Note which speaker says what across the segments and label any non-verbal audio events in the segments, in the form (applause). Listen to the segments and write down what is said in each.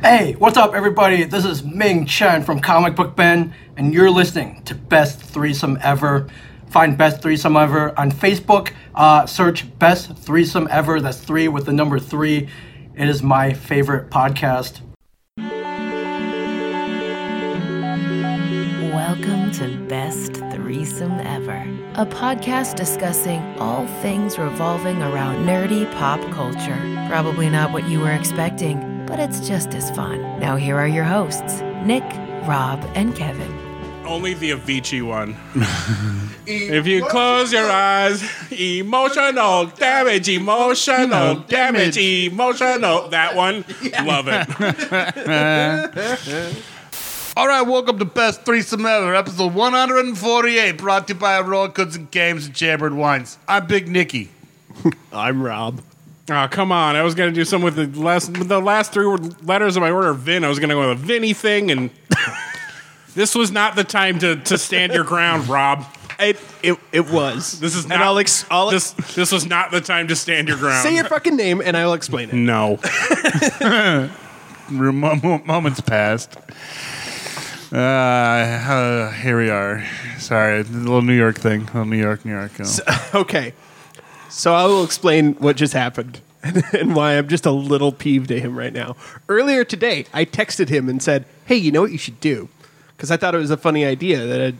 Speaker 1: Hey, what's up, everybody? This is Ming Chen from Comic Book Ben, and you're listening to Best Threesome Ever. Find Best Threesome Ever on Facebook. Uh, search Best Threesome Ever. That's three with the number three. It is my favorite podcast.
Speaker 2: Welcome to Best Threesome Ever, a podcast discussing all things revolving around nerdy pop culture. Probably not what you were expecting, but it's just as fun. Now, here are your hosts Nick, Rob, and Kevin.
Speaker 3: Only the Avicii
Speaker 4: (laughs)
Speaker 3: one. if you close your eyes, emotional damage, emotional damage, emotional. That one, love it.
Speaker 5: All right, welcome to Best Threesome Ever, episode 148, brought to you by Royal Goods and Games and Chambered Wines. I'm Big Nicky.
Speaker 4: I'm Rob.
Speaker 3: Oh, come on! I was gonna do something with the last with the last three word, letters of my order. Vin. I was gonna go with a Vinny thing, and (laughs) this was not the time to to stand your ground, Rob.
Speaker 4: It it, it was.
Speaker 3: This is
Speaker 4: and
Speaker 3: not
Speaker 4: I'll, ex- I'll
Speaker 3: this this was not the time to stand your ground.
Speaker 4: say your fucking name and I'll explain it. (laughs)
Speaker 3: no.
Speaker 5: Mo- mo- Moments passed. Uh, uh, here we are. (laughs) Sorry, a little New York thing. A little New York, New York. you know.
Speaker 4: Okay. So I will explain what just happened (laughs) and why I'm just a little peeved at him right now. Earlier today, I texted him and said, "Hey, you know what you should do?" Because I thought it was a funny idea that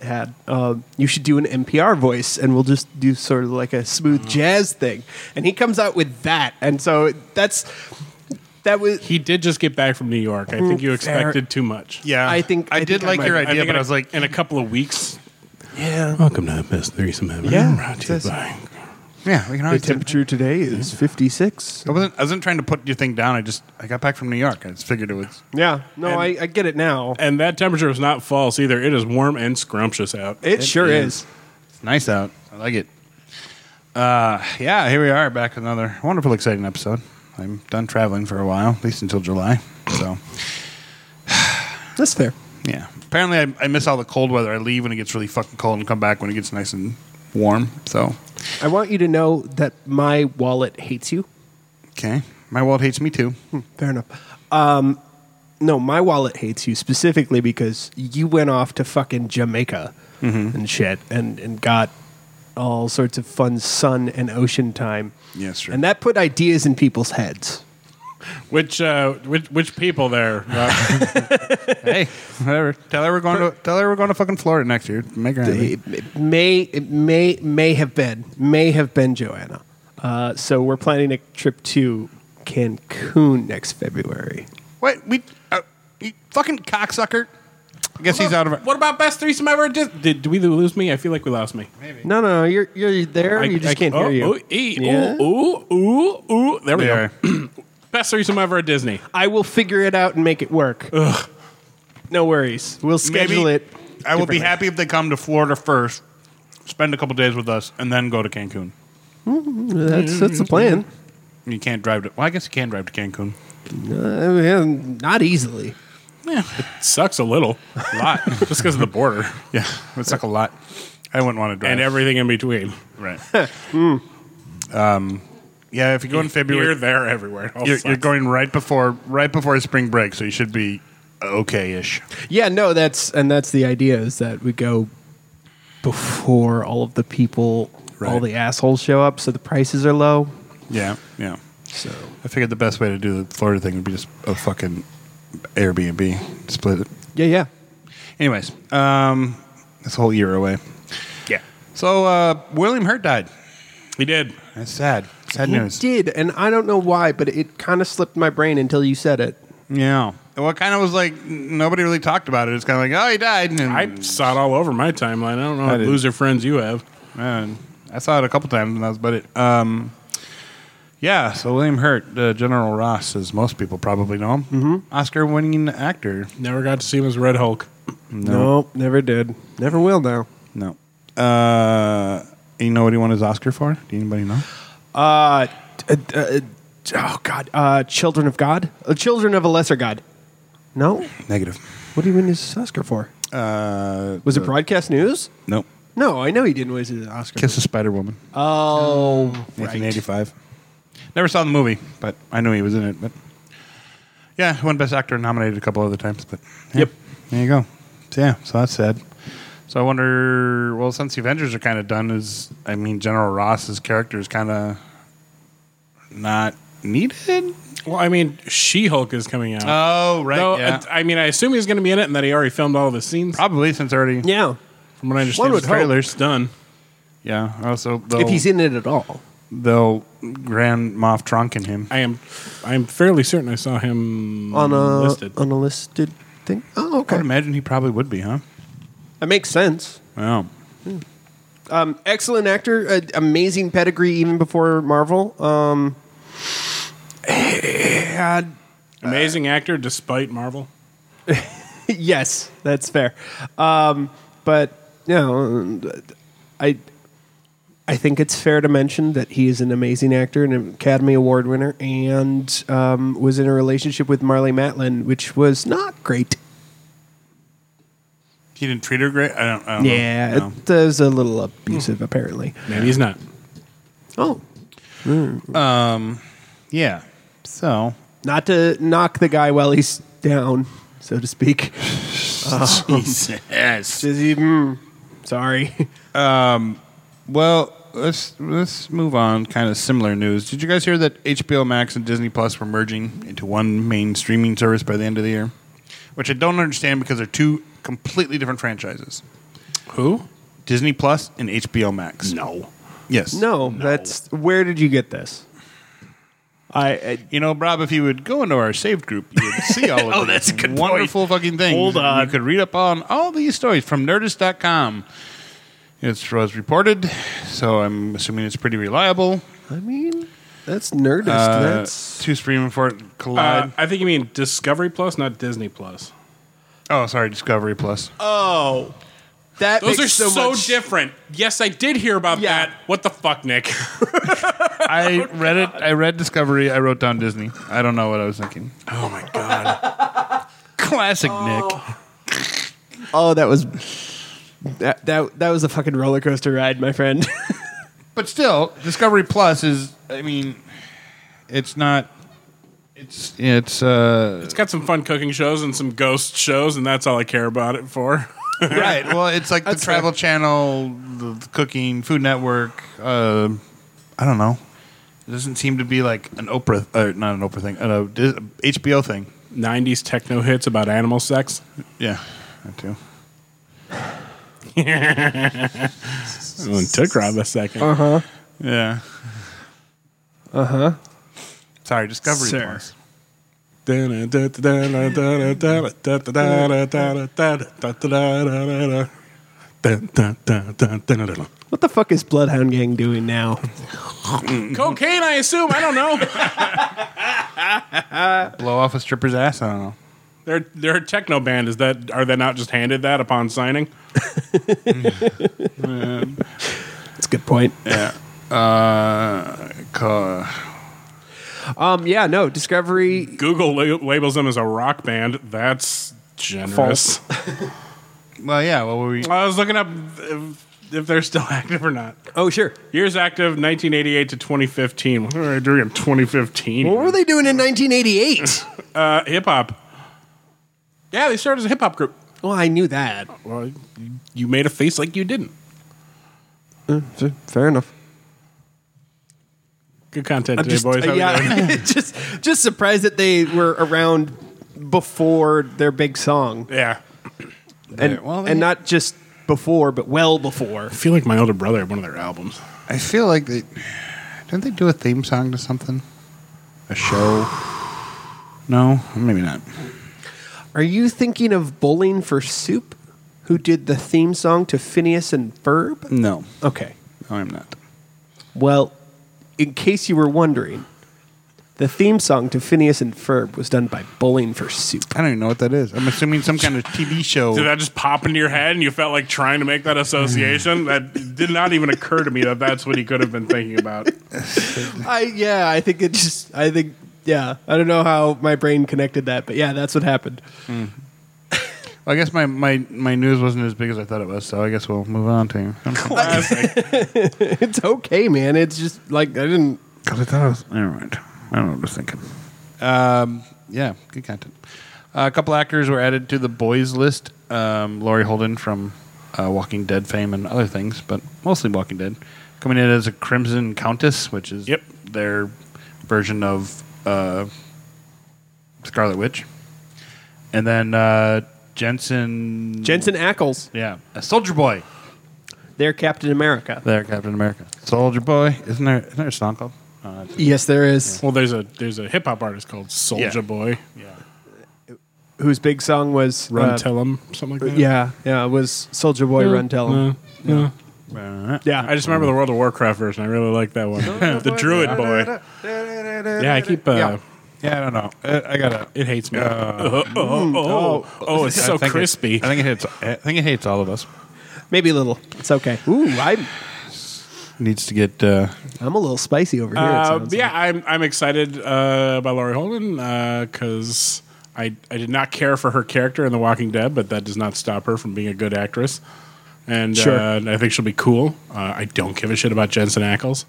Speaker 4: I had. Um, you should do an NPR voice, and we'll just do sort of like a smooth
Speaker 3: Mm.
Speaker 4: jazz thing. And he comes out with that, and so that's that was.
Speaker 3: He did just get back from New York. I think you expected too much.
Speaker 5: yeah,
Speaker 4: I think-
Speaker 5: I,
Speaker 4: I
Speaker 5: did
Speaker 4: think I
Speaker 5: like
Speaker 4: might-
Speaker 5: your
Speaker 4: I
Speaker 5: idea,
Speaker 3: think
Speaker 5: but
Speaker 3: in
Speaker 5: I
Speaker 3: a-
Speaker 5: was like,
Speaker 3: in a couple of weeks.
Speaker 4: Yeah.
Speaker 3: Welcome to Best Threesome Ever.
Speaker 4: Yeah,
Speaker 3: brought to you
Speaker 4: it says-
Speaker 3: by-
Speaker 5: yeah, we can always. do-
Speaker 4: today is 56.
Speaker 5: I wasn't. I wasn't trying to put your thing down. I just. I got back from New York. I just figured it was.
Speaker 4: Yeah. No, I, I get it now.
Speaker 3: And that temperature is not false either. It is warm and scrumptious out.
Speaker 4: It, sure is.
Speaker 5: It's nice out. I like it. Uh, yeah, here we are back with another wonderful, exciting episode. I'm done traveling for a while, at least until July. So,
Speaker 4: That's fair.
Speaker 5: yeah. Apparently, I, I miss all the cold weather. I leave when it gets really fucking cold and come back when it gets nice and warm. So,
Speaker 4: I want you to know that my wallet hates you.
Speaker 5: okay. My world hates
Speaker 3: (laughs)
Speaker 5: me too.
Speaker 4: Fair enough. Um, no, my wallet hates you specifically because you went off to fucking Jamaica and shit and, and got all sorts of fun sun and ocean time.
Speaker 5: Yeah, it's true.
Speaker 4: And that put ideas in people's heads.
Speaker 3: Which uh, which which people there?
Speaker 5: (laughs)
Speaker 3: Uh,
Speaker 5: hey, whatever. Tell her we're going to tell her we're going to fucking Florida next year. Make her happy.
Speaker 4: It, it may it may may have been may have been Joanna. Uh, so we're planning a trip to Cancun next February.
Speaker 5: What we uh, you fucking cocksucker? I guess he's out of. Our,
Speaker 3: what about Best Threesome Ever? Did, did, did we lose me? I feel like we lost me.
Speaker 4: No, no, you're you're there.
Speaker 3: I,
Speaker 4: you just
Speaker 3: I-
Speaker 4: can't
Speaker 3: oh,
Speaker 4: hear you.
Speaker 3: Oh, ee,
Speaker 4: Yeah.
Speaker 3: ooh, ooh, ooh, ooh. There we (clears throat)
Speaker 5: They are.
Speaker 3: go. Best Threesome Ever at Disney.
Speaker 4: I will figure it out and make it work. No worries. We'll schedule
Speaker 5: Maybe
Speaker 4: it.
Speaker 5: I will be
Speaker 4: differently.
Speaker 5: happy if they come to Florida first, spend a couple days with us, and then go to Cancun.
Speaker 4: That's that's the plan.
Speaker 5: You can't drive to. Well, I guess you can drive to Cancun.
Speaker 4: Uh, yeah, not easily.
Speaker 3: Sucks a little. A lot. just because of the border
Speaker 5: (laughs) Yeah, it would suck a lot. I wouldn't want to drive.
Speaker 3: and Hmm. everything in between.
Speaker 5: right.
Speaker 3: (laughs)
Speaker 5: um, yeah, if you go in February,
Speaker 3: You're (laughs) there everywhere. It all
Speaker 5: you're, you're
Speaker 3: sucks.
Speaker 5: going right before right before spring break, so you should be okay-ish.
Speaker 4: Yeah, no, that's and that's the idea is that we go before all of the people, all
Speaker 5: Right.
Speaker 4: the assholes show up, so the prices are low.
Speaker 5: Yeah, yeah.
Speaker 4: So
Speaker 5: I figured the best way to do the Florida thing would be just a fucking Airbnb, split it.
Speaker 4: yeah, yeah.
Speaker 5: Anyways, um, this whole year away.
Speaker 3: Yeah.
Speaker 5: So uh, William Hurt died.
Speaker 3: He did.
Speaker 5: That's sad. Sad
Speaker 4: You
Speaker 5: news.
Speaker 4: did, and I don't know why, but it kind of slipped my brain until you said it.
Speaker 5: Yeah. Well, it kind of was like n- nobody really talked about it. It's kind of like, oh, he died. And
Speaker 3: I saw it Mm. all over my timeline. I don't know
Speaker 5: I
Speaker 3: what
Speaker 5: did.
Speaker 3: loser friends you have.
Speaker 5: Man, I saw it a couple times, and that was about it. Um, yeah, so William Hurt, uh, General Ross, as most people probably know him, mm-hmm. Oscar-winning actor.
Speaker 3: Never got to see him as Red Hulk.
Speaker 4: No, never did. Never will now.
Speaker 5: No. Uh, you know what he won his Oscar for? Do anybody know?
Speaker 4: Uh, t- uh, uh, oh God, uh, Children of God, uh, Children of a Lesser God. No,
Speaker 5: Negative.
Speaker 4: what do you win his Oscar for?
Speaker 5: Uh,
Speaker 4: Was it broadcast news?
Speaker 5: nope.
Speaker 4: No, I know he didn't win his Oscar.
Speaker 5: Kiss the Spider Woman.
Speaker 4: Oh, right.
Speaker 5: 1985. Never saw the movie, but I knew he was in it. But Yeah, one best actor nominated a couple other times, but yeah.
Speaker 4: Yep.
Speaker 5: there you go. So, yeah, so that's sad. So I wonder. Well, since the Avengers are kind of done, is I mean General Ross's character is kind of not needed.
Speaker 3: Well, I mean, She Hulk is coming out.
Speaker 5: Oh right,
Speaker 3: Though,
Speaker 5: yeah.
Speaker 3: I, I mean, I assume he's going to be in it, and that he already filmed all of his scenes.
Speaker 5: Probably since already.
Speaker 4: Yeah.
Speaker 3: From what I understand,
Speaker 4: One would
Speaker 3: the trailer's done.
Speaker 5: Yeah. Also,
Speaker 4: If he's in it at all.
Speaker 5: they'll Grand Moff Trunken him.
Speaker 3: I am, I am fairly certain I saw him
Speaker 4: On a
Speaker 3: listed.
Speaker 4: on a listed thing. Oh,
Speaker 5: I would
Speaker 4: okay.
Speaker 5: imagine he probably would be, huh?
Speaker 4: That makes sense.
Speaker 5: Wow.
Speaker 4: Um, excellent actor, uh, amazing pedigree even before Marvel. Um,
Speaker 3: Amazing actor, despite Marvel.
Speaker 4: (laughs) yes, that's fair. Um, but you know, I I think it's fair to mention that he is an amazing actor, an Academy Award winner, and um, was in a relationship with Marley Matlin, which was not great.
Speaker 5: He didn't treat her great. I don't. I don't
Speaker 4: Yeah,
Speaker 5: know. No.
Speaker 4: it was a little abusive, apparently.
Speaker 3: Maybe he's not.
Speaker 4: Oh,
Speaker 5: Yeah. So
Speaker 4: not to knock the guy while he's down, so
Speaker 5: (laughs)
Speaker 4: to speak. Uh,
Speaker 5: yes.
Speaker 4: Does he- mm, sorry.
Speaker 5: Well, let's let's move on. Kind of similar news. Did you guys hear that HBO Max and Disney Plus were merging into one main streaming service by the end of the year? Which I don't understand because they're two completely different franchises.
Speaker 3: Who?
Speaker 5: Disney Plus and HBO Max.
Speaker 3: No.
Speaker 5: Yes.
Speaker 4: (laughs) No, that's where did you get this? I, I
Speaker 5: You know, Rob, if you would go into our saved group, you would see
Speaker 4: (laughs)
Speaker 5: all of
Speaker 4: Oh,
Speaker 5: these
Speaker 4: that's a good point.
Speaker 5: wonderful fucking things.
Speaker 4: Hold
Speaker 5: And
Speaker 4: on.
Speaker 5: You could read up on all these stories from Nerdist.com. It was reported, so I'm assuming it's pretty reliable.
Speaker 4: I mean, that's nerdist.
Speaker 5: Uh,
Speaker 4: that's
Speaker 5: two streaming for it collide.
Speaker 3: Uh, I think you mean Discovery Plus, not Disney Plus.
Speaker 5: oh, sorry, Discovery Plus.
Speaker 4: (laughs) oh, that
Speaker 3: Those
Speaker 4: makes
Speaker 3: are so,
Speaker 4: much-
Speaker 3: different. Yes, I did hear about
Speaker 4: Yeah.
Speaker 3: that. What the fuck, Nick?
Speaker 5: I read it. I read Discovery. I wrote down Disney. I don't know what I was thinking.
Speaker 3: Oh my (laughs) god.
Speaker 5: Classic
Speaker 4: Oh, that was that that that was a fucking roller coaster ride, my friend. (laughs)
Speaker 5: Nick. But still, Discovery Plus is. I mean, it's not. It's it's uh
Speaker 3: It's got some fun cooking shows and some ghost shows, and that's all I care about it for. (laughs)
Speaker 5: (laughs) right. Well, it's like the
Speaker 4: That's fair.
Speaker 5: Travel Channel, the, the Cooking, Food Network. Uh, I don't know. It doesn't seem to be like an Oprah, uh, not an Oprah thing, uh, a Dis- HBO thing.
Speaker 3: 90s techno hits about animal sex.
Speaker 5: Yeah, that too.
Speaker 3: Oh, it took Rob a second.
Speaker 5: Yeah. Uh huh. Sorry, Discovery
Speaker 4: Uh-huh. Sir.
Speaker 5: Plus.
Speaker 3: Cocaine,
Speaker 4: what the fuck is Bloodhound Gang doing now?
Speaker 3: I assume. I don't know. (laughs)
Speaker 5: Blow off a stripper's ass. I don't know.
Speaker 3: They're they're a techno band. Is that are they not just handed that upon signing?
Speaker 4: That's a good point.
Speaker 5: (laughs) Uh, co-
Speaker 4: (laughs) Um, yeah, no, Discovery.
Speaker 3: Google la- labels them as a rock band. That's generous.
Speaker 4: False.
Speaker 5: well, yeah. What were we?
Speaker 3: I was looking up if, if they're still (laughs) active or not.
Speaker 4: Oh, sure.
Speaker 3: Years active 1988 to 2015. What were they doing in 2015?
Speaker 4: What were they doing in 1988?
Speaker 3: Uh, hip hop. Yeah, they started as a hip hop group.
Speaker 4: (laughs) well, I knew that.
Speaker 3: Well, you- you made a face like you didn't.
Speaker 4: Fair enough.
Speaker 3: Good content
Speaker 4: I'm
Speaker 3: today,
Speaker 4: just,
Speaker 3: boys. How we (laughs) doing?
Speaker 4: yeah, (laughs) just just surprised that they were around before their big song,
Speaker 3: yeah.
Speaker 4: and
Speaker 5: well, they-
Speaker 4: and not just before, but well before.
Speaker 3: I feel like my older brother had one of their albums.
Speaker 5: I feel like they didn't they do a theme song to something, a show. No, maybe not.
Speaker 4: Are you thinking of Bowling for Soup, who did the theme song to Phineas and Ferb?
Speaker 5: No,
Speaker 4: Okay,
Speaker 5: no, I'm not.
Speaker 4: well, in case you were wondering, the theme song to Phineas and Ferb was done by Bowling for Soup.
Speaker 5: I don't even know what that is. I'm assuming some kind of TV
Speaker 3: (laughs)
Speaker 5: show.
Speaker 3: Did that just pop into your head and you felt like trying to make that association? that did not even occur to me that that's what he could have been thinking about.
Speaker 4: I yeah, I think it just I think yeah, I don't know how my brain connected that, but yeah, that's what happened.
Speaker 5: I guess my, my, my news wasn't as big as I thought it was, so I guess we'll move on to.
Speaker 3: Classic.
Speaker 4: It's okay, man. It's just like I didn't.
Speaker 5: Because I thought it was. Never mind. I don't know what I was thinking. Um, yeah, good content. Uh, a couple actors were added to the boys list. Um, Laurie Holden from uh, Walking Dead fame and other things, but mostly Walking Dead, coming in as a Crimson Countess, which is
Speaker 3: Yep.
Speaker 5: their version of uh, Scarlet Witch, and then uh, Jensen.
Speaker 4: Jensen Ackles,
Speaker 5: yeah, a Soldier Boy.
Speaker 4: they're Captain America.
Speaker 5: There, Captain America. Soldier Boy, isn't there? Isn't there a song called? Oh, that's-
Speaker 4: Yes, there is.
Speaker 3: (laughs) Well, there's a there's a hip hop artist called Soldier
Speaker 5: Yeah.
Speaker 3: Boy.
Speaker 4: Whose big song was
Speaker 3: Run
Speaker 4: uh,
Speaker 3: tell 'em something like that.
Speaker 4: Yeah, yeah, it was Soldier Boy Run Tell 'em.
Speaker 3: No, no.
Speaker 4: Yeah,
Speaker 3: I just remember the World of Warcraft version. I really like that one. the Druid Boy. Yeah, I keep. Uh,
Speaker 5: Yeah. Yeah, I don't know. I, I gotta.
Speaker 3: It hates me. oh, oh, oh, oh, Oh, it's so
Speaker 5: I think it-
Speaker 3: crispy.
Speaker 5: I think it hates. I think it hates all of us.
Speaker 4: maybe a little. It's okay. Ooh, I'm
Speaker 5: Needs to get. Uh,
Speaker 4: I'm a little spicy over here. it
Speaker 3: Uh,
Speaker 4: sounds
Speaker 3: yeah, I'm I'm excited uh, about Laurie Holden because I I did not care for her character in The Walking Dead, but that does not stop her from being a good actress, and
Speaker 4: Sure.
Speaker 3: uh, I think she'll be cool. Uh, I don't give a shit about Jensen Ackles.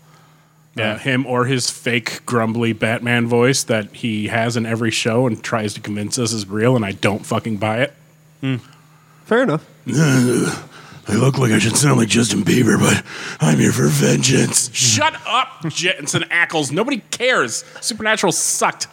Speaker 3: Yeah, him or his fake grumbly Batman voice that he has in every show and tries to convince us is real, and I don't fucking buy it.
Speaker 4: like. Fair enough.
Speaker 3: (sighs) I look like I should sound like Justin Bieber, but I'm here for vengeance. Shut up, Jensen Ackles. Nobody cares. Supernatural sucked.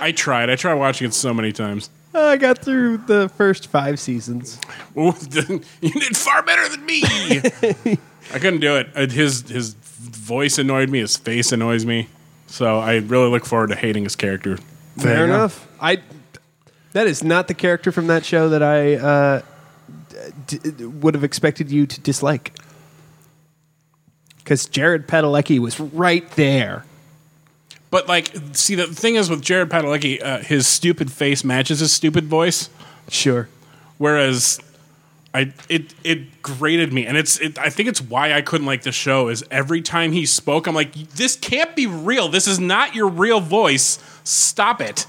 Speaker 3: I tried. I tried watching it so many times.
Speaker 4: I got through the first five seasons.
Speaker 3: Ooh, (laughs) you did far better than me. I couldn't do it. Uh, His his voice annoyed me. His face annoys me. So I really look forward to hating his character.
Speaker 4: Fair, enough. I that is not the character from that show that I uh, d- d- would have expected you to dislike. Because Jared Padalecki was right there.
Speaker 3: But like, see, the thing is with Jared Padalecki, uh, his stupid face matches his stupid voice.
Speaker 4: Sure.
Speaker 3: Whereas I it it grated me, and it's it, I think it's why I couldn't like the show. Is every time he spoke, I'm like, this can't be real. This is not your real voice. Stop it.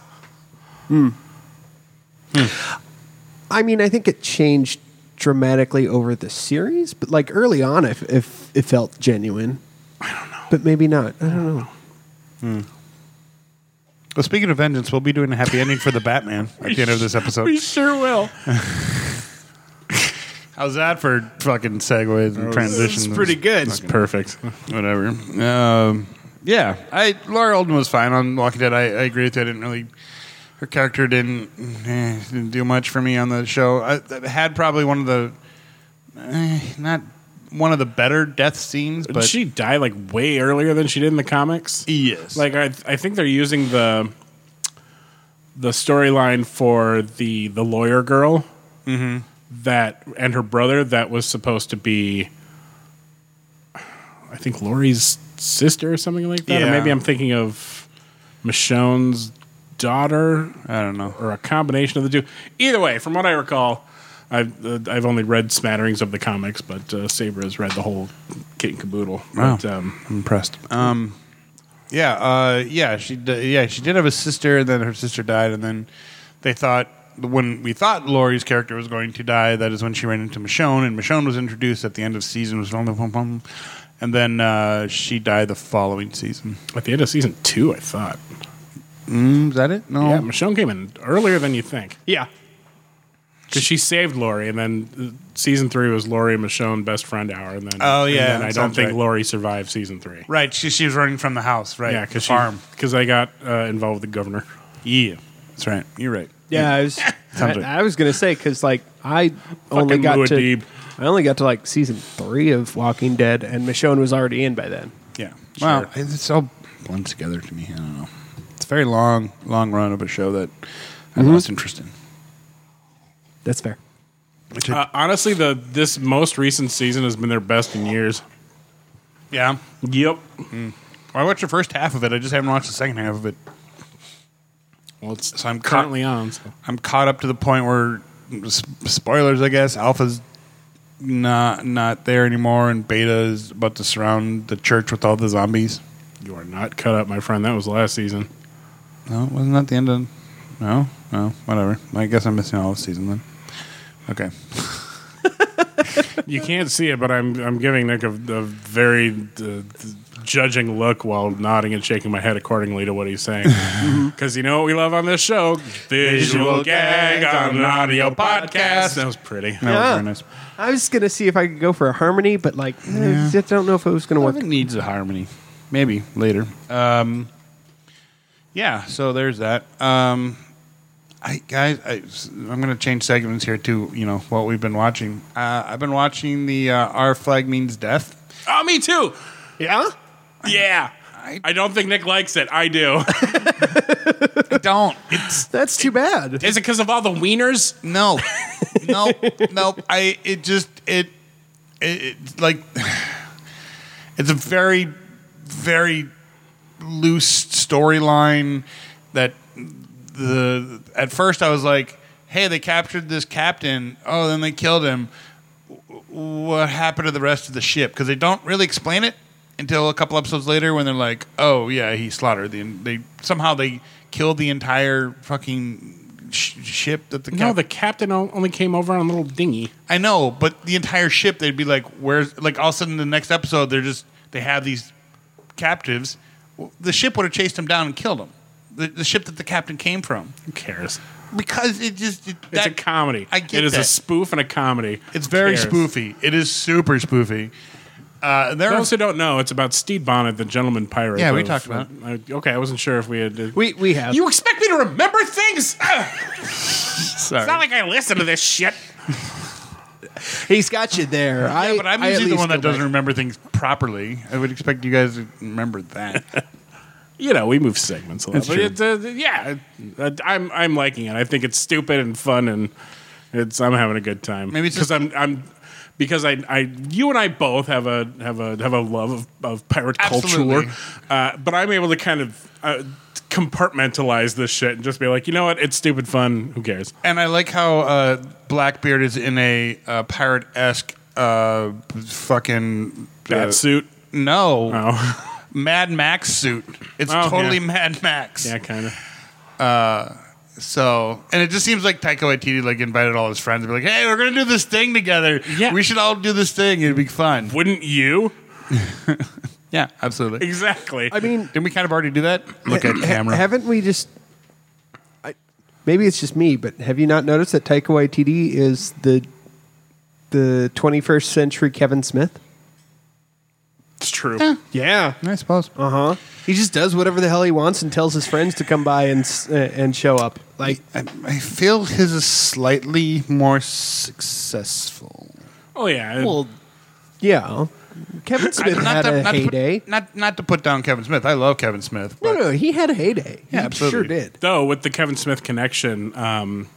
Speaker 4: I mean, I think it changed dramatically over the series, but like early on, if if it felt genuine. I don't know. But maybe not. I don't know.
Speaker 5: well, speaking of vengeance, we'll be doing a happy ending for the Batman at the end of this episode.
Speaker 3: sure will.
Speaker 5: How's that for fucking
Speaker 3: Oh,
Speaker 5: segues and transitions?
Speaker 4: good.
Speaker 3: It's perfect.
Speaker 5: Whatever. Um, yeah, I Laura Olden was fine on Walking Dead. I, I agree with you. I didn't really. Her character didn't eh, didn't do much for me on the show. I, I had probably one of the eh, not one of the better death scenes, but
Speaker 3: she died like way earlier than she did in the comics.
Speaker 5: yes,
Speaker 3: Like I, I think they're using the the storyline for the the lawyer girl
Speaker 5: Mm-hmm.
Speaker 3: that and her brother that was supposed to be, I think Lori's sister or something like that. Or
Speaker 5: Yeah.
Speaker 3: maybe I'm thinking of Michonne's daughter
Speaker 5: I don't know.
Speaker 3: or a combination of the two. Either way, from what I recall, I've uh, I've only read smatterings of the comics, but uh, Saber has read the whole kit and caboodle.
Speaker 5: Wow.
Speaker 3: But, um,
Speaker 5: I'm impressed. Um, yeah, uh, yeah, she d- yeah she did have a sister, and then her sister died, and then they thought when we thought Laurie's character was going to die, that is when she ran into Michonne, and Michonne was introduced at the end of season was and then uh, she died the following season.
Speaker 3: at the end of season two, I thought.
Speaker 5: Mm, is that it? No.
Speaker 3: Yeah, Michonne came in earlier than you think
Speaker 4: Yeah.
Speaker 3: because she saved Lori, and then uh, season three was Lori and Michonne best friend hour, and then
Speaker 5: Oh, yeah,
Speaker 3: and then I don't
Speaker 5: that sounds
Speaker 3: think
Speaker 5: right.
Speaker 3: Lori survived season three.
Speaker 5: Right, she, she was running from the house, right?
Speaker 3: Yeah,
Speaker 5: the
Speaker 3: because
Speaker 5: farm.
Speaker 3: because I got uh, involved with the governor.
Speaker 5: yeah, that's right. You're right.
Speaker 4: Yeah,
Speaker 5: (laughs)
Speaker 4: I was. I,
Speaker 5: right.
Speaker 4: I was gonna say because like I only got
Speaker 3: Muad'Dib.
Speaker 4: to. I only got to like season three of Walking Dead, and Michonne was already in by then.
Speaker 5: Yeah.
Speaker 3: Sure.
Speaker 5: Wow. It's all blends together to me. I don't know. It's a very long, long run of a show that I lost interest in.
Speaker 4: That's fair.
Speaker 5: Which I-
Speaker 3: Uh, honestly, the this most recent season has been their best in years.
Speaker 5: yeah. Mm.
Speaker 3: Yep.
Speaker 5: Well, I watched the first half of it. I just haven't watched the second half of it.
Speaker 3: Well, it's
Speaker 5: So I'm caught-
Speaker 3: currently on. So.
Speaker 5: I'm caught up to the point where s- spoilers, I guess. Alpha's not not there anymore, and Beta is about to surround the church with all the zombies.
Speaker 3: You are not cut up, my friend. That was last season.
Speaker 5: No, wasn't that the end of? No, no, whatever. I guess I'm missing all of season then. Okay.
Speaker 3: You can't see it, but I'm I'm giving Nick a, a very uh, judging look while nodding and shaking my head accordingly to what he's saying. Because you know what we love on this show? Mm-hmm. Visual gag on an audio podcast. That was pretty.
Speaker 5: That was
Speaker 4: Yeah.
Speaker 5: very nice.
Speaker 4: I was gonna see if I could go for a harmony, but like, I just don't know if it was gonna
Speaker 5: I
Speaker 4: work.
Speaker 5: think needs a harmony. Maybe later. Um, yeah, so there's that. Um, I guys, I, am going to change segments here to you know what we've been watching. Uh, I've been watching the uh, Our Flag Means Death.
Speaker 3: (laughs) Oh, me too.
Speaker 4: Yeah,
Speaker 3: Yeah. I don't think Nick likes it. I do.
Speaker 5: I don't. It's
Speaker 4: that's too
Speaker 3: (laughs)
Speaker 4: bad.
Speaker 3: Is it because of all the wieners?
Speaker 5: no, no, no. I it just it it, it's like (sighs) it's a very very loose storyline that the at first I was like, hey, they captured this captain. Oh, then they killed him. W- What happened to the rest of the ship? Because they don't really explain it until a couple episodes later when they're like, oh yeah, he slaughtered the. They somehow they killed the entire fucking sh- ship that the
Speaker 3: No,
Speaker 5: cap-
Speaker 3: the captain o- only came over on a little dinghy.
Speaker 5: I know, but the entire ship, they'd be like, "Where's?" Like all of a sudden, the next episode, they're just they have these captives. Well, The ship would have chased them down and killed them. The, the ship that the captain came from,
Speaker 3: Who cares?
Speaker 5: because it just it,
Speaker 3: It's
Speaker 5: that-
Speaker 3: a comedy.
Speaker 5: I get
Speaker 3: it is a
Speaker 5: that.
Speaker 3: spoof and a comedy.
Speaker 5: It's
Speaker 3: Who
Speaker 5: very
Speaker 3: cares?
Speaker 5: spoofy. It is super spoofy. Uh, there
Speaker 3: For
Speaker 5: are
Speaker 3: those who don't know, it's about Steve Bonnet, the gentleman pirate.
Speaker 5: Yeah, we
Speaker 3: of-
Speaker 5: talked about
Speaker 3: I- okay, I wasn't sure if we had.
Speaker 4: We we have.
Speaker 3: you expect me to remember things? Ugh,
Speaker 5: sorry.
Speaker 3: it's not like I listen to this shit.
Speaker 4: He's got you there. I,
Speaker 5: but I'm
Speaker 4: I at
Speaker 5: usually the
Speaker 4: least
Speaker 5: one that
Speaker 4: go
Speaker 5: doesn't
Speaker 4: back.
Speaker 5: remember things properly. I would expect you guys to remember that.
Speaker 3: (laughs) You know, we move segments a lot.
Speaker 5: That's
Speaker 3: But
Speaker 5: true.
Speaker 3: it's, uh, yeah, uh, I'm I'm liking it. I think it's stupid and fun, and it's I'm having a good time.
Speaker 5: Maybe it's
Speaker 3: because
Speaker 5: just-
Speaker 3: I'm I'm because I, I you and I both have a have a have a love of, of pirate
Speaker 5: Absolutely.
Speaker 3: culture, uh, but I'm able to kind of uh, compartmentalize this shit and just be like, you know what, it's stupid fun. Who cares?
Speaker 5: And I like how uh, Blackbeard is in a uh, pirate esque uh, fucking
Speaker 3: Bat
Speaker 5: uh,
Speaker 3: suit.
Speaker 5: No.
Speaker 3: Oh,
Speaker 5: Mad Max suit. It's
Speaker 3: Oh,
Speaker 5: totally
Speaker 3: yeah.
Speaker 5: Mad Max.
Speaker 3: yeah, kind of.
Speaker 5: So, and it just seems like Taika Waititi like invited all his friends to be like, "Hey, we're gonna do this thing together.
Speaker 3: Yeah.
Speaker 5: We should all do this thing. It'd be fun."
Speaker 3: Wouldn't you?
Speaker 5: Yeah, absolutely.
Speaker 3: Exactly.
Speaker 4: I mean,
Speaker 5: Didn't we kind of already do that? Look at
Speaker 4: ha-
Speaker 5: camera.
Speaker 4: haven't we just? I, maybe it's just me, but have you not noticed that Taika Waititi is the the 21st century Kevin Smith?
Speaker 3: it's true.
Speaker 5: eh,
Speaker 4: Yeah.
Speaker 5: I suppose.
Speaker 4: Uh huh. He just does whatever the hell he wants and tells his friends to come by and s- uh, and show up. Like
Speaker 5: I, I feel his is slightly more successful.
Speaker 3: Oh yeah.
Speaker 4: Well, yeah. Kevin Smith had a
Speaker 5: not
Speaker 4: heyday.
Speaker 5: To put, not not to put down Kevin Smith. I love Kevin Smith.
Speaker 4: no,
Speaker 5: but-
Speaker 4: no, he had a heyday.
Speaker 5: Yeah,
Speaker 4: he
Speaker 5: absolutely.
Speaker 4: sure did.
Speaker 3: though with the Kevin Smith connection, um,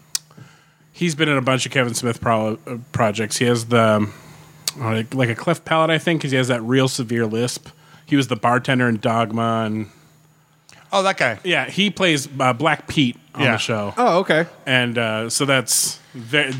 Speaker 3: he's been in a bunch of Kevin Smith pro- uh, projects. He has the uh, like, like a cleft palate, I think, because he has that real severe lisp. He was the bartender in Dogma, and
Speaker 5: Oh, that guy.
Speaker 3: yeah, he plays uh, Black Pete on
Speaker 5: Yeah.
Speaker 3: the show,
Speaker 4: Oh, okay.
Speaker 3: and uh, so that's ve-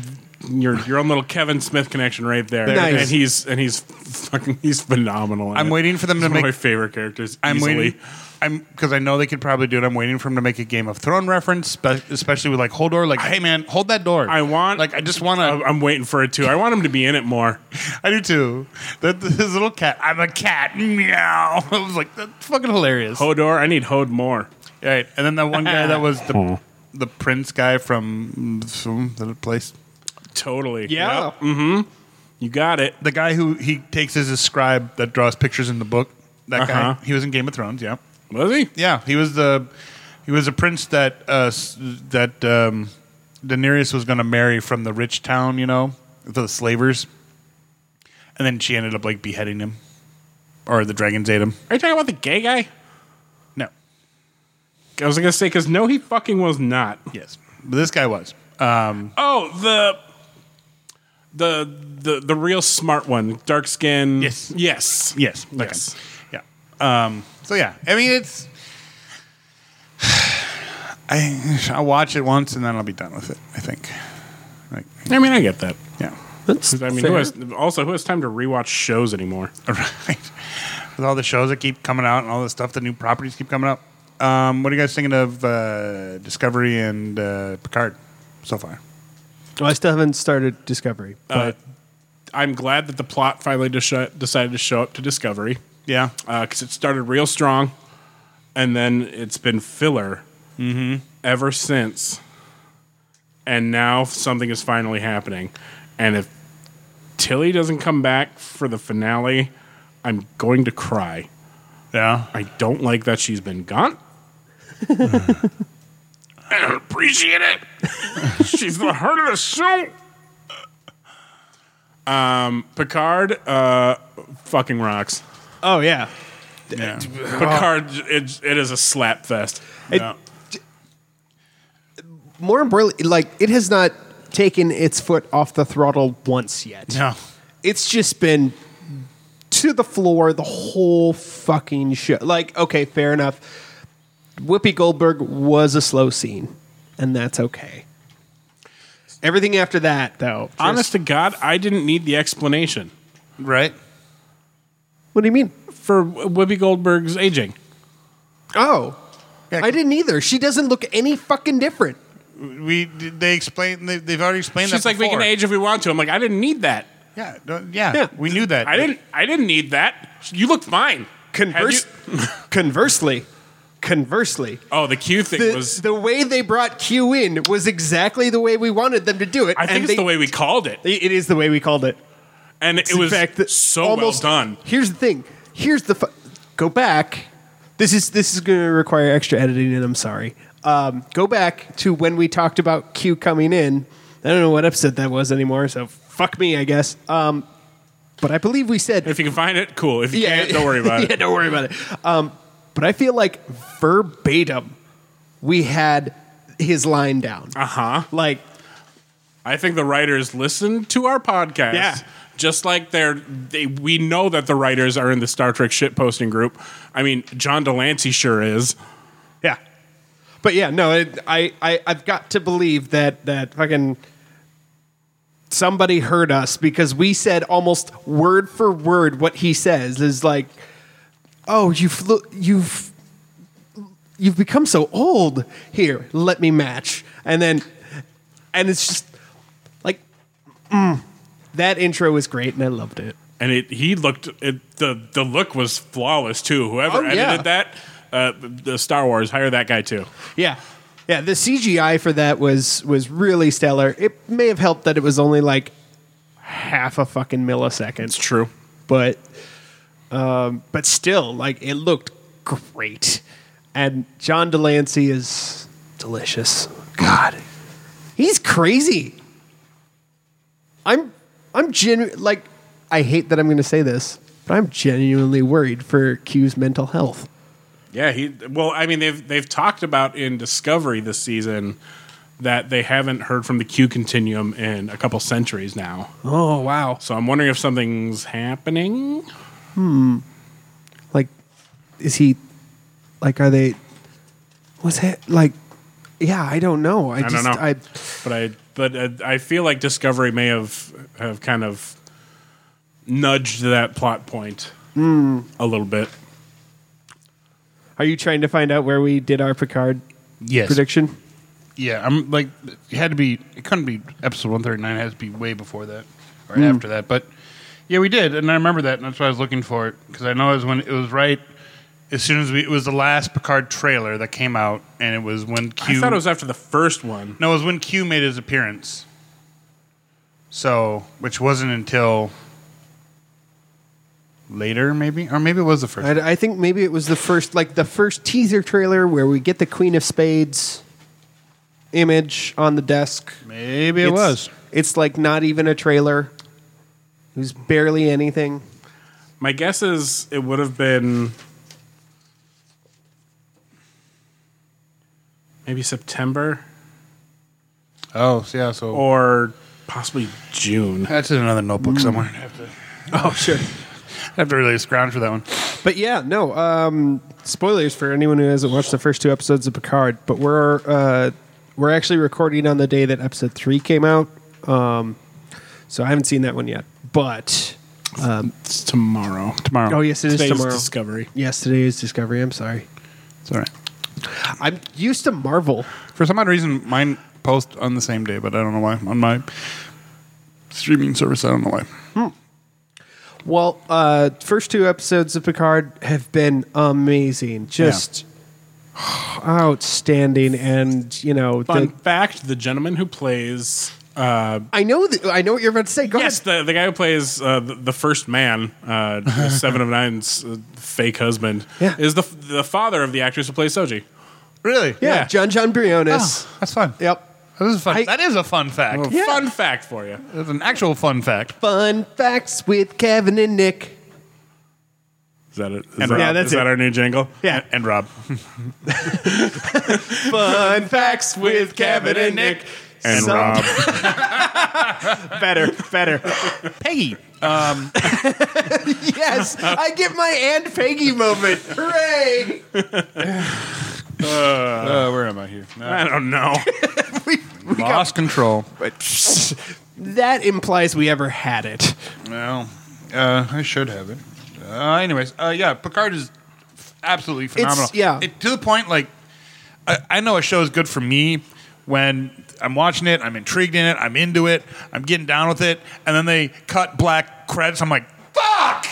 Speaker 3: your your own little Kevin Smith connection right there.
Speaker 4: There it
Speaker 3: And
Speaker 4: is.
Speaker 3: he's and he's fucking he's phenomenal. in
Speaker 5: I'm
Speaker 3: it.
Speaker 5: waiting for them
Speaker 3: He's
Speaker 5: to
Speaker 3: one of
Speaker 5: make-
Speaker 3: my favorite characters.
Speaker 5: I'm
Speaker 3: easily.
Speaker 5: waiting. I'm because I know they could probably do it. I'm waiting for him to make a Game of Thrones reference, spe- especially with like hold door, like hey man, hold that door.
Speaker 3: I want-
Speaker 5: like I just want
Speaker 3: I'm
Speaker 5: to.
Speaker 3: I'm waiting for it too. I want him to be in it more.
Speaker 5: (laughs) I do too. That this little cat. I'm a cat. Meow. (laughs) I was like that's fucking hilarious. All
Speaker 3: Hodor, I need Hode more.
Speaker 5: right, and then that one guy that was the the prince guy from from the place.
Speaker 3: Totally.
Speaker 4: Yeah.
Speaker 3: Yep. Mm-hmm. You got it.
Speaker 5: The guy who he takes as his scribe that draws pictures in the book. That
Speaker 3: Uh-huh.
Speaker 5: guy. He was in Game of Thrones. Yeah.
Speaker 3: Was he?
Speaker 5: Yeah, he was the he was a prince that uh, s- that um, Daenerys was going to marry from the rich town, you know, the slavers, and then she ended up like beheading him, or the dragons ate him.
Speaker 3: Are you talking about the gay guy?
Speaker 5: No,
Speaker 3: I was gonna say because no, he fucking was not.
Speaker 5: yes, but this guy was.
Speaker 3: Oh, the the the the real smart one, dark skin.
Speaker 5: Yes.
Speaker 3: Yes.
Speaker 5: Yes, that
Speaker 3: Yes.
Speaker 5: guy. yeah. Um, so yeah, I mean it's. (sighs) I I'll watch it once and then I'll be done with it. I think. Like
Speaker 3: I mean, I get that.
Speaker 5: yeah.
Speaker 4: That's
Speaker 3: I mean, who
Speaker 4: fair.
Speaker 3: has, also who has time to rewatch shows anymore?
Speaker 5: (laughs) Right. With all the shows that keep coming out and all the stuff, the new properties keep coming up. Um, what are you guys thinking of uh, Discovery and uh, Picard so far?
Speaker 4: Well, I still haven't started Discovery.
Speaker 3: Uh, I'm glad that the plot finally de- decided to show up to Discovery.
Speaker 5: Yeah.
Speaker 3: because it started real strong, and then it's been filler ever since. And now something is finally happening, and if Tilly doesn't come back for the finale, I'm going to cry.
Speaker 5: Yeah.
Speaker 3: I don't like that she's been gone. I don't appreciate it. she's the heart of the show. Um, Picard, uh, fucking rocks.
Speaker 4: Oh yeah.
Speaker 5: Yeah. (laughs)
Speaker 3: Picard, it, it is a slap fest.
Speaker 5: Yeah.
Speaker 4: More importantly, like it has not taken its foot off the throttle once yet.
Speaker 5: No.
Speaker 4: It's just been to the floor the whole fucking show. Like, okay, fair enough. Whoopi Goldberg was a slow scene, and that's okay. Everything after that, though. just-
Speaker 3: Honest to God, I didn't need the explanation
Speaker 5: Right.
Speaker 4: what do you mean?
Speaker 3: for Whoopi Goldberg's aging.
Speaker 4: Oh, I didn't either. She doesn't look any fucking different.
Speaker 5: We they explained they, they've already explained
Speaker 3: She's
Speaker 5: that.
Speaker 3: like, we can
Speaker 5: before.
Speaker 3: age if we want to. I'm like, I didn't need that.
Speaker 5: Yeah, don't- yeah,
Speaker 4: Yeah.
Speaker 5: We knew that.
Speaker 3: I didn't. I didn't need that. You look fine. Have
Speaker 4: Converse,
Speaker 3: you-
Speaker 4: conversely, conversely,
Speaker 3: oh, the Q thing
Speaker 4: the,
Speaker 3: was.
Speaker 4: the way they brought Q in was exactly the way we wanted them to do it.
Speaker 3: I think
Speaker 4: and
Speaker 3: it's
Speaker 4: they-
Speaker 3: the way we called it,
Speaker 4: they- it is the way we called it.
Speaker 3: and it was
Speaker 4: in fact,
Speaker 3: so
Speaker 4: almost
Speaker 3: well done.
Speaker 4: Here's the thing. Here's the fu- go back. This is this is going to require extra editing, and I'm sorry. Um, go back to when we talked about Q coming in. I don't know what episode that was anymore, so fuck me, I guess. Um, but I believe we said
Speaker 3: If you can find it, cool. If you can't, don't worry about
Speaker 4: (laughs) yeah,
Speaker 3: it.
Speaker 4: don't worry about it. Um, but I feel like verbatim, we had his line down.
Speaker 3: Uh huh.
Speaker 4: Like,
Speaker 3: I think the writers listen to our podcast.
Speaker 4: Yeah.
Speaker 3: Just like they're, they, we know that the writers are in the Star Trek shit posting group. I mean, John Delancey sure is.
Speaker 4: (laughs) yeah. But yeah, no, it, I, I, I've got to believe that that fucking somebody heard us because we said almost word for word what he says is like, oh, you've lo- you've you've become so old. Here, let me match, and then, and it's just like mm. that intro was great, and I loved it.
Speaker 3: and it he looked it, the the look was flawless too. Whoever
Speaker 4: Oh,
Speaker 3: edited
Speaker 4: yeah.
Speaker 3: that, uh, the Star Wars hire that guy too.
Speaker 4: Yeah. Yeah, the CGI for that was was really stellar. It may have helped that it was only like half a fucking millisecond,
Speaker 3: true.
Speaker 4: but um, but still, like it looked great. And John Delancey is delicious. God, he's crazy. I'm I'm genu- like I hate that I'm going to say this, but I'm genuinely worried for Q's mental health.
Speaker 3: Yeah, he. Well, I mean, they've they've talked about in Discovery this season that they haven't heard from the Q continuum in a couple centuries now.
Speaker 4: Oh wow!
Speaker 3: So I'm wondering if something's happening.
Speaker 4: like is he like are they what's that like yeah i don't know i,
Speaker 3: I
Speaker 4: just
Speaker 3: don't know.
Speaker 4: i
Speaker 3: but I but uh, I feel like Discovery may have have kind of nudged that plot point a little bit.
Speaker 4: are you trying to find out where we did our picard
Speaker 5: Yes.
Speaker 4: prediction
Speaker 5: Yeah, I'm like it had to be. It couldn't be episode one thirty nine. It has to be way before that or after that. But yeah, we did, and I remember that, and that's why I was looking for it because I know it was when it was right. As soon as we, it was the last Picard trailer that came out, and it was when Q.
Speaker 3: I thought it was after the first one.
Speaker 5: no, it was when Q made his appearance. So, which wasn't until later, maybe, or maybe it was the first.
Speaker 4: I, I think maybe it was the first like the first teaser trailer where we get the queen of spades image on the desk
Speaker 5: maybe it
Speaker 4: It's-
Speaker 5: was.
Speaker 4: it's like not even a trailer it was barely anything
Speaker 3: My guess is it would have been maybe September
Speaker 5: Oh, yeah. So
Speaker 3: or possibly June.
Speaker 5: that's in another notebook somewhere. I have to,
Speaker 4: oh sure
Speaker 5: (laughs) I have to really scrounge for that one.
Speaker 4: But yeah, no. Um, spoilers for anyone who hasn't watched the first two episodes of Picard. But we're uh, we're actually recording on the day that episode three came out, um, so I haven't seen that one yet. But
Speaker 3: It's tomorrow. Tomorrow.
Speaker 4: oh yes, it is
Speaker 3: Today's
Speaker 4: tomorrow.
Speaker 3: Discovery.
Speaker 4: Yes, today is Discovery. I'm sorry.
Speaker 5: It's all right.
Speaker 4: I'm used to Marvel.
Speaker 5: For some odd reason, mine post on the same day, but I don't know why. On my streaming service, I don't know why.
Speaker 4: Well, uh, first two episodes of Picard have been amazing, just outstanding, and you know,
Speaker 3: Fun
Speaker 4: the,
Speaker 3: fact: the gentleman who plays
Speaker 4: I know that I know what you're about to say. Go
Speaker 3: yes,
Speaker 4: ahead.
Speaker 3: the, the guy who plays uh, the, the first man,
Speaker 4: (laughs)
Speaker 3: uh, Seven of Nine's uh, fake husband,
Speaker 4: Yeah.
Speaker 3: is the the father of the actress who plays Soji.
Speaker 5: Really?
Speaker 4: Yeah,
Speaker 3: yeah. Ah.
Speaker 4: John John Briones.
Speaker 5: Oh, that's fun.
Speaker 4: Yep.
Speaker 5: That is a fun.
Speaker 4: I-
Speaker 5: that is a fun fact.
Speaker 3: A Fun fact for you.
Speaker 4: Uh,
Speaker 5: That's an actual fun fact.
Speaker 4: Fun facts with Kevin and Nick.
Speaker 3: Is that it? Is
Speaker 5: And
Speaker 3: that,
Speaker 5: Rob. Yeah,
Speaker 4: that's
Speaker 3: is that
Speaker 4: it.
Speaker 3: our new jingle?
Speaker 4: Yeah.
Speaker 3: And
Speaker 4: (laughs)
Speaker 3: Rob.
Speaker 4: Fun facts with Kevin and Nick.
Speaker 3: And
Speaker 4: So- (laughs)
Speaker 3: Rob.
Speaker 4: Better, better. um,
Speaker 5: Peggy.
Speaker 4: (laughs) yes, I get my Aunt Peggy moment. Hooray!
Speaker 5: Uh, where am I here?
Speaker 3: I don't know.
Speaker 4: We- we got-
Speaker 5: Lost control. (laughs)
Speaker 4: that implies we ever had it.
Speaker 5: Well, uh, I should have it. Uh, anyways, uh, yeah, Picard is f- absolutely phenomenal.
Speaker 4: yeah.
Speaker 5: It- to the point, like, I, I know a show is good for me when I'm watching it, I'm intrigued in it, I'm into it, I'm getting down with it, and then they cut black credits. I'm like, fuck!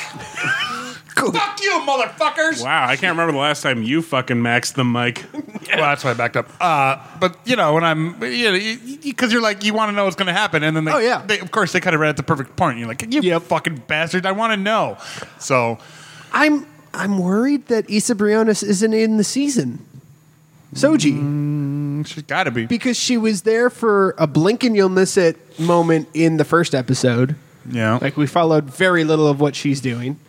Speaker 5: fuck you, motherfuckers!
Speaker 3: Wow, I can't remember the last time you fucking maxed the mic.
Speaker 5: Well, that's why I backed up. Uh, but you know, when I'm, you know, because you're like, you want to know what's going to happen, and then they,
Speaker 4: Oh, yeah.
Speaker 5: they, of course, they cut it right at the perfect point. You're like, you
Speaker 4: Yep.
Speaker 5: fucking bastard, I want to know. So
Speaker 4: I'm I'm worried that Issa Briones isn't in the season. Soji,
Speaker 5: she's got to be.
Speaker 4: because she was there for a blink and you'll miss it moment in the first episode.
Speaker 5: Yeah.
Speaker 4: Like we followed very little of what she's doing,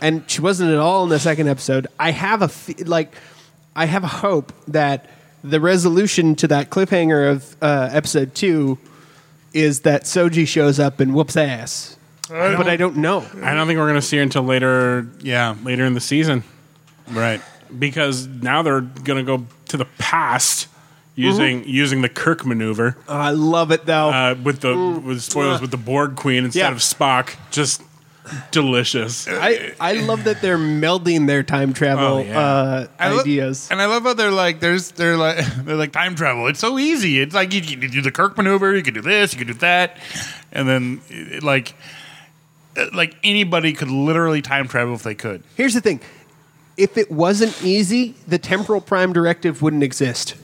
Speaker 4: and she wasn't at all in the second episode. I have a fe- like, I have a hope that the resolution to that cliffhanger of uh, episode two is that Soji shows up and whoops ass. but I don't know.
Speaker 3: I don't think we're going to see her until later.
Speaker 5: Yeah.
Speaker 3: Later in the season.
Speaker 5: right.
Speaker 3: Because now they're going to go to the past using
Speaker 4: Mm-hmm.
Speaker 3: using the Kirk maneuver
Speaker 4: Oh, I love it though.
Speaker 3: uh, with the with spoilers with the Borg Queen instead
Speaker 4: Yeah.
Speaker 3: of Spock. Just delicious.
Speaker 4: I, I love that they're melding their time travel
Speaker 3: Oh, yeah.
Speaker 4: uh,
Speaker 5: I lo-
Speaker 4: ideas.
Speaker 5: and I love how they're like, there's, they're like, (laughs) they're like time travel. It's so easy. It's like you, you can do the Kirk maneuver, you can do this, you can do that, and then it, like, it- like anybody could literally time travel if they could.
Speaker 4: Here's the thing if it wasn't easy, the temporal prime directive wouldn't exist.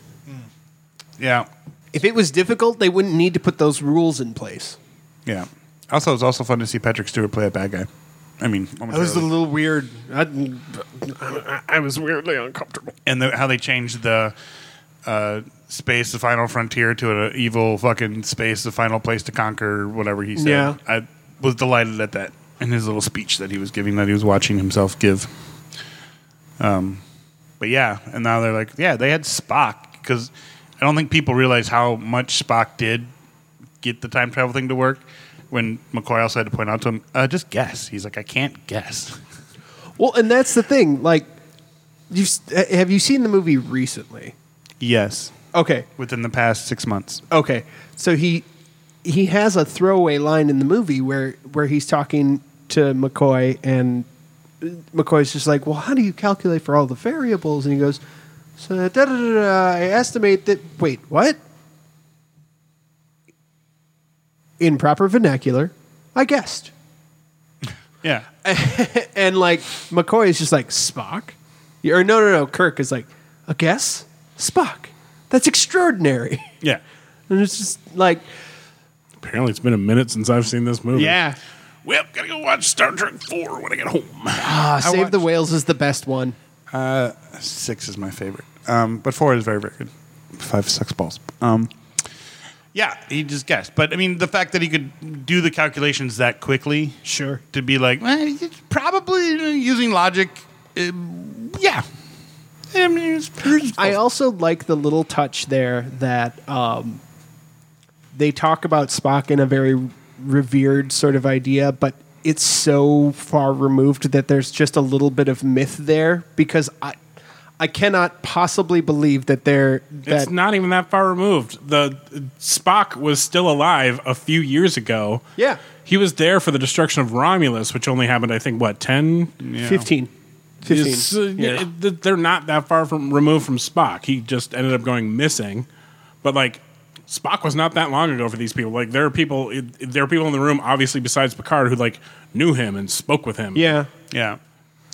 Speaker 5: Yeah.
Speaker 4: If it was difficult, they wouldn't need to put those rules in place.
Speaker 5: Yeah. Also, it's also fun to see Patrick Stewart play a bad guy. I mean,
Speaker 4: That was a little weird. I, I was weirdly uncomfortable.
Speaker 5: and the, how they changed the uh, space, the final frontier, to an evil fucking space, the final place to conquer, whatever he said.
Speaker 4: Yeah.
Speaker 5: I was delighted at that in his little speech that he was giving, that he was watching himself give. Um, but yeah, and now they're like, yeah, they had Spock because I don't think people realize how much Spock did get the time travel thing to work. When McCoy also had to point out to him, uh, just guess. He's like, I can't guess.
Speaker 4: Well, and that's the thing. Like, you have you seen the movie recently?
Speaker 5: Yes.
Speaker 4: Okay,
Speaker 5: Within the past six months.
Speaker 4: Okay, so he he has a throwaway line in the movie where where he's talking to McCoy and uh, McCoy's just like, "Well, how do you calculate for all the variables?" And he goes, "So da da da, da I estimate that. Wait, what? In proper vernacular, I guessed."
Speaker 5: Yeah.
Speaker 4: (laughs) and like McCoy is just like Spock, or no, no, no. Kirk is like a guess, Spock. That's extraordinary. (laughs)
Speaker 5: Yeah.
Speaker 4: And it's just like,
Speaker 3: Apparently, it's been a minute since I've seen this movie.
Speaker 4: yeah,
Speaker 3: Well, gotta go watch Star Trek Four when I get home.
Speaker 4: Ah, Save the
Speaker 5: watched-
Speaker 4: Whales is the best one.
Speaker 5: (sighs) Six is my favorite, um, but four is very, very good. Five sucks balls. Um, yeah, he just guessed, but I mean, the fact that he could do the calculations that quickly,
Speaker 4: Sure.
Speaker 5: to be like, "Eh, it's probably using logic, uh, yeah. I mean, it's pretty-
Speaker 4: I also like the little touch there that um, they talk about Spock in a very revered sort of idea, but it's so far removed that there's just a little bit of myth there because I, I cannot possibly believe that they're that
Speaker 3: It's not even that far removed. The Spock was still alive a few years ago.
Speaker 4: Yeah.
Speaker 3: He was there for the destruction of Romulus, which only happened, I think, what, 10?
Speaker 4: fifteen. 15.
Speaker 3: It's, uh,
Speaker 4: Yeah.
Speaker 3: it- th- They're not that far from removed from Spock. He just ended up going missing. But, like, Spock was not that long ago for these people. Like there are people, there are people in the room, obviously besides Picard, who like knew him and spoke with him.
Speaker 4: Yeah,
Speaker 5: Yeah.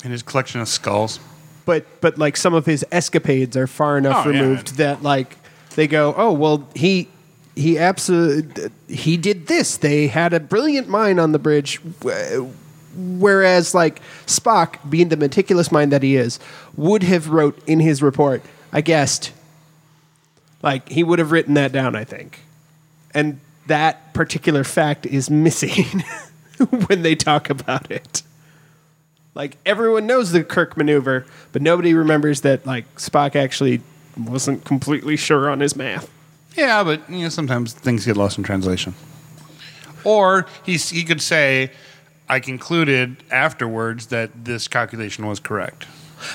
Speaker 5: And his collection of skulls.
Speaker 4: but but like some of his escapades are far enough
Speaker 3: Oh, yeah.
Speaker 4: removed that like they go, oh well, he he absolutely he did this. They had a brilliant mind on the bridge, wh- whereas like Spock, being the meticulous mind that he is, would have wrote in his report, I guessed. Like he would have written that down, I think, and that particular fact is missing (laughs) when they talk about it. Like everyone knows the Kirk maneuver, but nobody remembers that like Spock actually wasn't completely sure on his math.
Speaker 5: Yeah, but you know, sometimes things get lost in translation. Or he's, he could say, I concluded afterwards that this calculation was correct.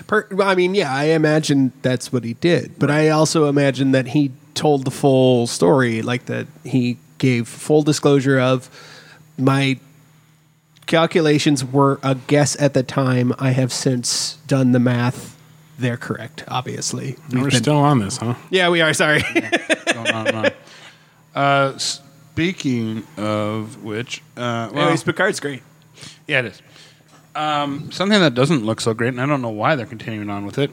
Speaker 4: Per- I mean, yeah, I imagine that's what he did, but I also imagine that he told the full story, like that he gave full disclosure of my calculations were a guess at the time. I have since done the math. They're correct, obviously.
Speaker 3: And we're
Speaker 4: We've been-
Speaker 3: still on this, huh?
Speaker 4: yeah, we are. Sorry.
Speaker 5: Going on and on. (laughs) Uh, speaking of which, uh, well,
Speaker 4: (laughs) Anyways, Picard's great.
Speaker 5: yeah, it is. Um, something that doesn't look so great, and I don't know why they're continuing on with it.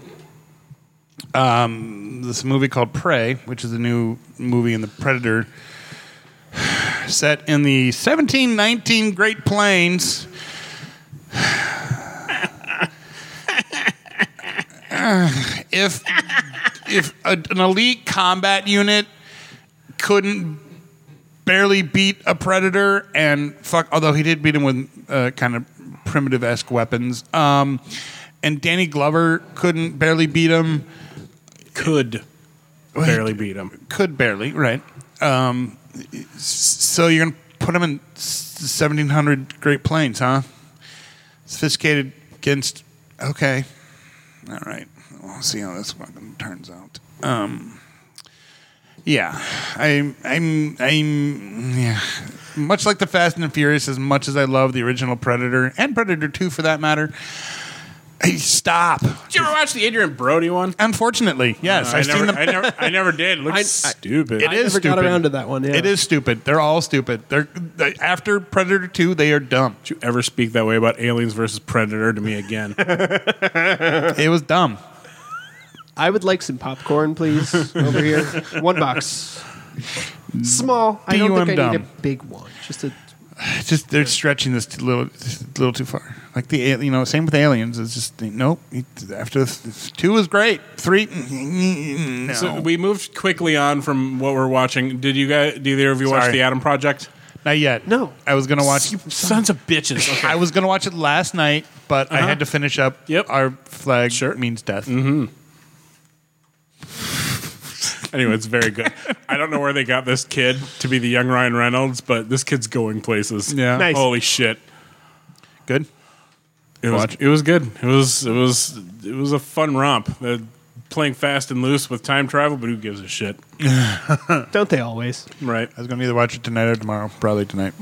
Speaker 5: Um, this movie called Prey, which is a new movie in the Predator, set in the 1719 Great Plains. if if a, an elite combat unit couldn't barely beat a predator and fuck although he did beat him with uh, kind of primitive-esque weapons um, and danny glover couldn't barely beat him
Speaker 3: Could barely beat him.
Speaker 5: could barely right um, s- so you're gonna put him in s- 1700 great plains huh sophisticated against okay all right we'll see how this fucking turns out um, yeah i'm i'm i'm yeah much like the fast and the furious as much as i love the original predator and predator 2 for that matter hey, stop
Speaker 3: Did you ever watch the Adrian Brody one?
Speaker 5: unfortunately yes
Speaker 3: I,
Speaker 5: i've
Speaker 3: never,
Speaker 5: seen the
Speaker 3: I never, (laughs) I never did. It looks
Speaker 4: I- I-
Speaker 3: stupid.
Speaker 5: it
Speaker 4: I
Speaker 5: is
Speaker 4: never got
Speaker 5: stupid.
Speaker 4: around to that one, yeah.
Speaker 5: It is stupid. They're all stupid. They're they- after Predator Two, they are dumb.
Speaker 3: Did you ever speak that way about Aliens versus Predator to me (laughs) again?
Speaker 5: It was dumb.
Speaker 4: I would like some popcorn, please, over here. One box. Small. I don't think I need
Speaker 5: D-U-M-dum.
Speaker 4: a big one. Just a.
Speaker 5: It's just they're stretching this a little, just a little too far. Like the al- you know, same with aliens. It's just nope. After this, two was great. Three, mm, no.
Speaker 3: So we moved quickly on from what we're watching. Did you guys? Did either of you watch
Speaker 5: Sorry.
Speaker 3: the Atom Project?
Speaker 5: Not yet.
Speaker 4: No.
Speaker 5: I was gonna watch.
Speaker 3: You sons of bitches.
Speaker 5: (laughs)
Speaker 3: Okay.
Speaker 5: I was gonna watch it last night, but I
Speaker 3: Uh-huh.
Speaker 5: had to finish up.
Speaker 3: Yep.
Speaker 5: Our flag
Speaker 3: Sure. Mm-hmm.
Speaker 5: means death.
Speaker 3: Anyway, it's very good. I don't know where they got this kid to be the young Ryan Reynolds, but this kid's going places.
Speaker 5: Yeah. Nice.
Speaker 3: Holy shit.
Speaker 5: Good.
Speaker 3: It was,
Speaker 5: Watch.
Speaker 3: it was good. It was it was it was a fun romp. Uh, playing fast and loose with time travel, but who gives a shit?
Speaker 4: Don't they always?
Speaker 3: Right.
Speaker 5: I was gonna either watch it tonight or tomorrow. Probably tonight.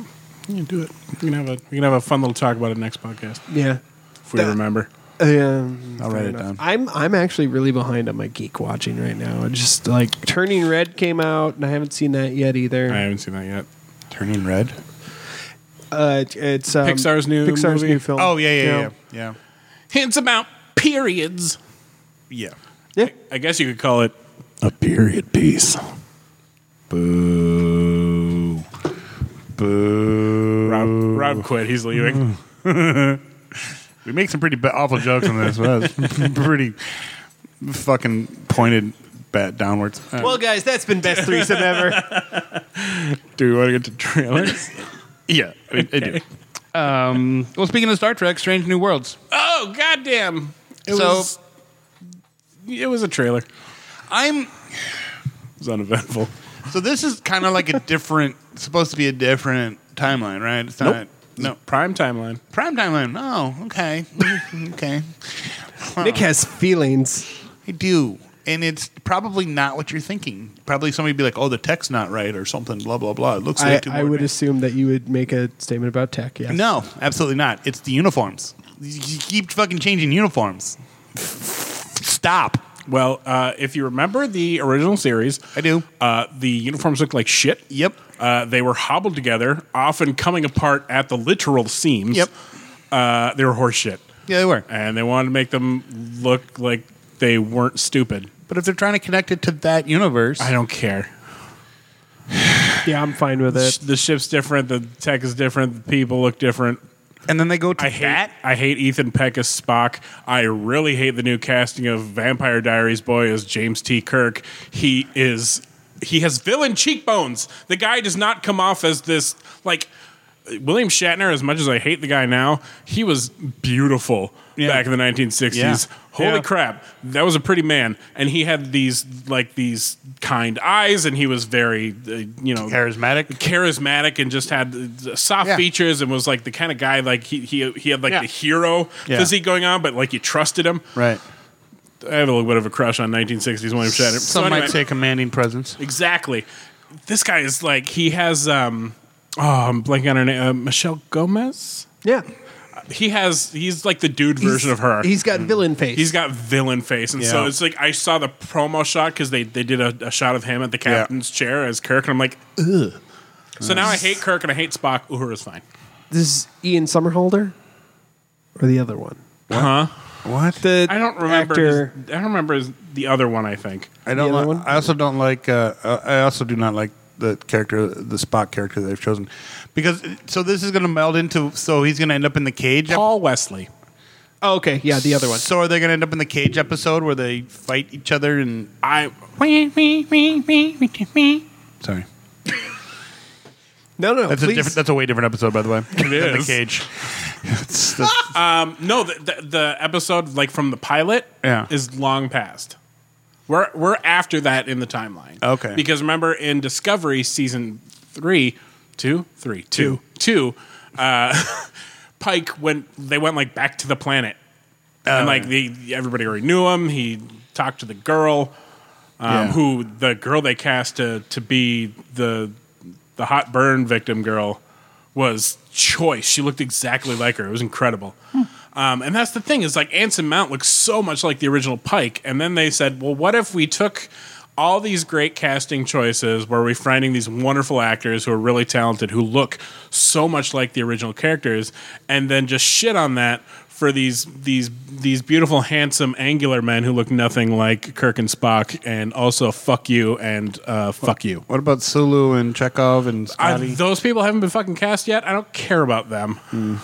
Speaker 3: You can do it. We can have a we can have a fun little talk about it next podcast
Speaker 4: Yeah.
Speaker 3: if we
Speaker 4: That-
Speaker 3: remember.
Speaker 4: Um,
Speaker 5: I'll write it down.
Speaker 4: I'm I'm actually really behind on my geek watching right now. I just like Turning Red came out, and I haven't seen that yet either.
Speaker 3: I haven't seen that yet.
Speaker 5: Turning red.
Speaker 4: Uh, it's um,
Speaker 3: Pixar's new
Speaker 4: Pixar's
Speaker 3: movie?
Speaker 4: new film.
Speaker 5: Oh yeah, yeah, yeah, yeah.
Speaker 3: Hints about periods.
Speaker 5: yeah.
Speaker 4: yeah.
Speaker 3: I guess you could call it a period piece.
Speaker 5: Boo. Boo.
Speaker 3: Rob, Rob quit. He's leaving.
Speaker 5: We make some pretty ba- awful jokes on this. but that's (laughs) pretty fucking pointed bat downwards. Uh,
Speaker 4: Well, guys, that's been best threesome
Speaker 5: (laughs)
Speaker 4: ever.
Speaker 3: (laughs)
Speaker 5: Oh.
Speaker 3: Do we want to get to trailers?
Speaker 5: yeah, I, I do. Um, well, speaking of Star Trek, Strange New Worlds.
Speaker 3: oh goddamn! It
Speaker 5: So-
Speaker 3: was it was a trailer. It
Speaker 5: I'm
Speaker 3: was uneventful.
Speaker 5: so this is kind of like a different, supposed to be a different timeline, right? It's not. No,
Speaker 3: Prime timeline.
Speaker 5: prime timeline. Oh, okay, (laughs) okay.
Speaker 4: Nick has feelings.
Speaker 5: I do. And it's probably not what you're thinking. Probably somebody be like, "Oh, the tech's not right" or something. Blah blah blah. It looks
Speaker 4: I,
Speaker 5: like too
Speaker 4: I would
Speaker 5: modern.
Speaker 4: assume that you would make a statement about tech. Yes.
Speaker 5: No, absolutely not. It's the uniforms. You keep fucking changing uniforms. Stop.
Speaker 3: Well, uh, if you remember the original series,
Speaker 5: I do.
Speaker 3: Uh, the uniforms looked like shit.
Speaker 5: Yep.
Speaker 3: Uh, they were hobbled together, often coming apart at the literal seams.
Speaker 5: Yep.
Speaker 3: Uh, they were horse shit.
Speaker 5: Yeah, they were.
Speaker 3: And they wanted to make them look like they weren't stupid.
Speaker 5: But if they're trying to connect it to that universe,
Speaker 3: I don't care.
Speaker 4: Yeah, I'm fine with
Speaker 3: Sh-
Speaker 4: it.
Speaker 3: The ship's different. The tech is different. The people look different.
Speaker 5: and then they go to
Speaker 3: I hate.
Speaker 5: that.
Speaker 3: I hate Ethan Peck as Spock. I really hate the new casting of Vampire Diaries boy as James T. Kirk. He is. He has villain cheekbones. The guy does not come off as this like William Shatner. As much as I hate the guy now, he was beautiful
Speaker 5: Yeah.
Speaker 3: back in the 1960s.
Speaker 5: Yeah.
Speaker 3: Holy
Speaker 5: Yeah.
Speaker 3: crap, that was a pretty man, and he had these like these kind eyes, and he was very uh, you know
Speaker 5: Charismatic.
Speaker 3: charismatic and just had uh, soft
Speaker 5: Yeah.
Speaker 3: features and was like the kind of guy like he he, he had like
Speaker 5: Yeah.
Speaker 3: the hero
Speaker 5: Yeah.
Speaker 3: physique going on, but like you trusted him.
Speaker 5: Right.
Speaker 3: I have a little bit of a crush on 1960s William Shatner.
Speaker 5: Some
Speaker 3: So anyway,
Speaker 5: might say commanding presence.
Speaker 3: exactly. This guy is like he has um oh I'm blanking on her name uh, Michelle Gomez.
Speaker 4: Yeah,
Speaker 3: He has he's like the dude version
Speaker 4: He's-
Speaker 3: of her. Mm.
Speaker 4: He's got villain face.
Speaker 3: He's got villain face, and so
Speaker 5: Yeah.
Speaker 3: it's like I saw the promo shot because they, they did a, a shot of him at the captain's chair as Kirk, and I'm like, ugh. So now I hate Kirk and I hate Spock. Uhura's fine.
Speaker 4: this is Ian Somerhalder, or the other one.
Speaker 3: Huh?
Speaker 5: What?
Speaker 4: The
Speaker 3: I don't remember.
Speaker 4: Actor,
Speaker 3: his- I don't remember his, the other one. I think
Speaker 5: I don't.
Speaker 4: The other
Speaker 5: Li-
Speaker 4: one?
Speaker 5: I also don't like. Uh, uh, I also do not like the character, the Spock character they've chosen, because so this is going to meld into. So he's going to end up in the cage. ep-
Speaker 3: Paul Wesley.
Speaker 4: oh, okay, yeah, the other one.
Speaker 5: So are they going to end up in the cage episode where they fight each other and?
Speaker 3: I
Speaker 5: Sorry,
Speaker 4: No, no, no,
Speaker 5: that's a
Speaker 4: please.
Speaker 5: different. That's a way different episode, by the way. (laughs) It
Speaker 3: is.
Speaker 5: the cage. It's- that's-
Speaker 3: um, no the, the the episode like from the pilot
Speaker 5: Yeah.
Speaker 3: is long past. We're we're after that in the timeline.
Speaker 5: Okay.
Speaker 3: Because remember in Discovery season three, two, three, two, two, uh, (laughs) Pike went. They went like back to the planet, and like the everybody already knew him. He talked to the girl. um,
Speaker 5: Yeah.
Speaker 3: who the girl they cast to to be the the hot burn victim girl was choice. She looked exactly like her. It was incredible. Um, and that's the thing is like Anson Mount looks so much like the original Pike. And then they said, well, what if we took all these great casting choices where we're finding these wonderful actors who are really talented who look so much like the original characters and then just shit on that for these these these beautiful, handsome, angular men who look nothing like Kirk and Spock, and also fuck you and uh, fuck you.
Speaker 5: what about Sulu and Chekhov and
Speaker 3: I,
Speaker 5: Scotty?
Speaker 3: those people haven't been fucking cast yet. I don't care about them.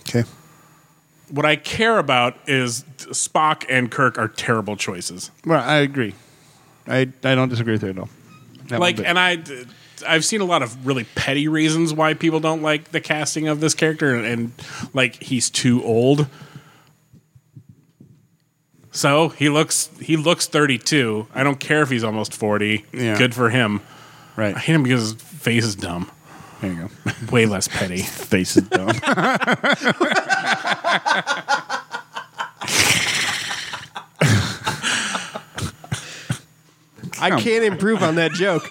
Speaker 5: okay.
Speaker 3: What I care about is Spock and Kirk are terrible choices.
Speaker 5: Well, I agree. I I don't disagree with you at all. That
Speaker 3: like,
Speaker 5: one bit.
Speaker 3: and I, I've seen a lot of really petty reasons why people don't like the casting of this character, and, and like he's too old. So he looks he looks thirty two. I don't care if he's almost forty.
Speaker 5: Yeah.
Speaker 3: Good for him. I
Speaker 5: right
Speaker 3: hate him because his face is dumb.
Speaker 5: there you go. (laughs)
Speaker 3: Way less petty.
Speaker 5: Face is (laughs) dumb.
Speaker 4: I can't improve on
Speaker 3: (laughs)
Speaker 4: that joke.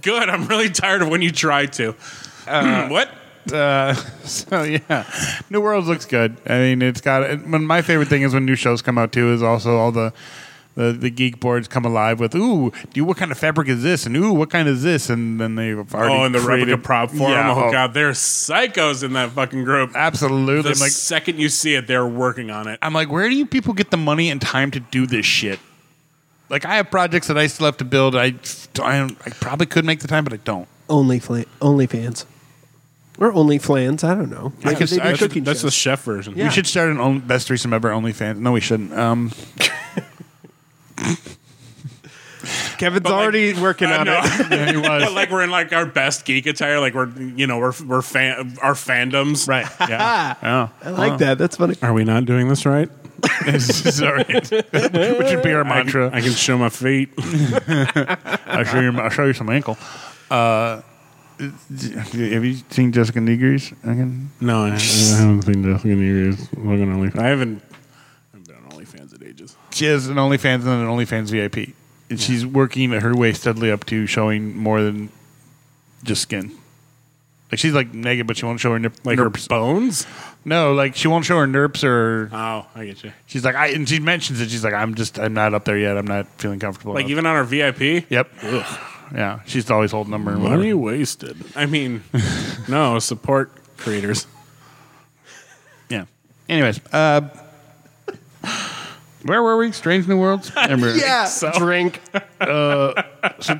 Speaker 3: Good. I'm really tired of when you try to. (clears throat) what?
Speaker 5: Uh, so yeah, New Worlds looks good. I mean, it's got. and When my favorite thing is when new shows come out too is also all the. The, the geek boards come alive with ooh, do what kind of fabric is this and ooh, what kind is this and then they've already
Speaker 3: Oh, and the
Speaker 5: created,
Speaker 3: replica prop forum.
Speaker 5: Yeah,
Speaker 3: oh god, they're psychos in that fucking group.
Speaker 5: absolutely.
Speaker 3: The
Speaker 5: I'm like,
Speaker 3: second you see it, they're working on it.
Speaker 5: I'm like, where do you people get the money and time to do this shit? Like, I have projects that I still have to build. I I, don't- I probably could make the time, but I don't.
Speaker 4: only flan, only fans, or only flans. I don't know.
Speaker 5: I
Speaker 4: Maybe
Speaker 5: could-
Speaker 4: they do
Speaker 5: I should-
Speaker 4: cooking
Speaker 3: That's the
Speaker 4: shows.
Speaker 3: chef version.
Speaker 4: Yeah.
Speaker 5: We should start an own best threesome ever OnlyFans. No, we shouldn't. Um,
Speaker 4: (laughs) Kevin's
Speaker 3: like,
Speaker 4: already working
Speaker 3: I
Speaker 4: on
Speaker 3: know.
Speaker 5: (laughs)
Speaker 4: it.
Speaker 5: yeah, he was.
Speaker 3: But like we're in like our best geek attire, like we're you know we're we're fan our fandoms.
Speaker 5: right. Yeah. Oh, yeah.
Speaker 4: (laughs) I
Speaker 3: Oh.
Speaker 4: like that.
Speaker 3: (laughs)
Speaker 4: That's funny.
Speaker 3: Are we not doing this right?
Speaker 5: oh. (laughs) Sorry. Which should
Speaker 4: (laughs)
Speaker 5: be our mantra.
Speaker 3: I can show my feet.
Speaker 5: I'll show you. I'll show you some ankle. Uh, have you seen Jessica Negres? Again?
Speaker 3: (laughs) No, I haven't seen Jessica Negri's looking on OnlyFans. I haven't. I've been on OnlyFans at ages.
Speaker 5: She has an OnlyFans and an OnlyFans VIP, and she's working her way steadily up to showing more than just skin. Like she's like naked, but she won't show her nip,
Speaker 3: Like her bones.
Speaker 5: No, like she won't show her nerps or
Speaker 3: Oh, I get you.
Speaker 5: she's like I and she mentions it. She's like I'm just I'm not up there yet. I'm not feeling comfortable.
Speaker 3: Like
Speaker 5: enough."
Speaker 3: even on our VIP,
Speaker 5: yep. Yeah, she's always holding them or whatever.
Speaker 3: wasted. I (laughs) mean, no support creators.
Speaker 5: Yeah. Anyways, uh, (laughs) where were we? Strange
Speaker 3: (laughs)
Speaker 5: New Worlds. Remember-
Speaker 4: Yeah. Drink.
Speaker 5: So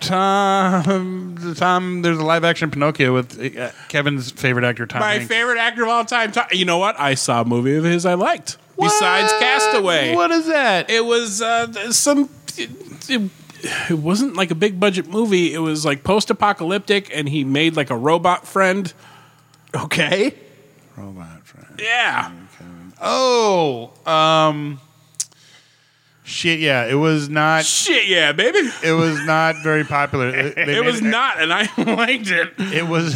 Speaker 5: Tom, Tom, there's a live action Pinocchio with uh, Kevin's favorite actor Tom.
Speaker 3: My
Speaker 5: Hanks.
Speaker 3: favorite actor of all time. Tom- You know what? I saw a movie of his I liked besides Castaway.
Speaker 5: What is that?
Speaker 3: It was uh, th- some. It, it- it wasn't like a big budget movie. It was like post apocalyptic, and he made like a robot friend.
Speaker 4: Okay.
Speaker 5: Robot Oh, friend.
Speaker 3: Yeah.
Speaker 5: Oh, um, shit. Yeah, it was not.
Speaker 3: Shit, yeah, baby.
Speaker 5: It was not very popular. It, they
Speaker 3: It
Speaker 5: made
Speaker 3: was not, and I (laughs) liked it.
Speaker 5: It was.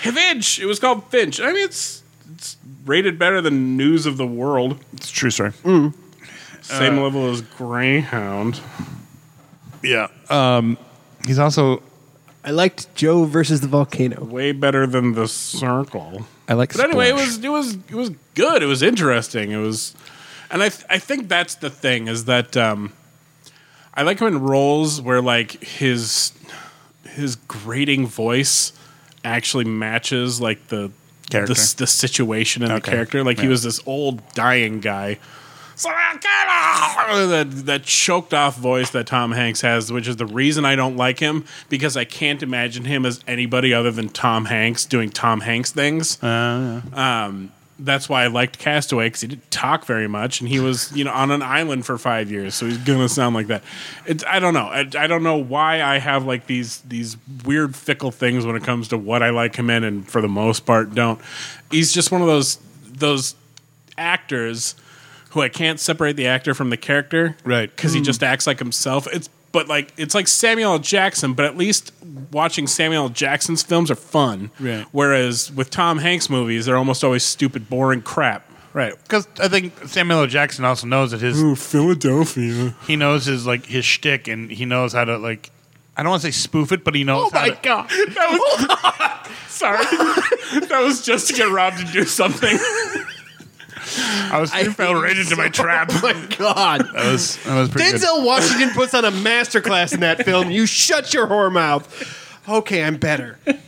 Speaker 3: Finch. It was called Finch. I mean, it's it's rated better than News of the World.
Speaker 5: It's a true story. Uh.
Speaker 3: Same level as Greyhound.
Speaker 5: Yeah. Um, he's also.
Speaker 4: I liked Joe versus the volcano.
Speaker 3: Way better than The Circle.
Speaker 5: I like.
Speaker 3: But anyway, it
Speaker 5: Splash.
Speaker 3: was it was it was good. It was interesting. It was, and I th- I think that's the thing is that um, I like him in roles where like his his grating voice actually matches like the
Speaker 5: Character.
Speaker 3: the, s- the situation and
Speaker 5: Okay.
Speaker 3: the character. Like he
Speaker 5: Yeah.
Speaker 3: was this old dying guy. So that that choked off voice that Tom Hanks has, which is the reason I don't like him because I can't imagine him as anybody other than Tom Hanks doing Tom Hanks things that's why I liked Castaway because he didn't talk very much, and he was you know on an island for five years, so he's gonna sound like that. It's, I don't know. I, I don't know why I have like these these weird fickle things when it comes to what I like him in, and for the most part don't. He's just one of those those actors who I can't separate the actor from the character,
Speaker 5: Right.
Speaker 3: Because he just acts like himself. It's but like it's like Samuel L. Jackson, but at least watching Samuel L. Jackson's films are fun,
Speaker 5: Right.
Speaker 3: Whereas with Tom Hanks movies, they're almost always stupid, boring crap.
Speaker 5: right because I think Samuel L. Jackson also knows that his
Speaker 3: Philadelphia.
Speaker 5: he knows his like his shtick and he knows how to like. I don't want to say spoof it, but he knows. how to,
Speaker 3: god, that was sorry. (laughs) that was just to get Rob to do something. (laughs)
Speaker 5: I was I fell right into my trap.
Speaker 4: Oh my God.
Speaker 5: That was that was pretty
Speaker 4: Denzel Washington puts on a masterclass in that film. You shut your whore mouth. Okay, I'm better.
Speaker 5: good.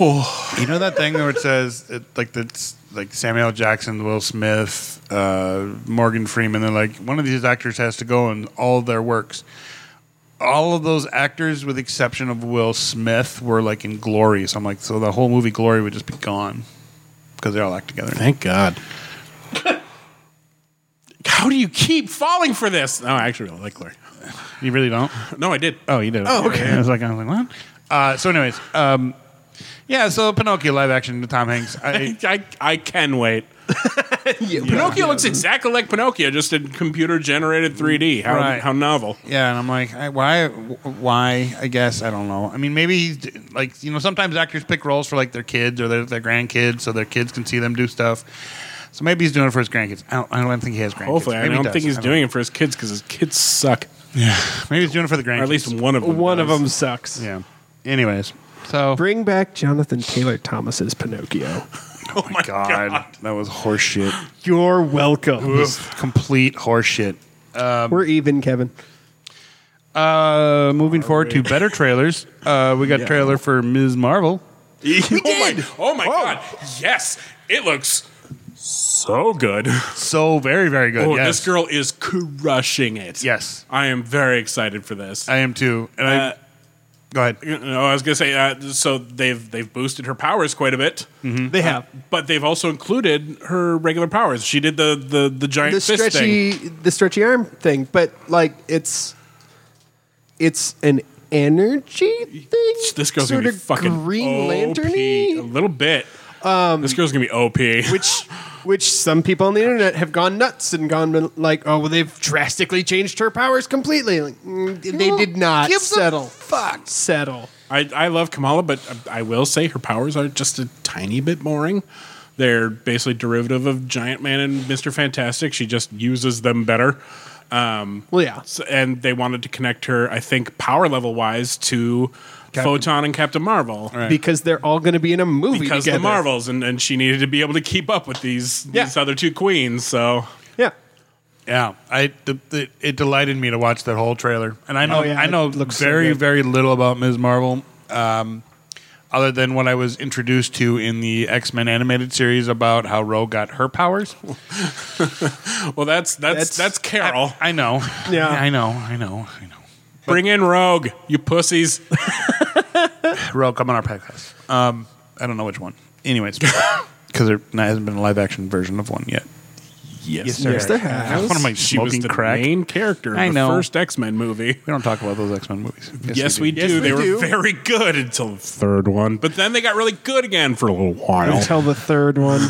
Speaker 5: You know that thing where it says it, like that's like Samuel L. Jackson, Will Smith, uh, Morgan Freeman. They're like one of these actors has to go in all their works. All of those actors, with the exception of Will Smith, were like in Glory. So I'm like, so the whole movie Glory would just be gone because they all act together.
Speaker 3: Thank God. How do you keep falling for this? No, I actually really like Glory.
Speaker 5: You really don't?
Speaker 3: No, I
Speaker 5: (laughs)
Speaker 3: did.
Speaker 5: Oh, you did. Oh, okay. I was like, I was like, what? Uh, so, anyways, um, yeah. So Pinocchio live action with Tom Hanks. (laughs) I,
Speaker 3: I, I can
Speaker 5: (laughs)
Speaker 3: wait. Pinocchio looks exactly like Pinocchio, just in computer generated 3D. How,
Speaker 5: Right.
Speaker 3: how novel.
Speaker 5: Yeah, and I'm like, I, why? Why? I guess I don't know. I mean, maybe he's d- like you know, sometimes actors pick roles for like their kids or their, their grandkids, so their kids can see them do stuff. So maybe he's doing it for his grandkids. I don't, I don't think he has grandkids.
Speaker 3: Hopefully, I
Speaker 5: Maybe he
Speaker 3: don't
Speaker 5: does.
Speaker 3: think he's
Speaker 5: I
Speaker 3: doing it for his kids because his kids suck.
Speaker 5: know. Maybe he's doing it for the grandkids.
Speaker 3: Or at least one of them.
Speaker 4: One of
Speaker 3: does. (laughs)
Speaker 4: them sucks.
Speaker 5: Yeah. Anyways, so
Speaker 4: Bring back Jonathan Taylor Thomas's Pinocchio.
Speaker 5: oh my god, that was (laughs) horseshit.
Speaker 4: You're welcome.
Speaker 5: Complete horseshit.
Speaker 3: Um,
Speaker 4: We're even, Kevin.
Speaker 5: Uh, moving forward to better trailers. Uh, we got a trailer for Ms. Marvel.
Speaker 3: oh my, oh my god. Yes. It looks so good.
Speaker 5: So very, very
Speaker 3: (laughs)
Speaker 5: good.
Speaker 3: Oh,
Speaker 5: yes.
Speaker 3: this girl is crushing it.
Speaker 5: Yes.
Speaker 3: I am very excited for this.
Speaker 5: I am too. And I
Speaker 3: Uh,
Speaker 5: go ahead.
Speaker 3: You know, I was gonna say, uh, so they've they've boosted her powers quite a bit,
Speaker 4: They have
Speaker 3: but they've also included her regular powers. She did the the the giant
Speaker 4: the
Speaker 3: fist thing.
Speaker 4: stretchy, the stretchy arm thing, but like it's, it's an energy thing.
Speaker 3: This girl's
Speaker 4: sort
Speaker 3: gonna be
Speaker 4: of
Speaker 3: fucking Um,
Speaker 4: Green
Speaker 3: OP, a
Speaker 4: Lanterny, Um,
Speaker 3: little bit. this girl's gonna be OP. (laughs)
Speaker 4: which which some people on the internet have gone nuts and gone like, oh, well, they've drastically changed her powers completely. Like, mm, they did not settle. Fuck, settle.
Speaker 3: I, I love Kamala, but I I will say her powers are just a tiny bit boring. They're basically derivative of Giant Man and Mister Fantastic. She just uses them better. Um,
Speaker 4: Well, yeah.
Speaker 3: S- and they wanted to connect her, I think, power level wise to Photon and Captain Marvel.
Speaker 4: Because they're all going to be in a movie
Speaker 3: Because
Speaker 4: together.
Speaker 3: the Marvels, and, and she needed to be able to keep up with these
Speaker 4: Yeah.
Speaker 3: these other two queens. So
Speaker 4: Yeah.
Speaker 5: Yeah, I the, the, it delighted me to watch that whole trailer, and I know
Speaker 4: Oh, yeah,
Speaker 5: I
Speaker 4: it
Speaker 5: know
Speaker 4: looks so
Speaker 5: very
Speaker 4: good.
Speaker 5: very little about Ms. Marvel, um, other than what I was introduced to in the X Men animated series about how Ro got her powers.
Speaker 3: well, that's that's that's,
Speaker 4: That's-
Speaker 3: Carol.
Speaker 5: I know,
Speaker 4: (laughs) Yeah.
Speaker 5: I know, I know, I know.
Speaker 3: Bring in Rogue, you pussies.
Speaker 5: Ro, come on our podcast. Um, I don't know which one. Anyways, (laughs) because there hasn't been a live action version of one yet.
Speaker 3: Yes,
Speaker 4: Yes, there has.
Speaker 5: What am I
Speaker 3: She was
Speaker 5: smoking
Speaker 3: the
Speaker 5: crack?
Speaker 3: main character in
Speaker 5: I
Speaker 3: the
Speaker 5: know.
Speaker 3: first X Men movie.
Speaker 5: We don't talk about those X Men movies.
Speaker 3: Yes, we, do. they
Speaker 4: we do.
Speaker 3: were very good until the third one, but then they got really good again for a little while.
Speaker 4: Until the third one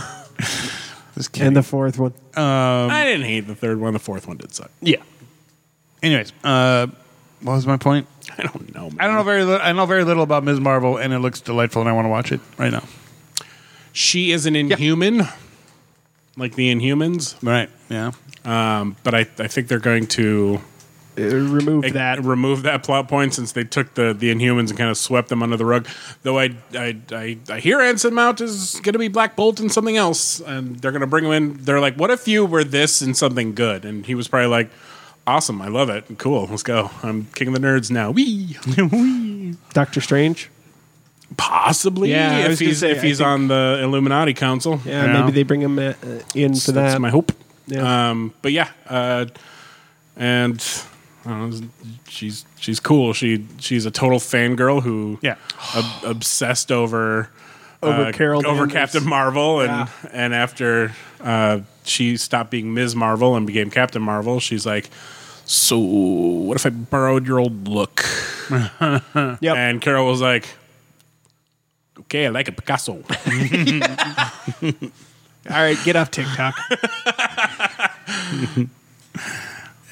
Speaker 5: Just kidding.
Speaker 4: and the fourth one.
Speaker 3: I didn't hate the third one. The fourth one did suck.
Speaker 4: Yeah.
Speaker 5: Anyways, uh, what was my point?
Speaker 3: I don't know. Man.
Speaker 5: I don't know very. Li- I know very little about Ms. Marvel, and it looks delightful, and I want to watch it right now.
Speaker 3: She is an Inhuman, like the Inhumans,
Speaker 5: Right? Yeah.
Speaker 3: um, but I, I think they're going to
Speaker 4: Uh, remove
Speaker 3: ig-
Speaker 4: that.
Speaker 3: remove that plot point since they took the, the Inhumans and kind of swept them under the rug. Though I I, I, I hear Anson Mount is going to be Black Bolt and something else, and they're going to bring him in. They're like, "What if you were this and something good?" And he was probably like, "Awesome, I love it, cool, let's go. I'm king of the nerds now." Wee. (laughs)
Speaker 4: Doctor Strange.
Speaker 3: Possibly,
Speaker 4: Yeah, I
Speaker 3: if
Speaker 4: was gonna
Speaker 3: he's
Speaker 4: say,
Speaker 3: if
Speaker 4: I
Speaker 3: he's
Speaker 4: think-
Speaker 3: on the Illuminati Council.
Speaker 4: Yeah, maybe they bring him uh, in for
Speaker 3: So
Speaker 4: that.
Speaker 3: that's my hope.
Speaker 4: Yeah.
Speaker 3: Um, but yeah, uh, and I don't know, she's she's cool. She she's a total fangirl who
Speaker 5: Yeah.
Speaker 3: ob- obsessed over uh,
Speaker 4: Over Carol
Speaker 3: over
Speaker 4: Danvers.
Speaker 3: Captain Marvel, and
Speaker 4: Yeah.
Speaker 3: and after uh, she stopped being Ms. Marvel and became Captain Marvel, she's like. So, what if I borrowed your old look?
Speaker 4: (laughs) Yep.
Speaker 3: And Carol was like, "Okay, I like a
Speaker 4: (laughs)
Speaker 3: Picasso."
Speaker 4: All right, get off TikTok.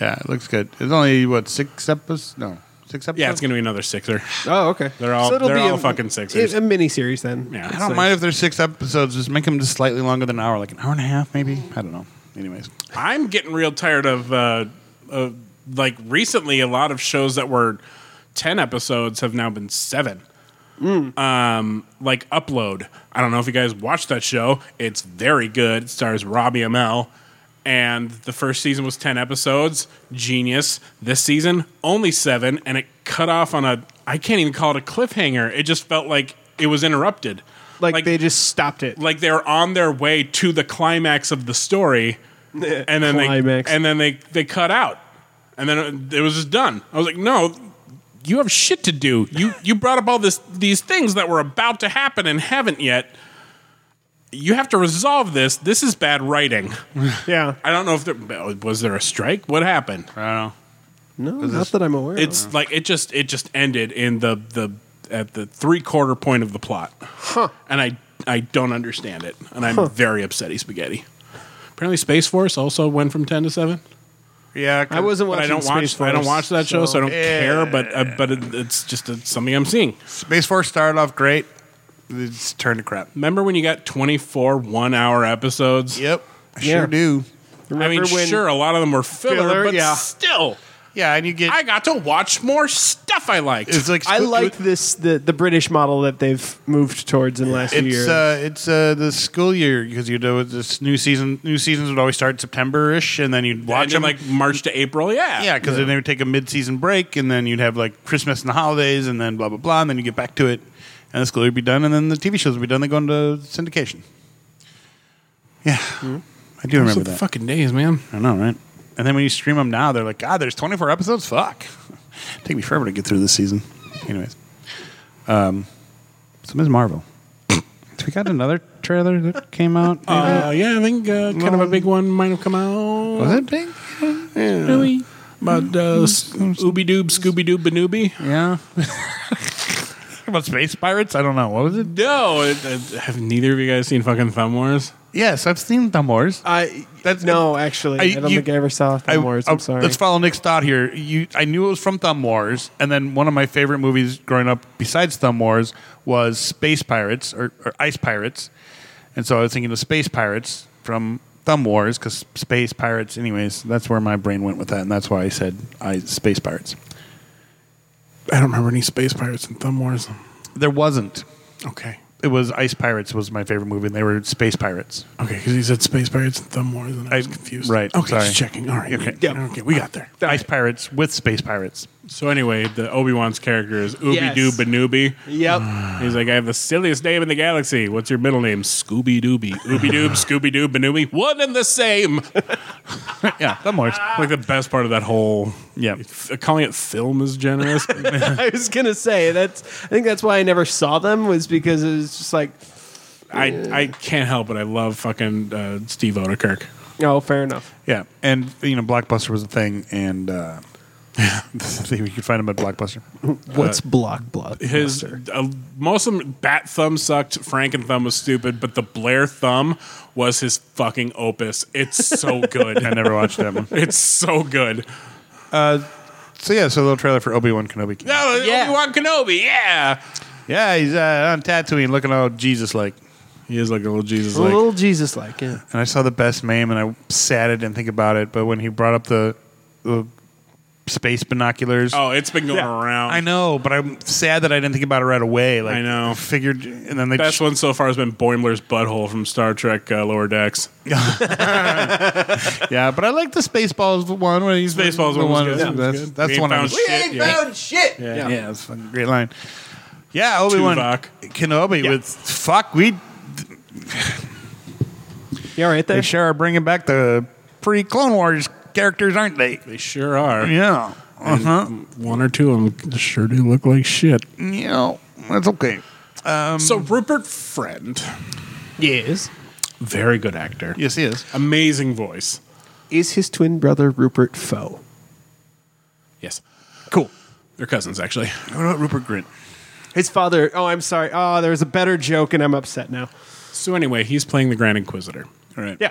Speaker 5: Yeah, it looks good. It's only what six episodes? No, six episodes.
Speaker 3: yeah, it's gonna be another sixer.
Speaker 4: oh, okay.
Speaker 3: They're all-
Speaker 4: it'll
Speaker 3: they're
Speaker 4: be
Speaker 3: all fucking sixers.
Speaker 4: A, a mini series then.
Speaker 3: Yeah.
Speaker 5: I don't
Speaker 4: So-
Speaker 5: mind if there's six episodes. Just make them just slightly longer than an hour, like an hour and a half, maybe. I don't know. Anyways,
Speaker 3: I'm getting real tired of, uh, of like recently a lot of shows that were 10 episodes have now been 7. Um like Upload. I don't know if you guys watched that show. It's very good. It stars Robbie ML and the first season was 10 episodes. Genius. This season only 7 and it cut off on a I can't even call it a cliffhanger. It just felt like it was interrupted.
Speaker 4: Like, they just stopped it.
Speaker 3: like they're on their way to the climax of the story, and then
Speaker 4: Climax.
Speaker 3: they and then they they cut out, and then it, it was just done. I was like, no, you have shit to do. You you brought up all this these things that were about to happen and haven't yet. You have to resolve this. This is bad writing.
Speaker 4: yeah.
Speaker 3: I don't know if there was there a strike. What happened?
Speaker 5: I
Speaker 4: No, not that I'm aware. of.
Speaker 3: It's like it just it just ended in the the at the three quarter point of the plot. And I I don't understand it, and I'm very upsetty spaghetti. Apparently, Space Force also went from ten to seven.
Speaker 5: don't know. Yeah,
Speaker 4: I wasn't
Speaker 3: But
Speaker 4: watching
Speaker 3: I don't
Speaker 4: Space
Speaker 3: watch I don't
Speaker 4: Force,
Speaker 3: watch that show, so I don't
Speaker 5: Eh.
Speaker 3: care. But uh, but it, it's just uh something I'm seeing.
Speaker 5: Space Force started off great. It's turned to crap.
Speaker 3: Remember when you got twenty four one hour episodes?
Speaker 5: Yep, I
Speaker 4: Yeah.
Speaker 5: sure do.
Speaker 3: I mean,
Speaker 4: Remember when-
Speaker 3: sure, a lot of them were filler,
Speaker 4: Filler,
Speaker 3: but
Speaker 4: yeah.
Speaker 3: still,
Speaker 5: Yeah, and you get.
Speaker 3: I got to watch more stuff I liked.
Speaker 5: it's like
Speaker 4: I like this the, the British model that they've moved towards in the last few years.
Speaker 5: It's uh, it's uh, the school year because you know this new season. New seasons would always start September ish, and then you'd watch
Speaker 3: watching
Speaker 5: them
Speaker 3: like March to April. Yeah,
Speaker 5: Yeah, because then they would take a mid-season break, and then you'd have like Christmas and the holidays, and then blah blah blah, and then you get back to it, and the school would be done, and then the TV shows would be done. They go into syndication. Yeah, I do
Speaker 3: Those are
Speaker 5: remember
Speaker 3: the
Speaker 5: that.
Speaker 3: fucking days, man.
Speaker 5: I know, right? And then when you stream them now, they're like, God, there's 24 episodes. Fuck, (laughs) take me forever to get through this season. Anyways, um, so Ms. Marvel, So (laughs) we got another trailer that came out.
Speaker 3: Uh, yeah, I think uh, kind of a big one might have come out.
Speaker 5: Was it big?
Speaker 3: really? About uh, Ooby Doob, Scooby Doo, Banooby?
Speaker 5: Yeah. (laughs) About space pirates? I don't know. What was it?
Speaker 3: No, it, it- have neither of you guys seen fucking Thumb Wars?
Speaker 5: Yes, I've seen Thumb Wars.
Speaker 4: I
Speaker 5: That's-
Speaker 4: no, actually,
Speaker 5: I-
Speaker 4: I, don't
Speaker 5: you-
Speaker 4: think I ever saw
Speaker 5: I-
Speaker 4: Thumb Wars.
Speaker 5: I-
Speaker 3: oh,
Speaker 4: I'm sorry.
Speaker 5: Let's follow Nick's thought here. You, I knew it was from Thumb Wars, and then one of my favorite movies growing up, besides Thumb Wars, was Space Pirates or, or Ice Pirates, and so I was thinking of Space Pirates from Thumb Wars because space pirates. Anyways, that's where my brain went with that, and that's why I said I space pirates.
Speaker 6: I don't remember any space pirates in Thumb Wars.
Speaker 5: There wasn't.
Speaker 6: Okay.
Speaker 5: It was Ice Pirates was my favorite movie, and they were space pirates.
Speaker 6: Okay, because he said space pirates and Thumb Wars, and I was
Speaker 5: I-
Speaker 6: confused.
Speaker 5: right,
Speaker 6: Okay,
Speaker 5: sorry.
Speaker 6: just checking. All right.
Speaker 5: Okay.
Speaker 6: Yeah. Okay, we got there.
Speaker 5: Ice Pirates with space pirates.
Speaker 3: So anyway, the Obi Wan's character is Ooby
Speaker 4: Yes.
Speaker 3: Doo Banooby.
Speaker 4: Yep. (laughs)
Speaker 3: He's like, I have the silliest name in the galaxy. What's your middle name? Scooby Dooby. Ooby
Speaker 6: (laughs)
Speaker 3: Doob, Scooby Doo, Banooby. One and the same.
Speaker 5: Yeah, Thumb Wars.
Speaker 3: Like the best part of that whole.
Speaker 5: Yeah.
Speaker 3: F- calling it film is generous.
Speaker 4: I was gonna say that's. I think that's why I never saw them was because it was just like,
Speaker 3: I, I can't help it. I love fucking uh, Steve Odekirk.
Speaker 4: oh, fair enough.
Speaker 5: Yeah, and you know, Blockbuster was a thing, and uh, (laughs) you could find them at Blockbuster.
Speaker 4: What's block block?
Speaker 3: His uh, most of them, Bat Thumb sucked. Franken Thumb was stupid, but the Blair Thumb was his fucking opus. It's
Speaker 5: (laughs)
Speaker 3: so good.
Speaker 5: I never watched that one.
Speaker 3: It's so good.
Speaker 5: So yeah, so a little trailer for Obi Wan Kenobi. came out.
Speaker 3: Oh,
Speaker 4: Yeah.
Speaker 3: Obi Wan Kenobi. Yeah,
Speaker 5: Yeah, he's uh, on Tatooine looking all Jesus like.
Speaker 3: he is like a little Jesus.
Speaker 4: a little Jesus like. Yeah.
Speaker 5: And I saw the best meme, and I sat it and think about it. But when he brought up the, the space binoculars,
Speaker 3: Oh, it's been going around.
Speaker 5: I know, but I'm sad that I didn't think about it right away. Like
Speaker 3: I know.
Speaker 5: figured, and then they
Speaker 3: Best
Speaker 5: just,
Speaker 3: one so far has been Boimler's butthole from Star Trek uh, Lower Decks.
Speaker 5: (laughs) yeah. But I like the Spaceballs one where he's
Speaker 3: Spaceballs
Speaker 5: the
Speaker 3: one was good. Yeah.
Speaker 5: that's- That's,
Speaker 3: Good.
Speaker 5: that's
Speaker 3: We ain't
Speaker 5: the one I
Speaker 3: found
Speaker 5: was.
Speaker 3: shit. yeah.
Speaker 4: shit.
Speaker 5: Yeah, yeah, it's a fucking great line. Yeah, Obi Wan
Speaker 3: Tuvok.
Speaker 5: Kenobi with fuck. We
Speaker 4: You all right
Speaker 5: they
Speaker 4: there?
Speaker 5: sure are bringing back the pre Clone Wars characters, aren't they?
Speaker 3: They sure are.
Speaker 5: Yeah, uh huh.
Speaker 3: One or two of them sure do look like shit.
Speaker 5: Yeah, that's okay. Um,
Speaker 3: so Rupert Friend,
Speaker 4: Yes.
Speaker 3: very good actor,
Speaker 5: Yes, he is.
Speaker 3: amazing voice.
Speaker 4: Is his twin brother Rupert Foe?
Speaker 3: Yes, cool. They're cousins actually.
Speaker 5: What about Rupert Grint?
Speaker 4: His father. Oh, I'm sorry. Oh, there was a better joke, and I'm upset now.
Speaker 3: So anyway, he's playing the Grand Inquisitor.
Speaker 5: All right.
Speaker 4: Yeah.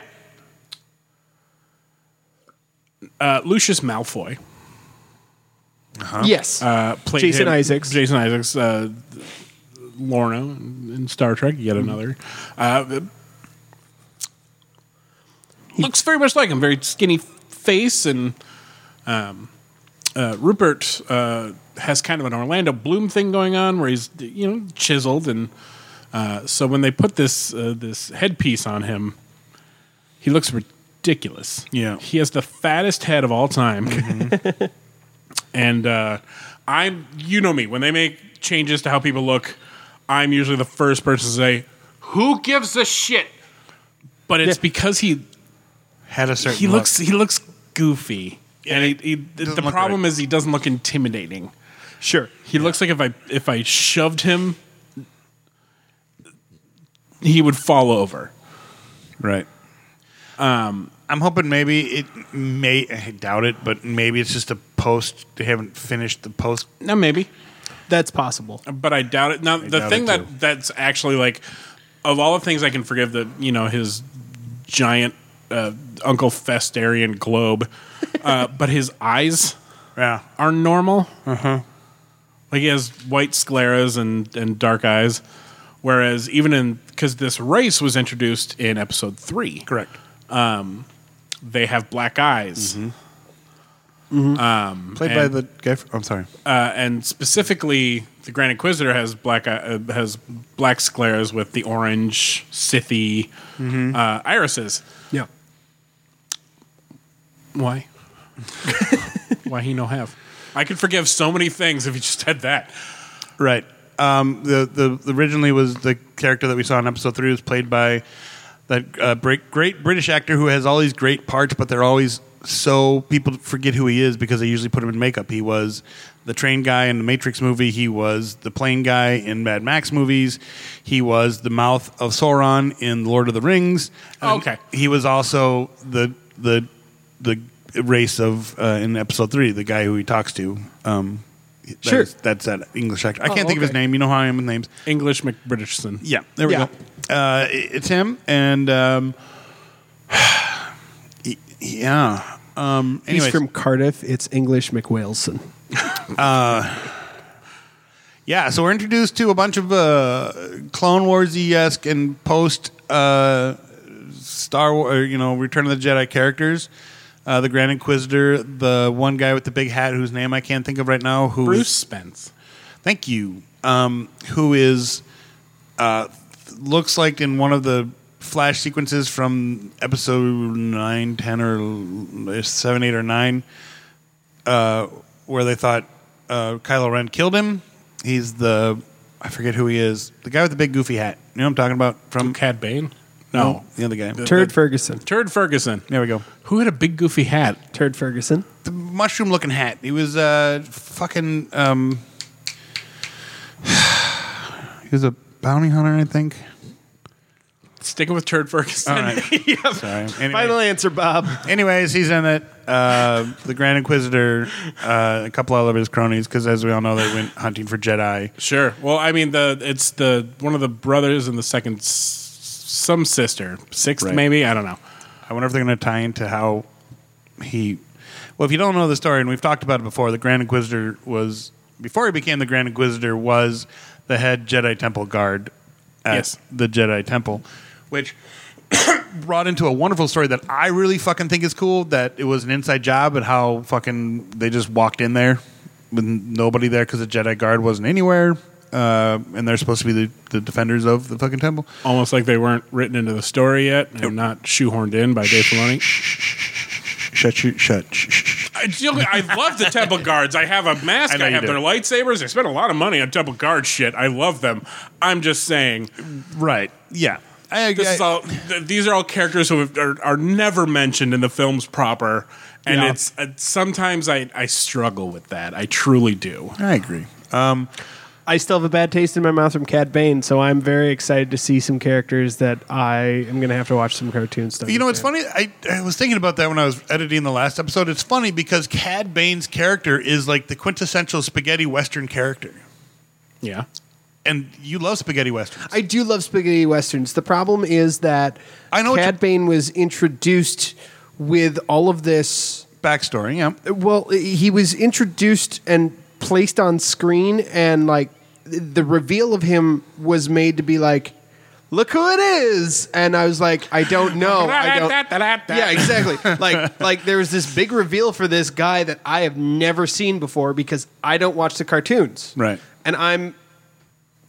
Speaker 3: Uh, Lucius Malfoy
Speaker 4: Yes.
Speaker 3: uh, played
Speaker 4: Jason
Speaker 3: him-
Speaker 4: Isaacs.
Speaker 3: Jason Isaacs, uh, Lorna in Star Trek, yet another. Uh, looks very much like him. Very skinny face, and um, uh, Rupert uh, has kind of an Orlando Bloom thing going on, where he's you know chiseled, and uh, so when they put this uh, this headpiece on him, he looks ridiculous.
Speaker 5: Yeah.
Speaker 3: he has the fattest head of all time. (laughs) And uh, I'm, you know me, when they make changes to how people look, I'm usually the first person to say, "Who gives a shit?" But it's because he
Speaker 5: Had a certain.
Speaker 3: he
Speaker 5: look.
Speaker 3: looks he looks goofy, and he, he, the
Speaker 5: look
Speaker 3: problem
Speaker 5: right.
Speaker 3: is he doesn't look intimidating.
Speaker 4: sure.
Speaker 3: He looks like if I if I shoved him, he would fall over.
Speaker 5: Right. Um, I'm hoping maybe it may. I doubt it, but maybe it's just a post. They haven't finished the post.
Speaker 3: Now maybe.
Speaker 4: That's possible.
Speaker 3: but I doubt it. Now the
Speaker 5: doubt
Speaker 3: thing
Speaker 5: it,
Speaker 3: that
Speaker 5: too.
Speaker 3: that's actually like of all the things I can forgive that you know his giant uh, Uncle Festarian globe, uh, (laughs) but his eyes
Speaker 5: Yeah.
Speaker 3: are normal. Like he has white scleras and and dark eyes, whereas even in because this race was introduced in episode three,
Speaker 5: Correct.
Speaker 3: they have black eyes.
Speaker 5: Played by
Speaker 3: And-
Speaker 5: the guy. From, I'm sorry.
Speaker 3: uh, and specifically the Grand Inquisitor has black uh, has black scleras with the orange Sithy uh, irises.
Speaker 4: Yeah.
Speaker 3: Why? (laughs) Why he no have? I could forgive so many things if he just had that.
Speaker 5: Right. Um, the, the the originally was the character that we saw in episode three was played by that uh, break, great British actor who has all these great parts, but they're always so people forget who he is because they usually put him in makeup. He was the train guy in the Matrix movie. He was the plane guy in Mad Max movies. He was the mouth of Sauron in Lord of the Rings. And
Speaker 3: Okay.
Speaker 5: He was also the the the race of uh, in episode three, the guy who he talks to. Um, that
Speaker 4: Sure.
Speaker 5: is- that's that English actor. I can't
Speaker 4: Oh,
Speaker 5: think of his
Speaker 4: okay.
Speaker 5: name. You know how I am with names.
Speaker 3: English McBritishson.
Speaker 5: Yeah, there we
Speaker 4: Yeah.
Speaker 5: go. Uh, i- it's him, and um, (sighs) y- yeah. Um,
Speaker 4: He's
Speaker 5: anyways,
Speaker 4: from Cardiff. It's English McWaleson.
Speaker 5: yeah. So we're introduced to a bunch of uh, Clone Warsy esque and post uh, Star War, or, you know, Return of the Jedi characters. Uh, the Grand Inquisitor, the one guy with the big hat whose name I can't think of right now, who
Speaker 3: Bruce
Speaker 5: is-
Speaker 3: Spence.
Speaker 5: thank you. Um, who is uh, looks like in one of the flash sequences from episode 9, 10, or l- 7, 8, or 9, uh, where they thought uh, Kylo Ren killed him. He's the, I forget who he is, the guy with the big goofy hat. You know what I'm talking about? From
Speaker 3: Cad Bane.
Speaker 5: No, the other guy.
Speaker 4: Turd Ferguson.
Speaker 3: Turd Ferguson.
Speaker 5: There we go.
Speaker 3: Who had a big goofy hat?
Speaker 4: Turd Ferguson.
Speaker 5: The mushroom looking hat. He was uh, fucking. Um, (sighs) he was a bounty hunter, I think.
Speaker 3: Sticking with Turd Ferguson. (laughs)
Speaker 5: All right. Sorry. Anyway,
Speaker 4: Final answer, Bob.
Speaker 5: anyways, he's in it. Uh, the Grand Inquisitor, uh, a couple of his cronies, because as we all know, they went hunting for Jedi.
Speaker 3: Sure. Well, I mean, the it's the one of the brothers and the second, s- some sister, sixth
Speaker 5: Right.
Speaker 3: maybe. I don't know.
Speaker 5: I wonder if they're going to tie into how he. Well, if you don't know the story, and we've talked about it before, the Grand Inquisitor was before he became the Grand Inquisitor was the head Jedi Temple guard at
Speaker 3: Yes.
Speaker 5: the Jedi Temple, which brought into a wonderful story that I really fucking think is cool. That it was an inside job and how fucking they just walked in there with nobody there because the Jedi guard wasn't anywhere, uh, and they're supposed to be the, the defenders of the fucking temple.
Speaker 3: Almost like they weren't written into the story yet and not shoehorned in by Dave Filoni.
Speaker 5: Shut your shut. shh, shh, shh.
Speaker 3: I, do- I love the Temple (laughs) Guards. I have a
Speaker 5: I
Speaker 3: mask.
Speaker 5: know
Speaker 3: I,
Speaker 5: you
Speaker 3: have
Speaker 5: do.
Speaker 3: their lightsabers. I spent a lot of money on Temple Guard shit. I love them. I'm just saying,
Speaker 5: Right? Yeah. I,
Speaker 3: this is
Speaker 5: I-
Speaker 3: all, th- these are all characters who have, are, are never mentioned in the films proper. And
Speaker 4: Yeah.
Speaker 3: it's uh, sometimes I, I struggle with that. I truly do.
Speaker 5: I agree.
Speaker 4: I still have a bad taste in my mouth from Cad Bane, so I'm very excited to see some characters that I am going to have to watch some cartoons. to
Speaker 5: You know, it's
Speaker 4: understand.
Speaker 5: funny. I, I was thinking about that when I was editing the last episode. It's funny because Cad Bane's character is like the quintessential spaghetti western character,
Speaker 3: Yeah.
Speaker 5: and you love spaghetti westerns.
Speaker 4: I do love spaghetti westerns. The problem is that
Speaker 5: I know what
Speaker 4: Cad
Speaker 5: you-
Speaker 4: Bane was introduced with all of this.
Speaker 5: Backstory, yeah.
Speaker 4: Well, he was introduced and placed on screen, and like the reveal of him was made to be like, "Look who it is!" And I was like,
Speaker 5: (laughs)
Speaker 4: "I don't know." I don't. yeah, exactly. Like, like there was this big reveal for this guy that I have never seen before because I don't watch the cartoons,
Speaker 5: Right.
Speaker 4: And I'm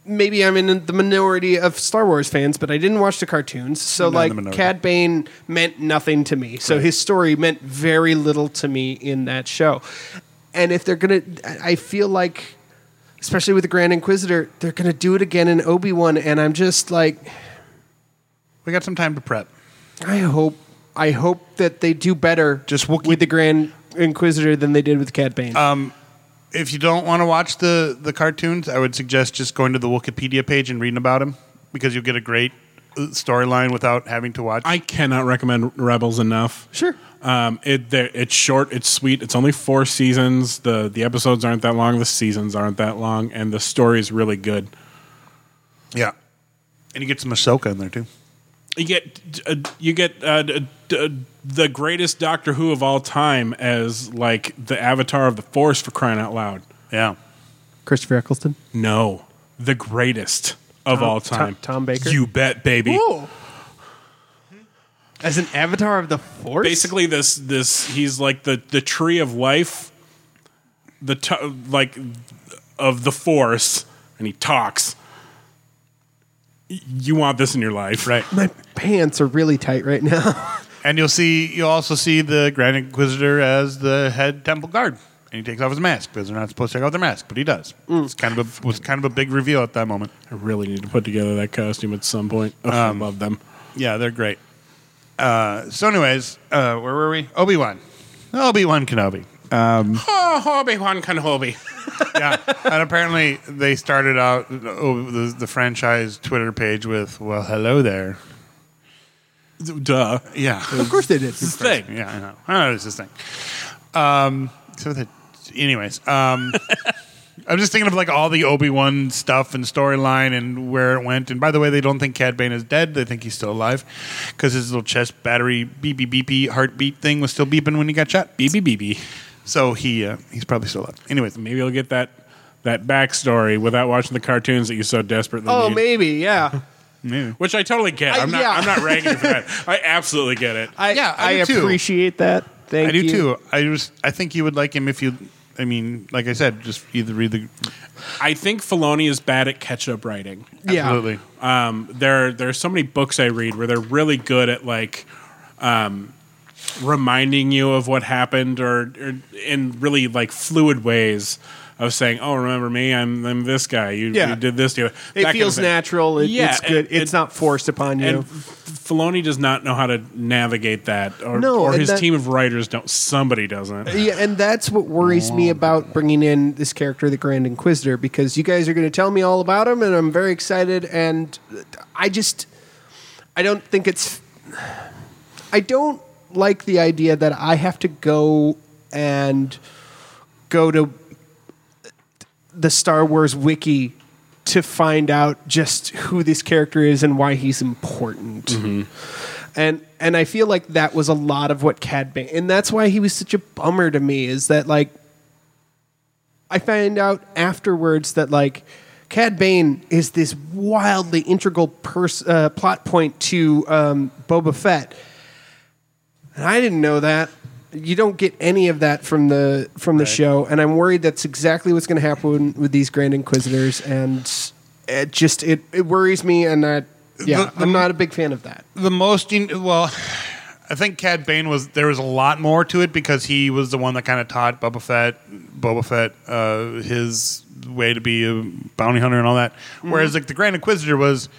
Speaker 4: maybe I'm in the minority of Star Wars fans, but I didn't watch the cartoons, so
Speaker 5: Not in the
Speaker 4: like
Speaker 5: minority.
Speaker 4: Cad Bane meant nothing to me. So his story meant very little to me in that show. And if they're gonna, I I feel like, especially with the Grand Inquisitor, they're gonna do it again in Obi Wan, and I'm just like.
Speaker 5: We got some time to prep.
Speaker 4: I hope I hope that they do better
Speaker 5: Just Um, Wookiee-
Speaker 4: with the Grand Inquisitor than they did with Cad Bane.
Speaker 5: If you don't want to watch the the cartoons, I would suggest just going to the Wikipedia page and reading about him because you'll get a great uh, storyline without having to watch.
Speaker 3: I cannot recommend Rebels enough.
Speaker 4: Sure.
Speaker 3: Um, it they're- it's short, it's sweet. It's only four seasons. the The episodes aren't that long. The seasons aren't that long, and the story is really good.
Speaker 5: yeah, and you get some Ahsoka in there too.
Speaker 3: You get uh, you get uh, d- d- the greatest Doctor Who of all time as like the avatar of the Force for crying out loud.
Speaker 5: Yeah,
Speaker 4: Christopher Eccleston.
Speaker 3: No, the greatest of all
Speaker 4: Tom-
Speaker 3: time.
Speaker 4: Tom Baker?
Speaker 3: You bet, baby.
Speaker 4: As an avatar of the Force?
Speaker 3: basically this this he's like the the tree of life the t- like of the force and he talks Y- you want this in your life
Speaker 5: right.
Speaker 4: My pants are really tight right now. (laughs)
Speaker 5: And you'll see, you'll also see the Grand Inquisitor as the head temple guard, and he takes off his mask because they're not supposed to take off their mask, but he does. It's kind of a was kind of a big reveal at that moment.
Speaker 3: i really need to put together that costume at some point Ugh,
Speaker 4: Um,
Speaker 3: i love them
Speaker 5: Yeah, they're great. Uh, so, anyways, uh, where were we? Obi Wan, Obi Wan Kenobi. Um, (laughs)
Speaker 3: oh hobby one can hobby
Speaker 5: Yeah, and apparently they started out oh, the, the franchise Twitter page with, "Well, hello there."
Speaker 3: duh
Speaker 5: Yeah,
Speaker 4: of course they did.
Speaker 3: this thing
Speaker 5: yeah, I know. I know it's this thing. Um, so that, anyways, um, (laughs) I'm just thinking of like all the Obi Wan stuff and storyline and where it went. And by the way, they don't think Cad Bane is dead; they think he's still alive because his little chest battery beep beep beep beep heartbeat thing was still beeping when he got shot.
Speaker 3: bb bb
Speaker 5: So he uh, he's probably still alive. Anyways,
Speaker 3: maybe you'll get that that backstory without watching the cartoons that you so desperately
Speaker 4: Oh,
Speaker 3: need.
Speaker 4: (laughs) maybe, yeah.
Speaker 3: which I totally get.
Speaker 4: I-
Speaker 3: I'm not.
Speaker 4: yeah.
Speaker 3: I'm not ragging you for
Speaker 4: (laughs)
Speaker 3: that. I absolutely get it.
Speaker 4: I,
Speaker 5: Yeah, I do too.
Speaker 4: appreciate that. Thank
Speaker 5: I do
Speaker 4: you.
Speaker 5: too. I just I think you would like him if you. I mean, like I said, just either read the
Speaker 3: I think Filoni is bad at catch-up writing.
Speaker 4: Yeah.
Speaker 5: absolutely.
Speaker 3: um, there there are so many books I read where they're really good at like um, reminding you of what happened or, or in really like fluid ways of saying, "Oh, remember me? I'm I'm this guy. You,
Speaker 4: Yeah.
Speaker 3: you did this to it."
Speaker 4: It feels natural. It,
Speaker 3: Yeah,
Speaker 4: it's good.
Speaker 3: and-
Speaker 4: it's not forced upon you.
Speaker 3: And Filoni does not know how to navigate that, or,
Speaker 4: No,
Speaker 3: or
Speaker 4: and
Speaker 3: his
Speaker 4: that-
Speaker 3: team of writers don't. Somebody doesn't.
Speaker 4: Yeah, and that's what worries me about bringing in this character, the Grand Inquisitor, because you guys are going to tell me all about him, and I'm very excited. And I just, I don't think it's, I don't like the idea that I have to go and go to the Star Wars wiki to find out just who this character is and why he's important and and I feel like that was a lot of what Cad Bane, and that's why he was such a bummer to me. Is that like I find out afterwards that like Cad Bane is this wildly integral pers- uh, plot point to um, Boba Fett, and I didn't know that. You don't get any of that from the from the show, and I'm worried that's exactly what's going to happen with these Grand Inquisitors, and it just it, it worries me, and I,
Speaker 5: The-
Speaker 4: yeah,
Speaker 5: the-
Speaker 4: I'm not a big fan of that.
Speaker 5: The most un- well, I think Cad Bane was there was a lot more to it because he was the one that kind of taught Boba Fett, Boba Fett, uh, his way to be a bounty hunter and all that.
Speaker 3: Mm-hmm.
Speaker 5: Whereas like the Grand Inquisitor was.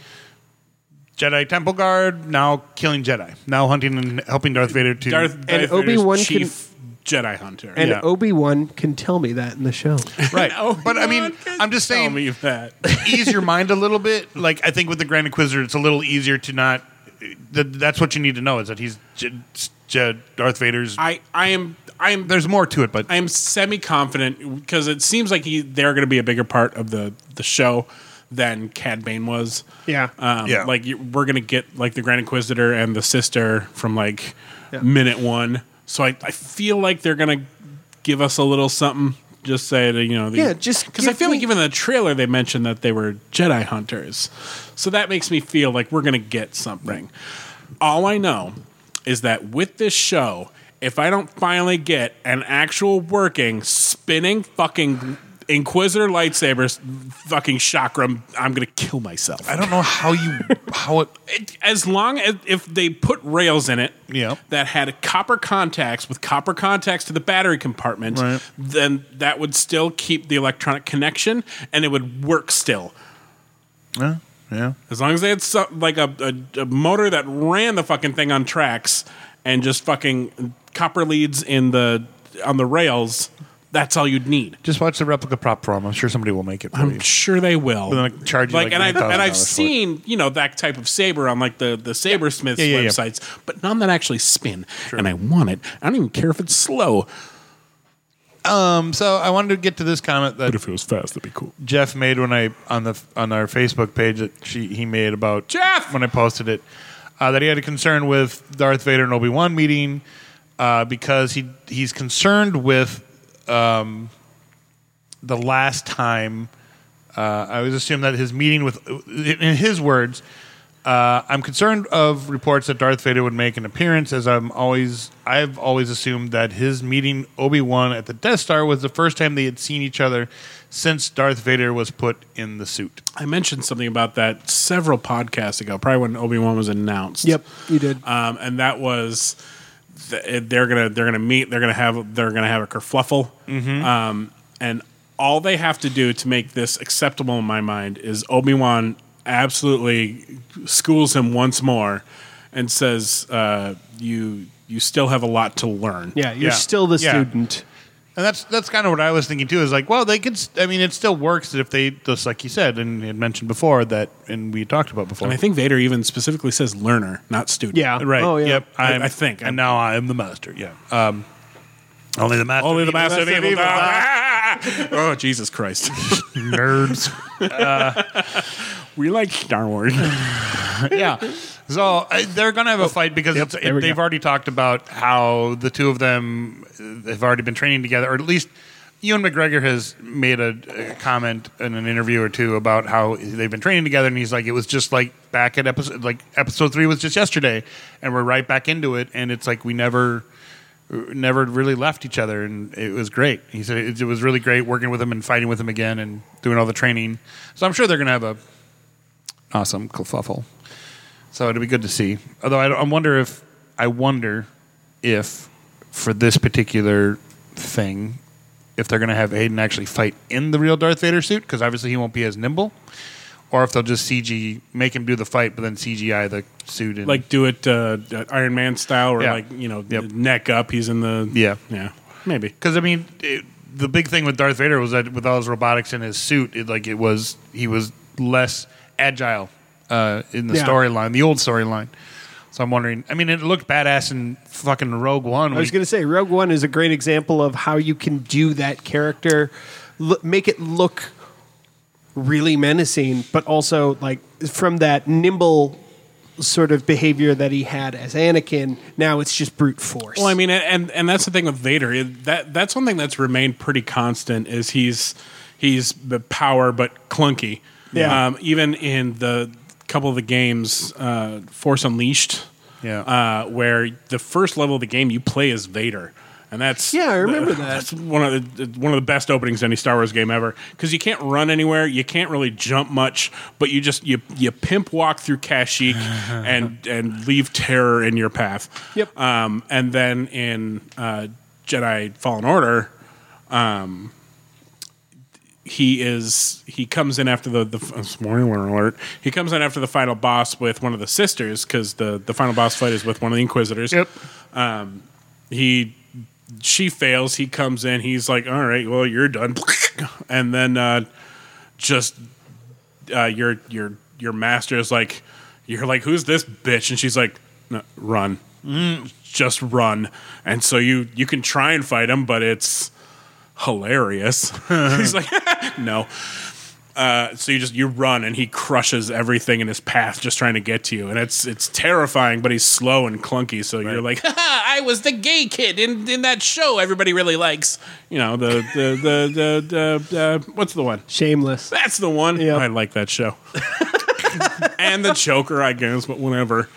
Speaker 5: Jedi Temple Guard now killing Jedi now hunting and helping Darth Vader to
Speaker 3: Darth, Darth Vader's
Speaker 4: Obi-Wan can-
Speaker 3: chief Jedi hunter.
Speaker 4: And
Speaker 5: Yeah.
Speaker 4: Obi Wan can tell me that in
Speaker 3: (laughs)
Speaker 4: the show.
Speaker 5: right. but I mean,
Speaker 3: Obi-Wan can
Speaker 5: I'm just saying
Speaker 3: tell me that.
Speaker 5: ease your mind a little bit. Like I think with the Grand Inquisitor, it's a little easier to not. Th- that's what you need to know is that he's J- J- Darth Vader's.
Speaker 3: I I am I am
Speaker 5: There's more to it, but
Speaker 3: I am semi confident because it seems like he, they're going to be a bigger part of the, the show than Cad Bane was.
Speaker 4: Yeah.
Speaker 3: um,
Speaker 5: Yeah.
Speaker 3: Like you, we're going to get like the Grand Inquisitor and the sister from like minute one. So I, I feel like they're going to give us a little something. Just say that you know. the- (laughs)
Speaker 4: Yeah, just
Speaker 3: because I
Speaker 4: give
Speaker 3: feel
Speaker 4: me-
Speaker 3: like even in the trailer they mentioned that they were Jedi hunters, so that makes me feel like we're going to get something. All I know is that with this show, if I don't finally get an actual working spinning fucking Inquisitor lightsabers, fucking chakram, I'm gonna kill myself.
Speaker 5: I don't know how you how it.
Speaker 3: It- as long as if they put rails in it
Speaker 5: Yeah.
Speaker 3: that had copper contacts with copper contacts to the battery compartment,
Speaker 5: Right.
Speaker 3: then that would still keep the electronic connection and it would work still.
Speaker 5: Yeah, yeah.
Speaker 3: As long as they had so, like a, a, a motor that ran the fucking thing on tracks and just fucking copper leads in the on the rails, that's all you'd need.
Speaker 5: Just watch the replica prop form. I'm sure somebody will make it. For
Speaker 3: I'm
Speaker 5: you.
Speaker 3: sure they will.
Speaker 5: But then they charge you, like,
Speaker 3: and I
Speaker 5: $9,000
Speaker 3: and I've
Speaker 5: for it.
Speaker 3: seen you know that type of saber on like the the sabersmiths
Speaker 5: Yeah, yeah, yeah.
Speaker 3: websites, but none that actually spin. And I want it. I don't even care if it's slow.
Speaker 5: Um, so I wanted to get to this comment that
Speaker 3: it was fast, that'd be cool.
Speaker 5: Jeff made when I on the on our Facebook page that she he made about
Speaker 3: Jeff!
Speaker 5: when I posted it uh, that he had a concern with Darth Vader and Obi Wan meeting uh, because he he's concerned with um, the last time. Uh, I always assume that his meeting with, in his words, uh, I'm concerned of reports that Darth Vader would make an appearance, as I'm always, I've always assumed that his meeting Obi Wan at the Death Star was the first time they had seen each other since Darth Vader was put in the suit.
Speaker 3: I mentioned something about that several podcasts ago, probably when Obi Wan was announced.
Speaker 4: Yep, you did.
Speaker 3: um, and that was th- it- they're gonna they're gonna meet they're gonna have they're gonna have a kerfluffle
Speaker 4: Mm-hmm.
Speaker 3: um, and all they have to do to make this acceptable in my mind is obi-wan absolutely schools him once more and says uh, you you still have a lot to learn
Speaker 4: yeah, you're
Speaker 5: yeah.
Speaker 4: still the
Speaker 5: Yeah.
Speaker 4: student.
Speaker 5: And that's that's kind of what I was thinking too. Is like, well, they could. s- I mean, it still works if they just like you said and you had mentioned before that, and we talked about before.
Speaker 3: and i think vader even specifically says learner not student
Speaker 4: Yeah.
Speaker 5: Right.
Speaker 4: Oh, yeah.
Speaker 5: Yep.
Speaker 3: I- I think.
Speaker 5: And now I am the master. Yeah. Um, only the master.
Speaker 3: only the master of evil,
Speaker 5: does.
Speaker 3: (laughs) Ah! (laughs) oh jesus christ
Speaker 5: Nerds.
Speaker 3: we like star
Speaker 4: (laughs)
Speaker 3: wars
Speaker 5: (laughs) yeah. So I, they're going to have a fight because it's,
Speaker 3: Oh, there we
Speaker 5: it, they've
Speaker 3: go.
Speaker 5: already talked about how the two of them uh, have already been training together, or at least Ewan McGregor has made a, a comment in an interview or two about how they've been training together, and he's like, it was just like back at episode like episode three was just yesterday, and we're right back into it, and it's like we never never really left each other, and it was great. He said it, it was really great working with him and fighting with him again and doing all the training. So I'm sure they're gonna have a awesome kerfuffle. So it'll be good to see. Although I, don't- I wonder if I wonder if for this particular thing, if they're going to have Aiden actually fight in the real Darth Vader suit because obviously he won't be as nimble, or if they'll just CG make him do the fight but then CGI the suit and
Speaker 3: Like do it uh, Iron Man style, or
Speaker 5: Yeah.
Speaker 3: like you know
Speaker 5: Yep.
Speaker 3: neck up. He's in the
Speaker 5: Yeah.
Speaker 3: yeah maybe.
Speaker 5: Because I mean, it, the big thing with Darth Vader was that with all his robotics in his suit, it, like it was he was less agile uh, in the
Speaker 4: Yeah.
Speaker 5: storyline, the old storyline. So I'm wondering. I mean, it looked badass in fucking Rogue One.
Speaker 4: I was going to say Rogue One is a great example of how you can do that character, lo- make it look really menacing, but also like from that nimble sort of behavior that he had as Anakin. Now it's just brute force.
Speaker 3: Well, I mean, and and that's the thing with Vader. It- That that's one thing that's remained pretty constant is he's he's the power but clunky.
Speaker 4: Yeah.
Speaker 3: Um, even in the couple of the games, uh, Force Unleashed.
Speaker 5: Yeah.
Speaker 3: Uh, where the first level of the game you play is Vader. And that's
Speaker 4: Yeah, I remember that.
Speaker 3: That's one of the one of the best openings to any Star Wars game ever because you can't run anywhere, you can't really jump much, but you just you you pimp walk through
Speaker 4: (laughs)
Speaker 3: Kashyyyk and and leave terror in your path.
Speaker 4: Yep.
Speaker 3: Um, and then in uh, Jedi Fallen Order, um, he is he comes in after the, the spoiler alert he comes in after the final boss with one of the sisters because the the final boss fight is with one of the inquisitors
Speaker 5: Yep.
Speaker 3: um he she fails he comes in he's like all right well you're done (laughs) and then uh just uh your your your master is like you're like who's this bitch and she's like no, run just run and so you you can try and fight him but it's hilarious. (laughs) He's like, no. Uh, so you just you run and he crushes everything in his path just trying to get to you and it's it's terrifying but he's slow and clunky so you're like Haha, I was the gay kid in, in that show everybody really likes you know the the the, the, the uh, what's the one (laughs)
Speaker 4: Shameless.
Speaker 3: that's the one
Speaker 4: Yep.
Speaker 3: I like that show (laughs) and the choker I guess but whatever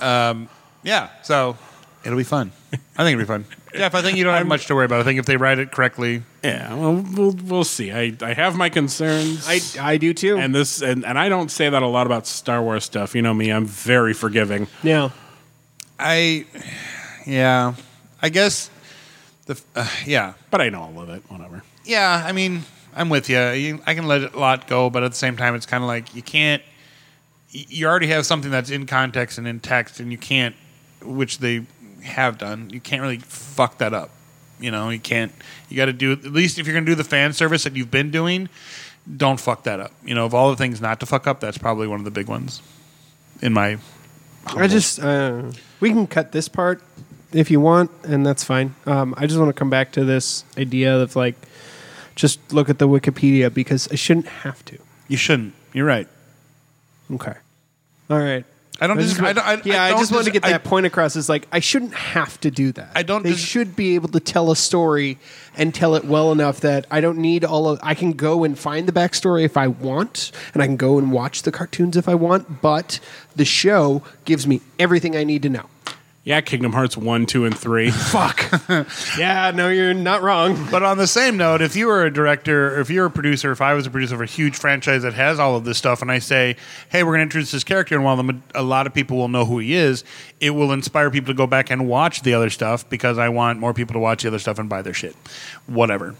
Speaker 5: Yeah. So it'll be fun. (laughs) I think it'll be fun. Jeff, I think you don't have much to worry about. I think if they write it correctly,
Speaker 3: yeah well we'll, we'll see I I have my concerns
Speaker 4: I, I do too.
Speaker 3: and this and, and I don't say that a lot about Star Wars stuff. You know me, I'm very forgiving.
Speaker 4: yeah.
Speaker 5: I yeah, I guess the uh, yeah.
Speaker 3: But I know all of it, whatever.
Speaker 5: yeah, I mean, I'm with ya. you. I can let a lot go, but at the same time, it's kind of like you can't. y- You already have something that's in context and in text, and you can't, which they have done. You can't really fuck that up. You know, you can't. You got to do at least if you're going to do the fan service that you've been doing. Don't fuck that up. You know, of all the things not to fuck up, that's probably one of the big ones. In my
Speaker 4: I just uh, we can cut this part if you want, and that's fine. Um, I just want to come back to this idea of like just look at the Wikipedia because I shouldn't have to.
Speaker 5: you shouldn't. You're right.
Speaker 4: Okay. All right.
Speaker 5: I don't
Speaker 4: just
Speaker 5: disagree-
Speaker 4: want-
Speaker 5: I don't- I-
Speaker 4: yeah,
Speaker 5: I
Speaker 4: I,
Speaker 5: don't
Speaker 4: just wanted to
Speaker 5: dis-
Speaker 4: get that
Speaker 5: I-
Speaker 4: point across. Is like I shouldn't have to do that.
Speaker 5: I don't
Speaker 4: They
Speaker 5: dis-
Speaker 4: should be able to tell a story and tell it well enough that I don't need all of. I can go and find the backstory if I want, and I can go and watch the cartoons if I want. But the show gives me everything I need to know.
Speaker 3: Yeah, Kingdom Hearts one, two, and (laughs) three.
Speaker 4: Fuck. yeah, no, you're not wrong.
Speaker 5: But on the same note, if you were a director, or if you're a producer, if I was a producer of a huge franchise that has all of this stuff, and I say, "Hey, we're going to introduce this character," and while the, ma- a lot of people will know who he is, it will inspire people to go back and watch the other stuff because I want more people to watch the other stuff and buy their shit, whatever.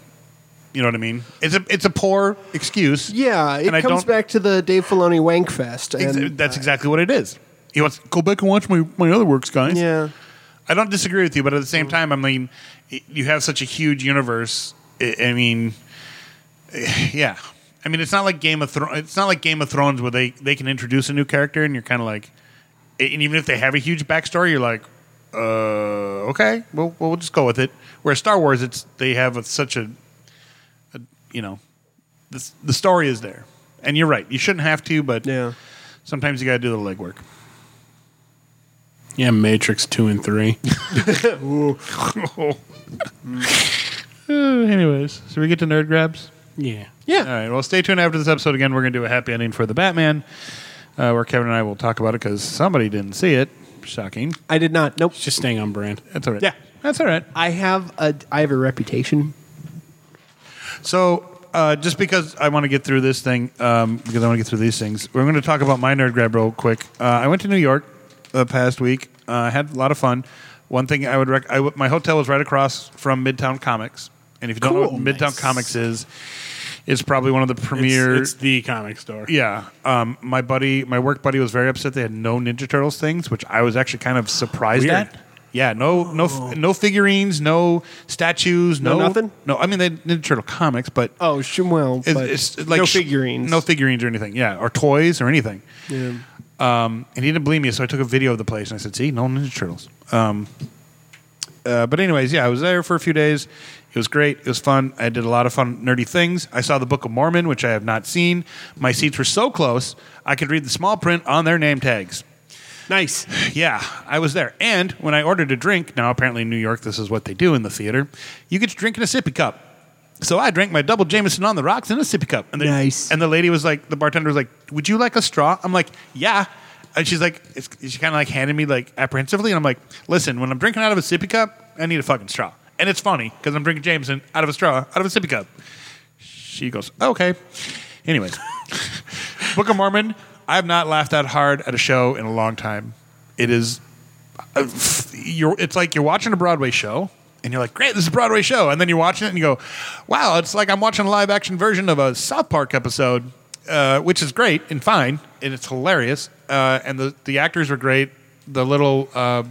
Speaker 5: You know what I mean? It's a it's a poor excuse.
Speaker 4: Yeah, it
Speaker 5: And I
Speaker 4: comes
Speaker 5: don't-
Speaker 4: back to the Dave Filoni Wank Fest.
Speaker 5: Ex-
Speaker 4: And,
Speaker 5: that's exactly what it is. He wants go back and watch my, my other works, guys.
Speaker 4: uh, yeah.
Speaker 5: I don't disagree with you, but at the same time, I mean, y- you have such a huge universe. I I mean, (sighs) yeah. I mean, it's not like Game of Thrones. It's not like Game of Thrones where they, they can introduce a new character and you're kind of like, and even if they have a huge backstory, you're like, uh, okay, well, well, we'll just go with it. Whereas Star Wars, it's they have a, such a, a, you know, the the story is there, and you're right. You shouldn't have to, but
Speaker 4: Yeah.
Speaker 5: sometimes you got to do the legwork.
Speaker 3: yeah, Matrix two and three.
Speaker 5: Uh, anyways, so we get to nerd grabs.
Speaker 3: (laughs) Yeah.
Speaker 4: Yeah.
Speaker 5: All right. Well, stay tuned after this episode. Again, we're going to do a happy ending for the Batman, uh, where Kevin and I will talk about it because somebody didn't see it. Shocking.
Speaker 4: I did not. Nope.
Speaker 3: Just staying on brand.
Speaker 5: That's all right.
Speaker 4: Yeah.
Speaker 5: That's all right.
Speaker 4: I have a I have a reputation.
Speaker 5: So, uh, just because I want to get through this thing, um, because I want to get through these things, we're going to talk about my nerd grab real quick. Uh, I went to New York the past week. Uh, I had a lot of fun. One thing I would rec- I w- my hotel was right across from Midtown Comics, and if you don't know
Speaker 4: Cool.
Speaker 5: what Midtown
Speaker 4: Nice.
Speaker 5: Comics is, it's probably one of the
Speaker 3: It's,
Speaker 5: premier.
Speaker 3: it's the comic store.
Speaker 5: Yeah, um, my buddy, my work buddy, was very upset. They had no Ninja Turtles things, which I was actually kind of surprised
Speaker 3: Weird.
Speaker 5: at. Yeah, no, no, f- no figurines, no statues,
Speaker 4: Oh. No
Speaker 5: no,
Speaker 4: nothing?
Speaker 5: No, I mean they had Ninja Turtle comics, but
Speaker 4: Oh, sh- well,
Speaker 5: it's,
Speaker 4: but
Speaker 5: it's like
Speaker 4: no
Speaker 5: sh-
Speaker 4: figurines.
Speaker 5: no figurines or anything. Yeah, or toys or anything. Um, and he didn't believe me, so I took a video of the place and I said, "See, no Ninja Turtles." Um, uh, but anyways, yeah, I was there for a few days. It was great. It was fun. I did a lot of fun, nerdy things. I saw the Book of Mormon, which I have not seen. My seats were so close, I could read the small print on their name tags.
Speaker 4: nice.
Speaker 5: Yeah, I was there. And when I ordered a drink, now apparently in New York, this is what they do in the theater, you get to drink in a sippy cup. So I drank my double Jameson on the rocks in a sippy cup. And the,
Speaker 4: Nice.
Speaker 5: And the lady was like, the bartender was like, would you like a straw? I'm like, yeah. And she's like, it's, she kind of like handed me like apprehensively. And I'm like, listen, when I'm drinking out of a sippy cup, I need a fucking straw. And it's funny because I'm drinking Jameson out of a straw, out of a sippy cup. She goes, okay. Anyways, Book of Mormon, I have not laughed that hard at a show in a long time. It is, uh, you're, it's like you're watching a Broadway show and you're like, great, this is a Broadway show. And then you're watching it and you go, wow, it's like I'm watching a live action version of a South Park episode, uh, which is great and fine. And it's hilarious. Uh, and the, the actors are great. The little, uh,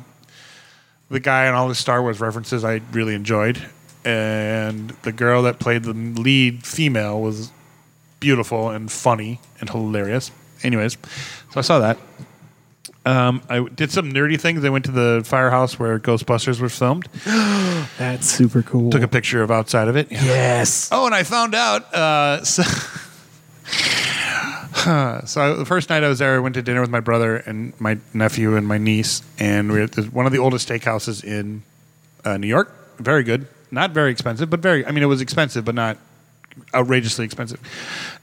Speaker 5: the guy and all the Star Wars references I really enjoyed. And the girl that played the lead female was beautiful and funny and hilarious. Anyways, so I saw that. Um, I did some nerdy things. I went to the firehouse where Ghostbusters was filmed.
Speaker 4: That's super cool.
Speaker 5: Took a picture of outside of it.
Speaker 4: yes.
Speaker 5: Oh, and I found out. Uh, (laughs) so, so I, the first night I was there, I went to dinner with my brother and my nephew and my niece, and we were at this, one of the oldest steakhouses in uh, New York. Very good, not very expensive, but very. I mean, it was expensive, but not outrageously expensive.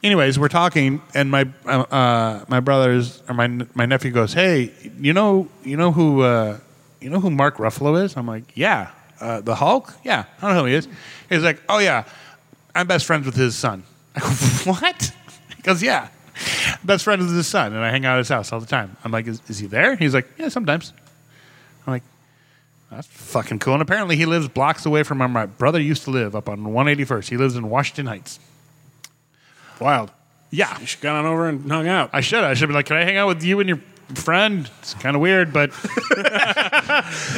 Speaker 5: Anyways, we're talking, and my uh, uh, my brother's or my my nephew goes, "Hey, you know, you know who uh, you know who Mark Ruffalo is?" I'm like, "Yeah, uh, the Hulk. Yeah, I don't know who he is." He's like, "Oh yeah, I'm best friends with his son." (laughs) I go, "What?" (laughs) He goes, "Yeah." Best friend with his son, and I hang out at his house all the time. I'm like, is, is he there? He's like, yeah, sometimes. I'm like, that's fucking cool. And apparently, he lives blocks away from where my brother used to live up on 181st. He lives in Washington Heights.
Speaker 3: Wild.
Speaker 5: Yeah,
Speaker 3: You should got on over and hung out.
Speaker 5: I should. I should be like, can I hang out with you and your friend? It's kind of
Speaker 3: (laughs)
Speaker 5: weird, but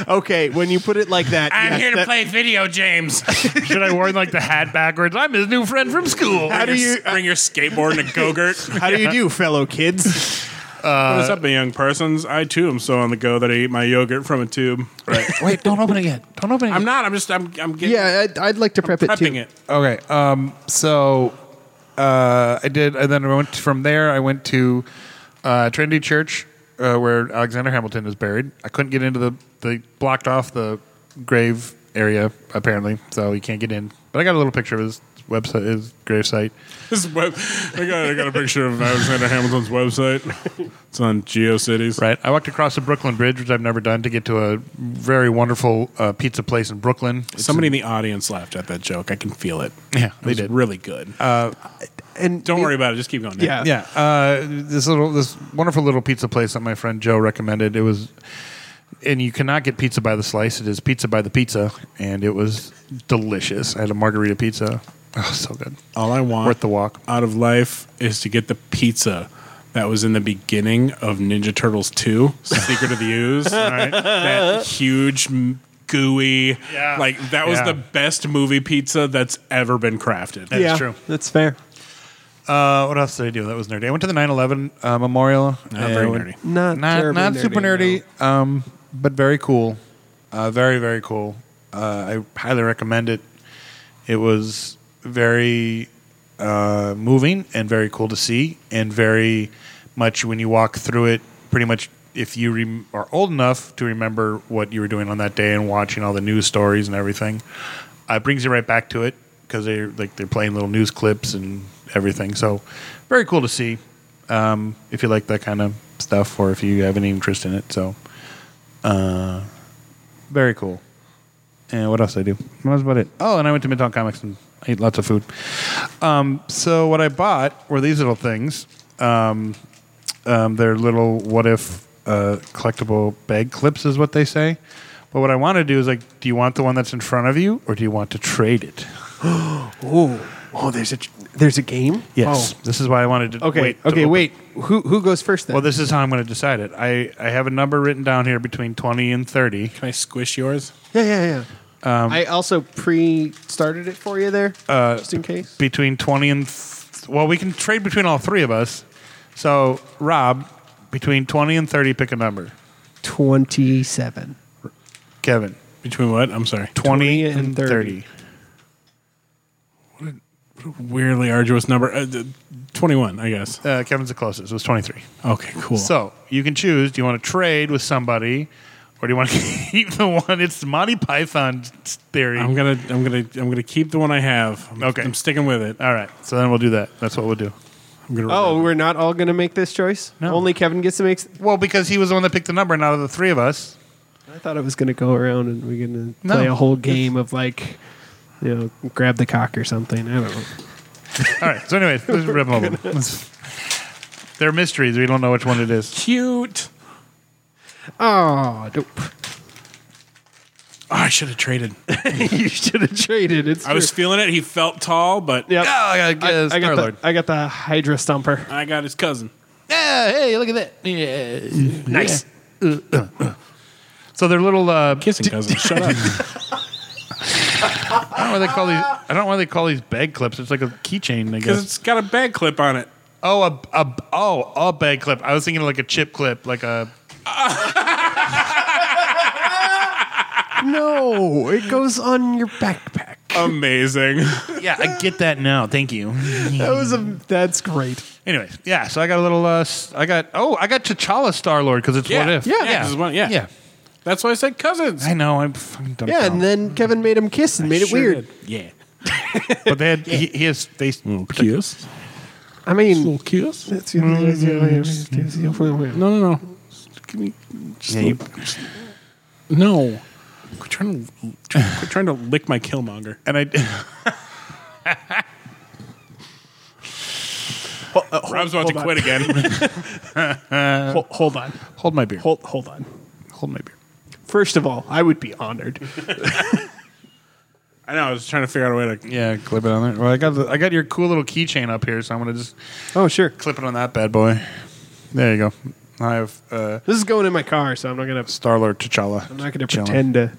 Speaker 4: Okay, when you put it like that, yes, that-
Speaker 3: play video games.
Speaker 5: (laughs) should I wear like the hat backwards? I'm his new friend from school.
Speaker 3: How do
Speaker 4: do
Speaker 3: you uh,
Speaker 4: you-
Speaker 3: bring your skateboard and a (laughs) go-gurt?
Speaker 4: How do you do, fellow (laughs) kids?
Speaker 3: What's up, my young persons? I too am so on the go that I eat my yogurt from a tube. Right.
Speaker 5: Wait, don't open it yet. Don't open it.
Speaker 3: (laughs) I'm not. I'm just. I'm. I'm getting.
Speaker 4: I'd, I'd like to prep
Speaker 3: prepping it.
Speaker 5: Okay. Um, so uh, I did, and then I went from there. I went to uh, Trinity Church, uh, where Alexander Hamilton is buried. I couldn't get into the they blocked off the grave area apparently, so you can't get in. But I got a little picture of his website, his gravesite.
Speaker 3: (laughs) This web, I, got, I got a picture of Alexander Hamilton's (laughs) website. It's on GeoCities.
Speaker 5: Right. I walked across the Brooklyn Bridge, which I've never done, to get to a very wonderful uh, pizza place in Brooklyn. It's-
Speaker 3: Somebody in the audience laughed at that joke. I can feel it.
Speaker 5: Yeah,
Speaker 3: it
Speaker 5: they
Speaker 3: was
Speaker 5: did.
Speaker 3: Really good.
Speaker 4: And
Speaker 3: Don't worry about Uh, it. Just keep going. Nick.
Speaker 4: Yeah.
Speaker 5: yeah. Uh, this little, this wonderful little pizza place that my friend Joe recommended. It was, and you cannot get pizza by the slice. It is pizza by the pizza, and it was delicious. I had a margarita pizza. Oh, so good.
Speaker 3: All I want
Speaker 5: Worth the walk.
Speaker 3: out of life is to get the pizza that was in the beginning of Ninja Turtles 2, Secret of the
Speaker 5: (laughs)
Speaker 3: Ooze. That huge, m- gooey,
Speaker 5: Yeah.
Speaker 3: like that was
Speaker 5: Yeah.
Speaker 3: the best movie pizza that's ever been crafted.
Speaker 5: That is true.
Speaker 4: That's fair.
Speaker 5: Uh, what else did I do? That was nerdy. I went to the 9/11 uh, memorial.
Speaker 3: Not very
Speaker 5: I went-
Speaker 3: nerdy.
Speaker 4: Not
Speaker 5: not,
Speaker 4: terribly
Speaker 5: not
Speaker 4: nerdy,
Speaker 5: super nerdy, um, but very cool. Uh, very very cool. Uh, I highly recommend it. It was very uh, moving and very cool to see, and very much when you walk through it, pretty much if you rem- are old enough to remember what you were doing on that day and watching all the news stories and everything, Uh, it brings you right back to it because they're like they're playing little news clips and everything. So very cool to see um, if you like that kind of stuff or if you have any interest in it. So uh, very cool. And what else did I do? That was about it. Oh, and I went to Midtown Comics and ate lots of food. Um, so what I bought were these little things. Um, um, they're little what if uh, collectible bag clips, is what they say. But what I want to do is like, do you want the one that's in front of you, or do you want to trade it?
Speaker 4: Oh, oh, there's a there's a game.
Speaker 5: Yes,
Speaker 4: Oh.
Speaker 5: this is why I wanted to.
Speaker 4: Okay.
Speaker 5: wait to
Speaker 4: okay.
Speaker 5: open-
Speaker 4: Wait. Who who goes first then?
Speaker 5: Well, this is how I'm going to decide it. I, I have a number written down here between 20 and 30.
Speaker 3: Can I squish yours?
Speaker 4: yeah, yeah, yeah.
Speaker 3: Um,
Speaker 4: I also pre-started it for you there,
Speaker 3: Uh,
Speaker 4: just in case.
Speaker 5: between 20 and th- well we can trade between all three of us so rob between 20 and 30 pick a number
Speaker 4: Twenty-seven.
Speaker 5: kevin
Speaker 3: Between what? I'm sorry.
Speaker 5: 20,
Speaker 4: 20
Speaker 5: and,
Speaker 4: and
Speaker 5: 30.
Speaker 4: 30.
Speaker 3: Weirdly arduous number. Uh, d- 21, I guess.
Speaker 5: Uh, kevin's the closest it was 23
Speaker 3: Okay, cool.
Speaker 5: so you can choose do you want to trade with somebody or do you want to (laughs) keep the one it's monty python's theory
Speaker 3: I'm gonna, I'm gonna, I'm gonna keep the one I have. I'm,
Speaker 5: Okay.
Speaker 3: I'm sticking with it.
Speaker 5: all right so then we'll do that that's what we'll do
Speaker 3: I'm gonna.
Speaker 4: Oh, we're not all going to make this choice.
Speaker 5: No.
Speaker 4: Only Kevin gets to make. s-
Speaker 5: well because he was the one that picked the number and out of the three of us
Speaker 4: I thought it was going to go around and we're going to
Speaker 5: No.
Speaker 4: play a whole game of like, you know, grab the cock or something. I don't know.
Speaker 5: all right so anyway let's rip them over.
Speaker 3: (laughs)
Speaker 5: Let's- they're mysteries we don't know which one it is
Speaker 3: cute.
Speaker 4: Oh, dope.
Speaker 3: Oh, I should have traded.
Speaker 4: you should have (laughs) traded. It's
Speaker 3: I was Oh,
Speaker 4: true.
Speaker 3: feeling it. He felt tall, but
Speaker 4: Yep.
Speaker 5: I,
Speaker 4: I, I got the, I got the Hydra Stomper.
Speaker 3: I got his cousin.
Speaker 5: Yeah, hey, look at that. Yeah. Nice. So they're little. Uh,
Speaker 3: Kissing (laughs) cousin. Shut up.
Speaker 5: I don't know why they call these. I don't know why they call these bag clips. It's like a keychain, I
Speaker 3: Because
Speaker 5: guess.
Speaker 3: Ah! it's got a bag clip on it.
Speaker 5: Oh, a, a oh a bag clip. I was thinking like a chip clip, like a.
Speaker 4: No, it goes on your backpack.
Speaker 3: Amazing.
Speaker 5: Yeah, I get that now. Thank (laughs) you.
Speaker 4: That was a. That's great.
Speaker 5: Anyways, yeah. So I got a little. Uh, s- I got. Oh, I got T'Challa Star Lord because it's
Speaker 3: Yeah,
Speaker 5: what if.
Speaker 3: yeah, 'cause it's what- yeah.
Speaker 5: yeah.
Speaker 3: That's why (laughs) I said cousins.
Speaker 5: I know. I'm fucking dumb.
Speaker 4: Yeah, and then Kevin made him kiss and made it
Speaker 3: Sure
Speaker 4: weird.
Speaker 3: did. Yeah.
Speaker 5: (laughs) but they (laughs) had. He, he has. They.
Speaker 3: Mm.
Speaker 5: (laughs)
Speaker 3: kiss.
Speaker 4: I mean,
Speaker 3: Little kiss.
Speaker 4: it's, no,
Speaker 3: No, no, no. Give me. Just
Speaker 5: Yeah, you-
Speaker 3: no. Quit trying to quit trying to lick my Killmonger.
Speaker 5: and I.
Speaker 3: Rob's about to quit again.
Speaker 4: hold, hold on,
Speaker 5: hold my beer.
Speaker 4: hold, hold on.
Speaker 5: hold my beer.
Speaker 4: First of all, I would be honored.
Speaker 3: I know. I was trying to figure out a way to.
Speaker 5: Yeah, clip it on there. Well, I got the, I got your cool little keychain up here, so I'm gonna just
Speaker 4: oh, sure.
Speaker 5: clip it on that bad boy. There you go. I have uh,
Speaker 4: This is going in my car, so I'm not gonna.
Speaker 5: Star Lord T'Challa.
Speaker 4: I'm not gonna
Speaker 5: Chilling.
Speaker 4: pretend to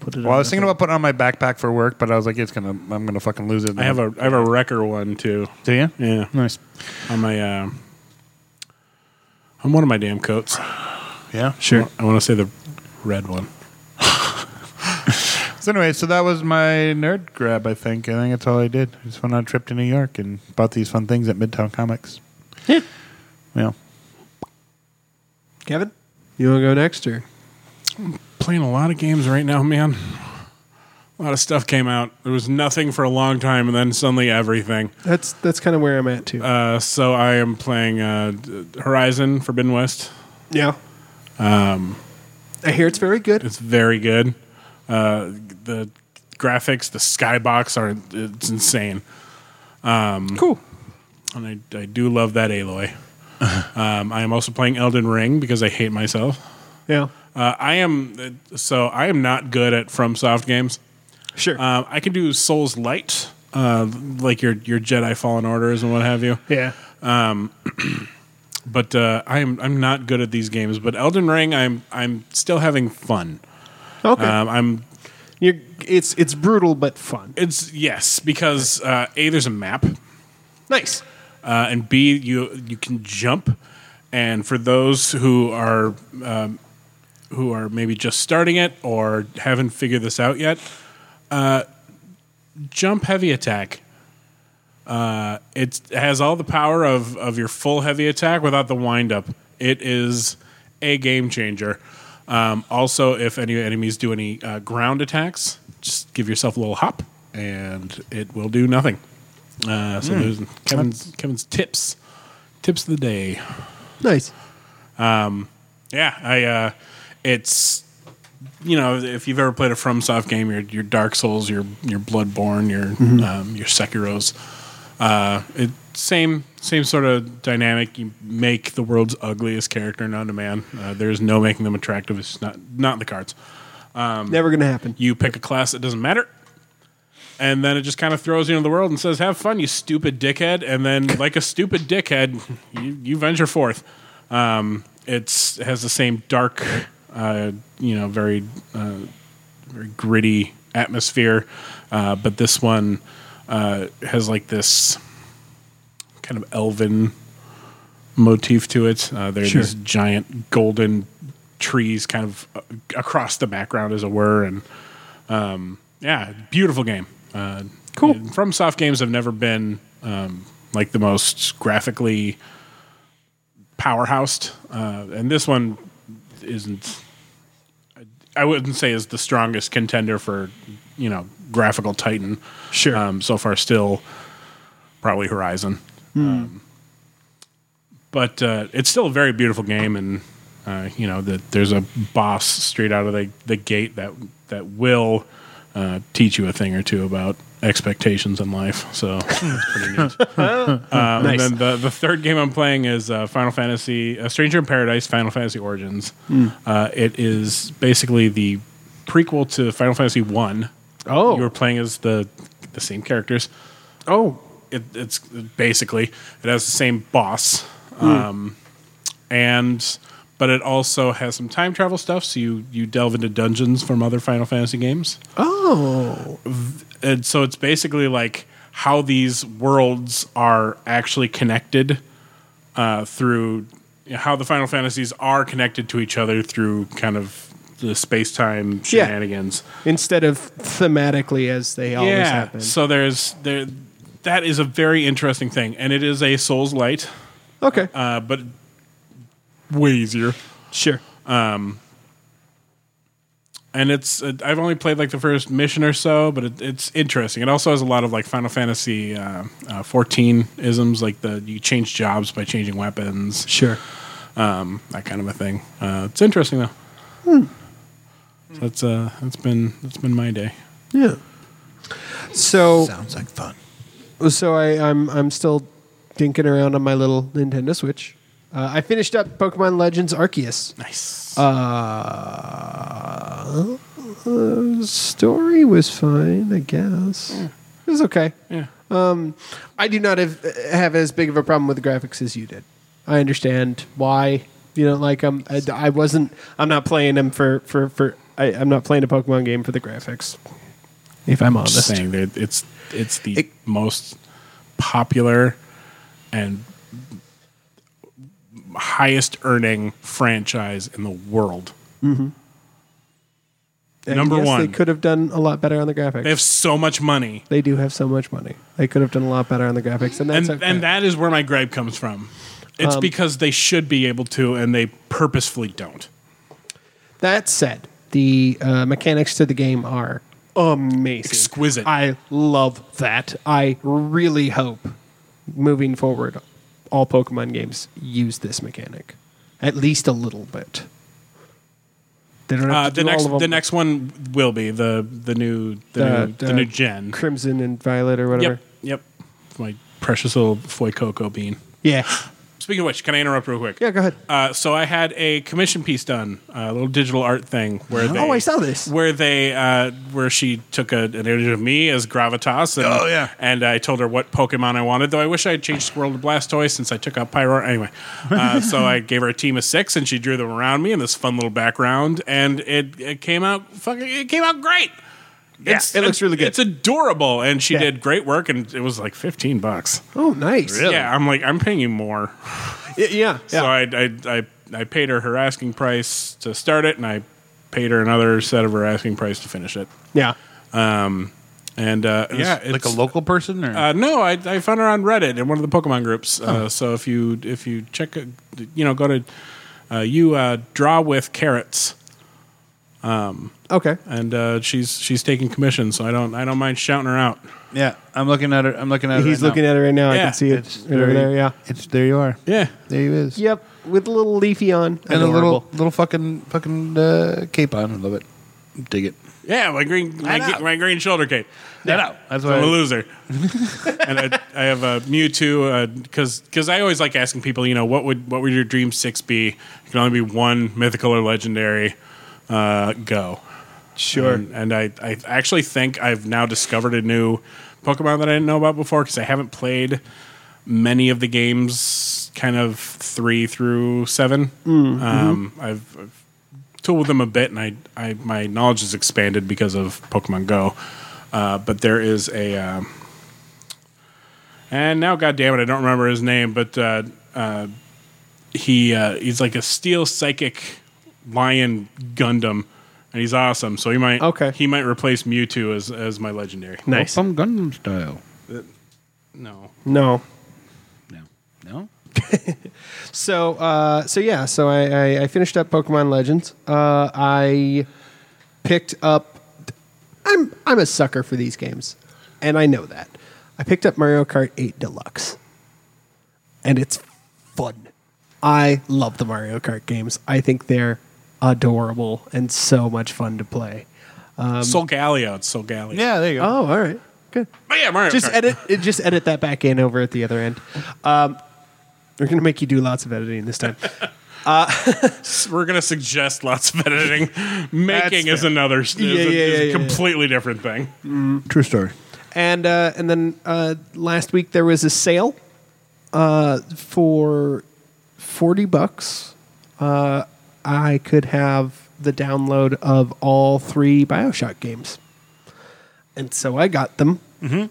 Speaker 4: put it.
Speaker 5: Well, I
Speaker 4: on
Speaker 5: was thinking
Speaker 4: nothing.
Speaker 5: about putting it on my backpack for work, but I was like, it's gonna, I'm gonna fucking lose it.
Speaker 3: I have a I have a wrecker one too.
Speaker 5: Do you?
Speaker 3: Yeah.
Speaker 5: Nice.
Speaker 3: On my uh, on one of my damn coats.
Speaker 5: Yeah.
Speaker 3: Sure. I want to say the red one.
Speaker 5: So anyway, so that was my nerd grab. I think. I think that's all I did. I just went on a trip to New York and bought these fun things at Midtown Comics. Yeah.
Speaker 4: Kevin. You want to go next, or
Speaker 3: Playing a lot of games right now, man. A lot of stuff came out. There was nothing for a long time, and then suddenly everything.
Speaker 4: that's that's kind of where I'm at too.
Speaker 3: Uh, so I am playing uh, d- Horizon Forbidden West.
Speaker 4: yeah. Um,
Speaker 5: um,
Speaker 4: I hear it's very good.
Speaker 3: It's very good. Uh, the graphics, the skybox are it's insane.
Speaker 5: Mm-hmm.
Speaker 4: cool.
Speaker 3: And I, I do love that Aloy. um, I am also playing Elden Ring because I hate myself.
Speaker 4: Yeah.
Speaker 3: Uh, I am so I am not good at FromSoft games.
Speaker 4: Sure.
Speaker 3: Uh, I can do Souls Light, uh, like your your Jedi Fallen Orders and what have you.
Speaker 4: yeah.
Speaker 3: But uh, I'm I'm not good at these games. But Elden Ring, I'm I'm still having fun.
Speaker 4: Okay.
Speaker 5: uh,
Speaker 3: Um, I'm
Speaker 4: You're, it's it's brutal but fun.
Speaker 3: it's yes because uh, a there's a map.
Speaker 4: Nice.
Speaker 3: uh, and B, you you can jump. And for those who are um, who are maybe just starting it or haven't figured this out yet, uh, jump heavy attack. Uh, it's, it has all the power of of your full heavy attack without the wind up. It is a game changer. Um, also, if any enemies do any uh, ground attacks, just give yourself a little hop, and it will do nothing. Uh, so there's Kevin's Kevin's tips tips of the day.
Speaker 4: Nice.
Speaker 3: Yeah, I. Uh, it's you know if you've ever played a FromSoft game, your your Dark Souls, your your Bloodborne, your um, your Sekiro's, uh, it same same sort of dynamic. You make the world's ugliest character known to man. Uh, there's no making them attractive. It's not not in the cards.
Speaker 5: Um,
Speaker 4: Never gonna happen.
Speaker 3: You pick a class that doesn't matter. And then it just kind of throws you into the world and says, "Have fun, you stupid dickhead!" And then, like a stupid dickhead, you, you venture forth. Um, it's it has the same dark, uh, you know, very uh, very gritty atmosphere, uh, but this one uh, has like this kind of elven motif to it. Uh, there are these giant golden trees kind of uh, across the background, as it were. And um, yeah, beautiful game. Uh, cool. From soft games have never been um, like the most graphically powerhoused. Uh, and this one isn't, I, I wouldn't say is the strongest contender for, you know, graphical titan. Sure. Um, so far, still probably Horizon Um, but uh, it's still a very beautiful game, and uh, you know that there's a boss straight out of the, the gate that that will uh, teach you a thing or two about expectations in life. So that's pretty neat. Um, And then the, the third game I'm playing is uh, Final Fantasy, uh, Stranger in Paradise, Final Fantasy Origins. Uh, it is basically the prequel to Final Fantasy One.
Speaker 4: Oh.
Speaker 3: you were playing as the the same characters.
Speaker 4: Oh,
Speaker 3: It, it's basically it has the same boss, um, and but it also has some time travel stuff. So you you delve into dungeons from other Final Fantasy games
Speaker 4: oh,
Speaker 3: and so it's basically like how these worlds are actually connected uh, through how the Final Fantasies are connected to each other through kind of the space time
Speaker 4: Yeah.
Speaker 3: shenanigans.
Speaker 4: instead of thematically as they always happen.
Speaker 3: So there's there that is a very interesting thing, and it is a Souls light,
Speaker 4: okay,
Speaker 3: uh, but way easier.
Speaker 4: sure.
Speaker 3: and it's uh, I've only played like the first mission or so, but it, it's interesting. It also has a lot of like Final Fantasy uh, uh, fourteen isms, like the you change jobs by changing weapons,
Speaker 4: Sure.
Speaker 3: um, that kind of a thing. Uh, it's interesting though. So that's uh, that's been that's been my day.
Speaker 4: Yeah. So
Speaker 7: Sounds like fun.
Speaker 4: so I, I'm I'm still dinking around on my little Nintendo Switch. Uh, I finished up Pokemon Legends Arceus.
Speaker 3: Nice.
Speaker 4: Uh, the story was fine, I guess.
Speaker 7: Hmm.
Speaker 4: It was okay.
Speaker 3: yeah.
Speaker 4: I do not have, have as big of a problem with the graphics as you did. I understand why you don't like them. I, I wasn't. I'm not playing them for for for. I, I'm not playing a Pokemon game for the graphics. If I'm honest,
Speaker 3: Just saying, that it's it's the most popular and highest earning franchise in the world.
Speaker 4: Mm-hmm. And
Speaker 3: Number
Speaker 4: yes, they
Speaker 3: one.
Speaker 4: could have done a lot better on the graphics.
Speaker 3: They have so much money.
Speaker 4: They do have so much money. They could have done a lot better on the graphics, and that's
Speaker 3: and
Speaker 4: okay. Um,
Speaker 3: and that is where my gripe comes from. It's because they should be able to, and they purposefully don't.
Speaker 4: That said, the uh, mechanics to the game are amazing,
Speaker 3: Exquisite.
Speaker 4: I love that. I really hope moving forward, all Pokemon games use this mechanic at least a little bit. They don't have
Speaker 3: Uh,
Speaker 4: to
Speaker 3: the
Speaker 4: do
Speaker 3: next,
Speaker 4: all of them.
Speaker 3: the next one will be the the new the, new, the new gen.
Speaker 4: Crimson and Violet or whatever.
Speaker 3: Yep, yep. My precious little foy cocoa bean.
Speaker 4: Yeah,
Speaker 3: Speaking of which, can I interrupt real quick?
Speaker 4: yeah. Go ahead.
Speaker 3: Uh, so I had a commission piece done, uh, a little digital art thing where they,
Speaker 4: Oh, I saw this.
Speaker 3: where they uh, where she took a, an image of me as Gravitas. And,
Speaker 5: Oh, yeah.
Speaker 3: and I told her what Pokemon I wanted. Though I wish I had changed Squirrel to Blastoise since I took out Pyro. Anyway,
Speaker 4: (laughs)
Speaker 3: uh, so I gave her a team of six, and she drew them around me in this fun little background, and it, it came out fucking it came out great. It's,
Speaker 4: it looks
Speaker 3: it's-
Speaker 4: really good.
Speaker 3: It's adorable, and she
Speaker 4: Yeah.
Speaker 3: did great work, and it was like fifteen bucks.
Speaker 4: Oh, nice.
Speaker 3: Yeah, I'm like I'm paying you more.
Speaker 4: Yeah, yeah. yeah.
Speaker 3: So I, I, I, I paid her her asking price to start it, and I paid her another set of her asking price to finish it.
Speaker 4: yeah.
Speaker 3: And uh, yeah,
Speaker 5: like a
Speaker 3: it's-
Speaker 5: local person, or
Speaker 3: Uh, no, I, I found her on Reddit in one of the Pokemon groups.
Speaker 5: Oh.
Speaker 3: Uh, so if you if you check, uh, you know, go to uh, you uh, draw with carrots.
Speaker 4: Okay.
Speaker 3: and uh, she's she's taking commissions, so I don't I don't mind shouting her out.
Speaker 5: Yeah, I'm looking at her. I'm looking at her.
Speaker 4: He's looking at it right now. I
Speaker 3: Yeah,
Speaker 4: can see it
Speaker 5: It's
Speaker 4: right over
Speaker 5: very-
Speaker 4: there. Yeah.
Speaker 5: It's there. You are.
Speaker 3: Yeah,
Speaker 5: There he is.
Speaker 4: Yep. With a little leafy on
Speaker 5: And a
Speaker 4: Adorable.
Speaker 5: little little fucking fucking uh, cape on. I love it. Dig it.
Speaker 3: yeah, my green my,
Speaker 5: I know.
Speaker 3: gr- my green shoulder cape.
Speaker 5: No, no. That's
Speaker 3: So
Speaker 5: why.
Speaker 3: I'm a
Speaker 5: I- (laughs)
Speaker 3: loser, and I, I have a Mewtwo because because I always like asking people, you know, what would what would your dream six be? It can only be one mythical or legendary. Uh, go.
Speaker 4: Sure.
Speaker 3: And, and I, I actually think I've now discovered a new Pokemon that I didn't know about before because I haven't played many of the games, kind of three through 7
Speaker 4: Mm, mm-hmm.
Speaker 3: Um, I've, I've tooled them a bit, and I, I my knowledge has expanded because of Pokemon Go. Uh, but there is a, um, and now, God damn it, I don't remember his name, but uh, uh, he uh, he's like a steel psychic lion Gundam, and he's awesome. So he might
Speaker 4: Okay.
Speaker 3: he might replace Mewtwo as as my legendary.
Speaker 4: nice.
Speaker 5: Some Gundam style.
Speaker 3: No,
Speaker 4: No.
Speaker 5: No. No.
Speaker 4: So uh, so yeah, so I, I, I finished up Pokemon Legends. Uh, I picked up. I'm I'm a sucker for these games, and I know that. I picked up Mario Kart 8 Deluxe, and it's fun. I love the Mario Kart games. I think they're adorable and so much fun to play. Um,
Speaker 3: Solgaleo, it's Solgaleo.
Speaker 5: Yeah. Ah, There you go.
Speaker 4: Oh, all right, good.
Speaker 3: but yeah, Mario
Speaker 4: Just
Speaker 3: Kart.
Speaker 4: edit, just edit that back in over at the other end. Um, we're gonna make you do lots of editing this time.
Speaker 3: We're gonna suggest lots of (laughs) editing. Making is another is,
Speaker 4: Yeah,
Speaker 3: a,
Speaker 4: yeah,
Speaker 3: is
Speaker 4: yeah,
Speaker 3: a
Speaker 4: yeah,
Speaker 3: completely different thing.
Speaker 5: True story.
Speaker 4: and uh, and then uh, last week there was a sale uh, for forty bucks. Uh, I could have the download of all three Bioshock games, and so I got them. Mm-hmm.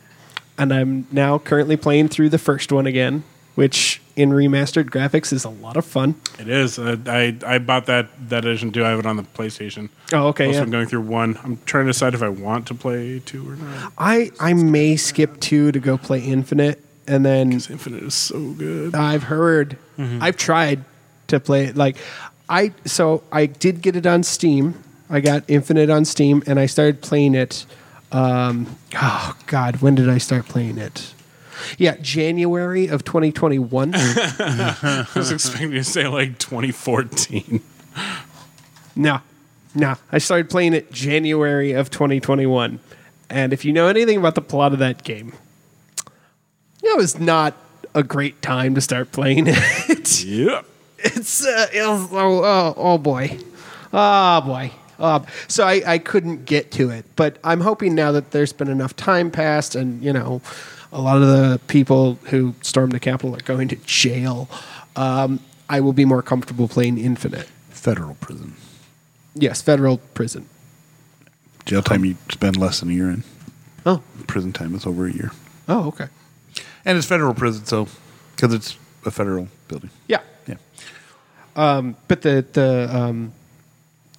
Speaker 4: And I'm now currently playing through the first one again, which in remastered graphics is a lot of fun.
Speaker 3: It is. Uh, I I bought that that edition too. I have it on the PlayStation.
Speaker 4: Oh, okay,
Speaker 3: Also,
Speaker 4: yeah.
Speaker 3: I'm going through one. I'm trying to decide if I want to play two or not.
Speaker 4: I I may skip two to go play Infinite, and then
Speaker 3: Infinite is so good.
Speaker 4: I've heard. I've tried to play it. Like I so I did get it on Steam. I got Infinite on Steam and I started playing it um oh god, when did I start playing it? Yeah, January of 2021.
Speaker 3: I (laughs) was expecting you to say like 2014.
Speaker 4: no. No, I started playing it January of 2021. And if you know anything about the plot of that game, it was not a great time to start playing (laughs) it.
Speaker 3: Yeah.
Speaker 4: it's uh, it was, oh, oh oh boy, oh boy. Um, so I, I couldn't get to it, but I'm hoping now that there's been enough time passed, and you know, a lot of the people who stormed the Capitol are going to jail. Um, I will be more comfortable playing Infinite.
Speaker 5: Federal prison.
Speaker 4: Yes, federal prison.
Speaker 5: Jail time you spend less than a year in.
Speaker 4: Oh,
Speaker 5: Prison time is over a year.
Speaker 4: oh, okay.
Speaker 5: And it's federal prison, so because it's a federal building.
Speaker 4: Yeah,
Speaker 5: Yeah.
Speaker 4: but the the um,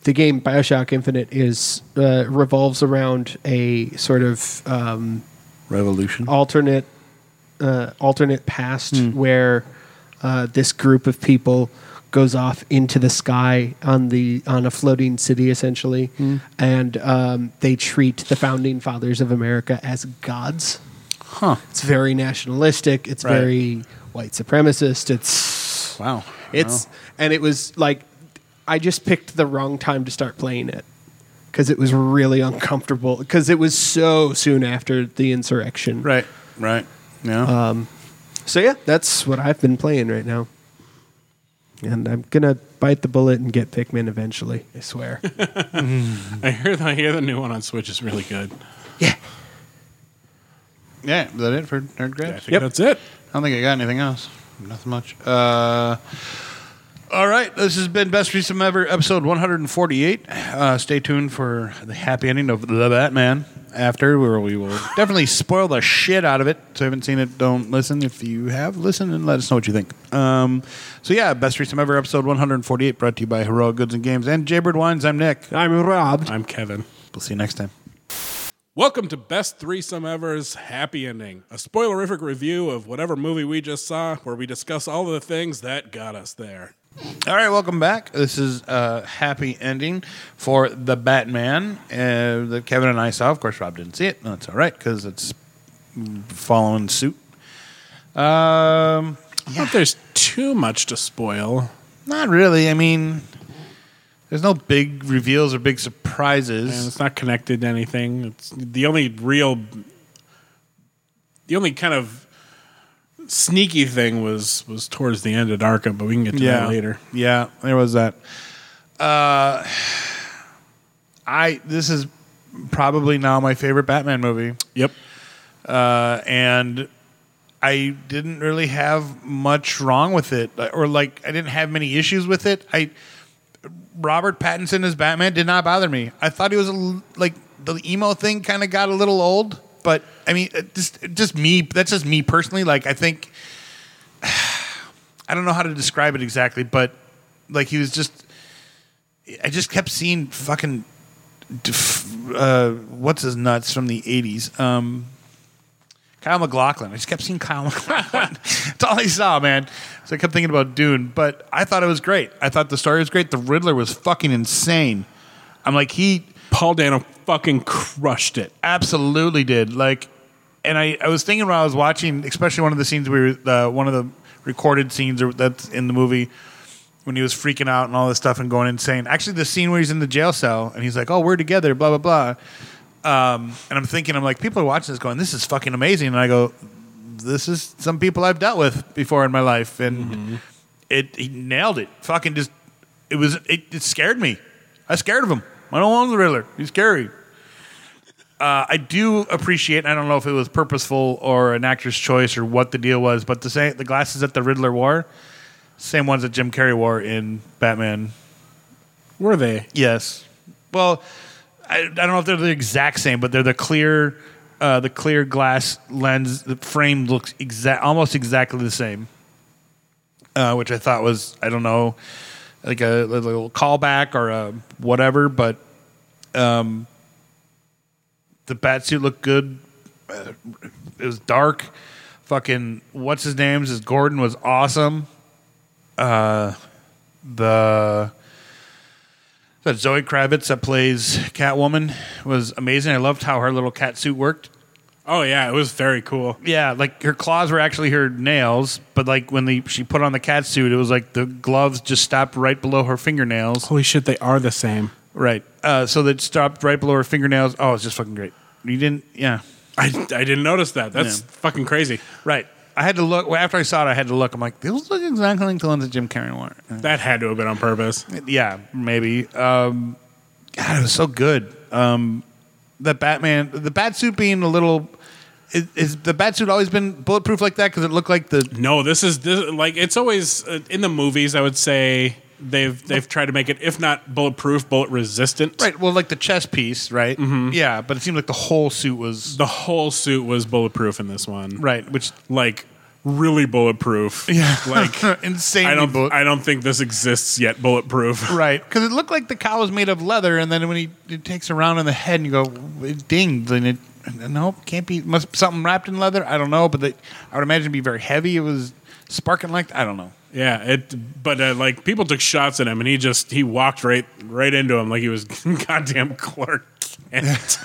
Speaker 4: the game Bioshock Infinite is uh, revolves around a sort of um,
Speaker 5: Revolution.
Speaker 4: alternate uh, alternate past where uh, this group of people goes off into the sky on the on a floating city essentially, and um, they treat the founding fathers of America as gods.
Speaker 5: Huh.
Speaker 4: It's very nationalistic. It's
Speaker 5: Right.
Speaker 4: very white supremacist. It's
Speaker 5: Wow.
Speaker 4: It's
Speaker 5: Wow.
Speaker 4: and it was like I just picked the wrong time to start playing it because it was really uncomfortable because it was so soon after the insurrection.
Speaker 5: Right. Right. Uh, Yeah.
Speaker 4: So yeah, that's what I've been playing right now. And I'm gonna bite the bullet and get Pikmin eventually. I swear.
Speaker 3: I hear the, I hear the new one on Switch is really good.
Speaker 4: yeah.
Speaker 5: yeah. Is that it for nerd
Speaker 3: Yeah, I
Speaker 5: grabs?
Speaker 3: think that's it.
Speaker 5: I don't think I got anything else. Nothing much. Uh, all right. This has been Best Recent Ever, episode 148. Uh, stay tuned for the happy ending of The Batman after, where we will definitely spoil the shit out of it. So if you haven't seen it, don't listen. If you have, listen and let us know what you think. Um, so yeah, Best Recent Ever, episode 148, brought to you by Heroic Goods and Games and Jaybird Wines. I'm Nick.
Speaker 4: I'm robbed.
Speaker 3: I'm Kevin.
Speaker 5: We'll see you next time.
Speaker 3: Welcome to Best Threesome Ever's Happy Ending, a spoilerific review of whatever movie we just saw where we discuss all the things that got us there.
Speaker 5: All right, welcome back. This is a happy ending for the Batman uh, that Kevin and I saw. Of course, Rob didn't see it. That's all right because it's following suit. Um,
Speaker 3: I don't think there's too much to spoil.
Speaker 5: not really. I mean, there's no big reveals or big surprises.
Speaker 3: And it's not connected to anything. It's the only real, the only kind of sneaky thing was was towards the end of Arkham, but we can get to that later.
Speaker 5: Yeah, there was that. Uh, I this is probably now my favorite Batman movie,
Speaker 3: Yep.
Speaker 5: uh, and I didn't really have much wrong with it, uh, or like I didn't have many issues with it. I Robert Pattinson as Batman did not bother me. I thought he was a l like the emo thing kind of got a little old, but I mean, it just just me. That's just me personally. Like I think (sighs) I don't know how to describe it exactly, but like he was just. I just kept seeing fucking. def- Uh, what's his nuts from the eighties? Um, Kyle McLaughlin. I just kept seeing Kyle (laughs) McLaughlin. That's all I saw, man. So I kept thinking about Dune, but I thought it was great. I thought the story was great. The Riddler was fucking insane. I'm like, he
Speaker 3: Paul Dano fucking crushed it.
Speaker 5: absolutely did. Like, and I, I was thinking while I was watching, especially one of the scenes we were, uh, one of the recorded scenes or that's in the movie when he was freaking out and all this stuff and going insane. Actually, the scene where he's in the jail cell and he's like, "Oh, we're together," blah blah blah. Um, and I'm thinking, I'm like, people are watching this, going, "This is fucking amazing," and I go, "This is some people I've dealt with before in my life," and it he nailed it. Fucking just, it was it, it scared me. I was scared of him. I don't want the Riddler. He's scary. I do appreciate. I don't know if it was purposeful or an actor's choice or what the deal was, but the same the glasses that the Riddler wore, same ones that Jim Carrey wore in Batman.
Speaker 3: Were they?
Speaker 5: Yes. Well, I, I don't know if they're the exact same, but they're the clear, uh, the clear glass lens. The frame looks exact, almost exactly the same, uh, which I thought was I don't know, like a, a little callback or a whatever, but um, the batsuit looked good. Uh, It was dark. Fucking what's his name's is Gordon was awesome. Uh, the that Zoe Kravitz that plays Catwoman was amazing. I loved how her little cat suit worked.
Speaker 3: Oh yeah, it was very cool.
Speaker 5: Yeah, like her claws were actually her nails, but like when the, she put on the cat suit, it was like the gloves just stopped right below her fingernails.
Speaker 3: Holy shit, they are the same.
Speaker 5: Right. Uh, so that stopped right below her fingernails. Oh, it's just fucking great. You didn't, yeah.
Speaker 3: I, I didn't notice that. That's
Speaker 5: Yeah.
Speaker 3: fucking crazy.
Speaker 5: Right. I had to look well, after I saw it. I had to look. I'm like, those look exactly like the ones that Jim Carrey wore.
Speaker 3: That had to have been on purpose.
Speaker 5: Yeah, maybe. Um, God, it was so good. Um, the Batman, the Batsuit being a little. Is, is the Batsuit always been bulletproof like that? Because it looked like the.
Speaker 3: No, this is this like it's always uh, in the movies. I would say they've they've tried to make it, if not bulletproof, bullet resistant.
Speaker 5: Right, well, like the chest piece, right? Mm-hmm. Yeah, but it seemed like the whole suit was.
Speaker 3: The whole suit was bulletproof in this one.
Speaker 5: Right, which.
Speaker 3: Like really bulletproof. Yeah.
Speaker 5: (laughs)
Speaker 3: (laughs) Like
Speaker 5: Insanely
Speaker 3: I don't
Speaker 5: bullet-
Speaker 3: I don't think this exists yet bulletproof. (laughs)
Speaker 5: Right, because it looked like the cow was made of leather, and then when he it takes around in the head, and you go, it dinged, and it nope, can't be must something wrapped in leather. I don't know, but they, I would imagine it'd be very heavy. It was sparking like I don't know.
Speaker 3: Yeah, it but uh, like people took shots at him and he just he walked right right into him like he was (laughs) goddamn Clark
Speaker 5: (laughs)
Speaker 3: Kent.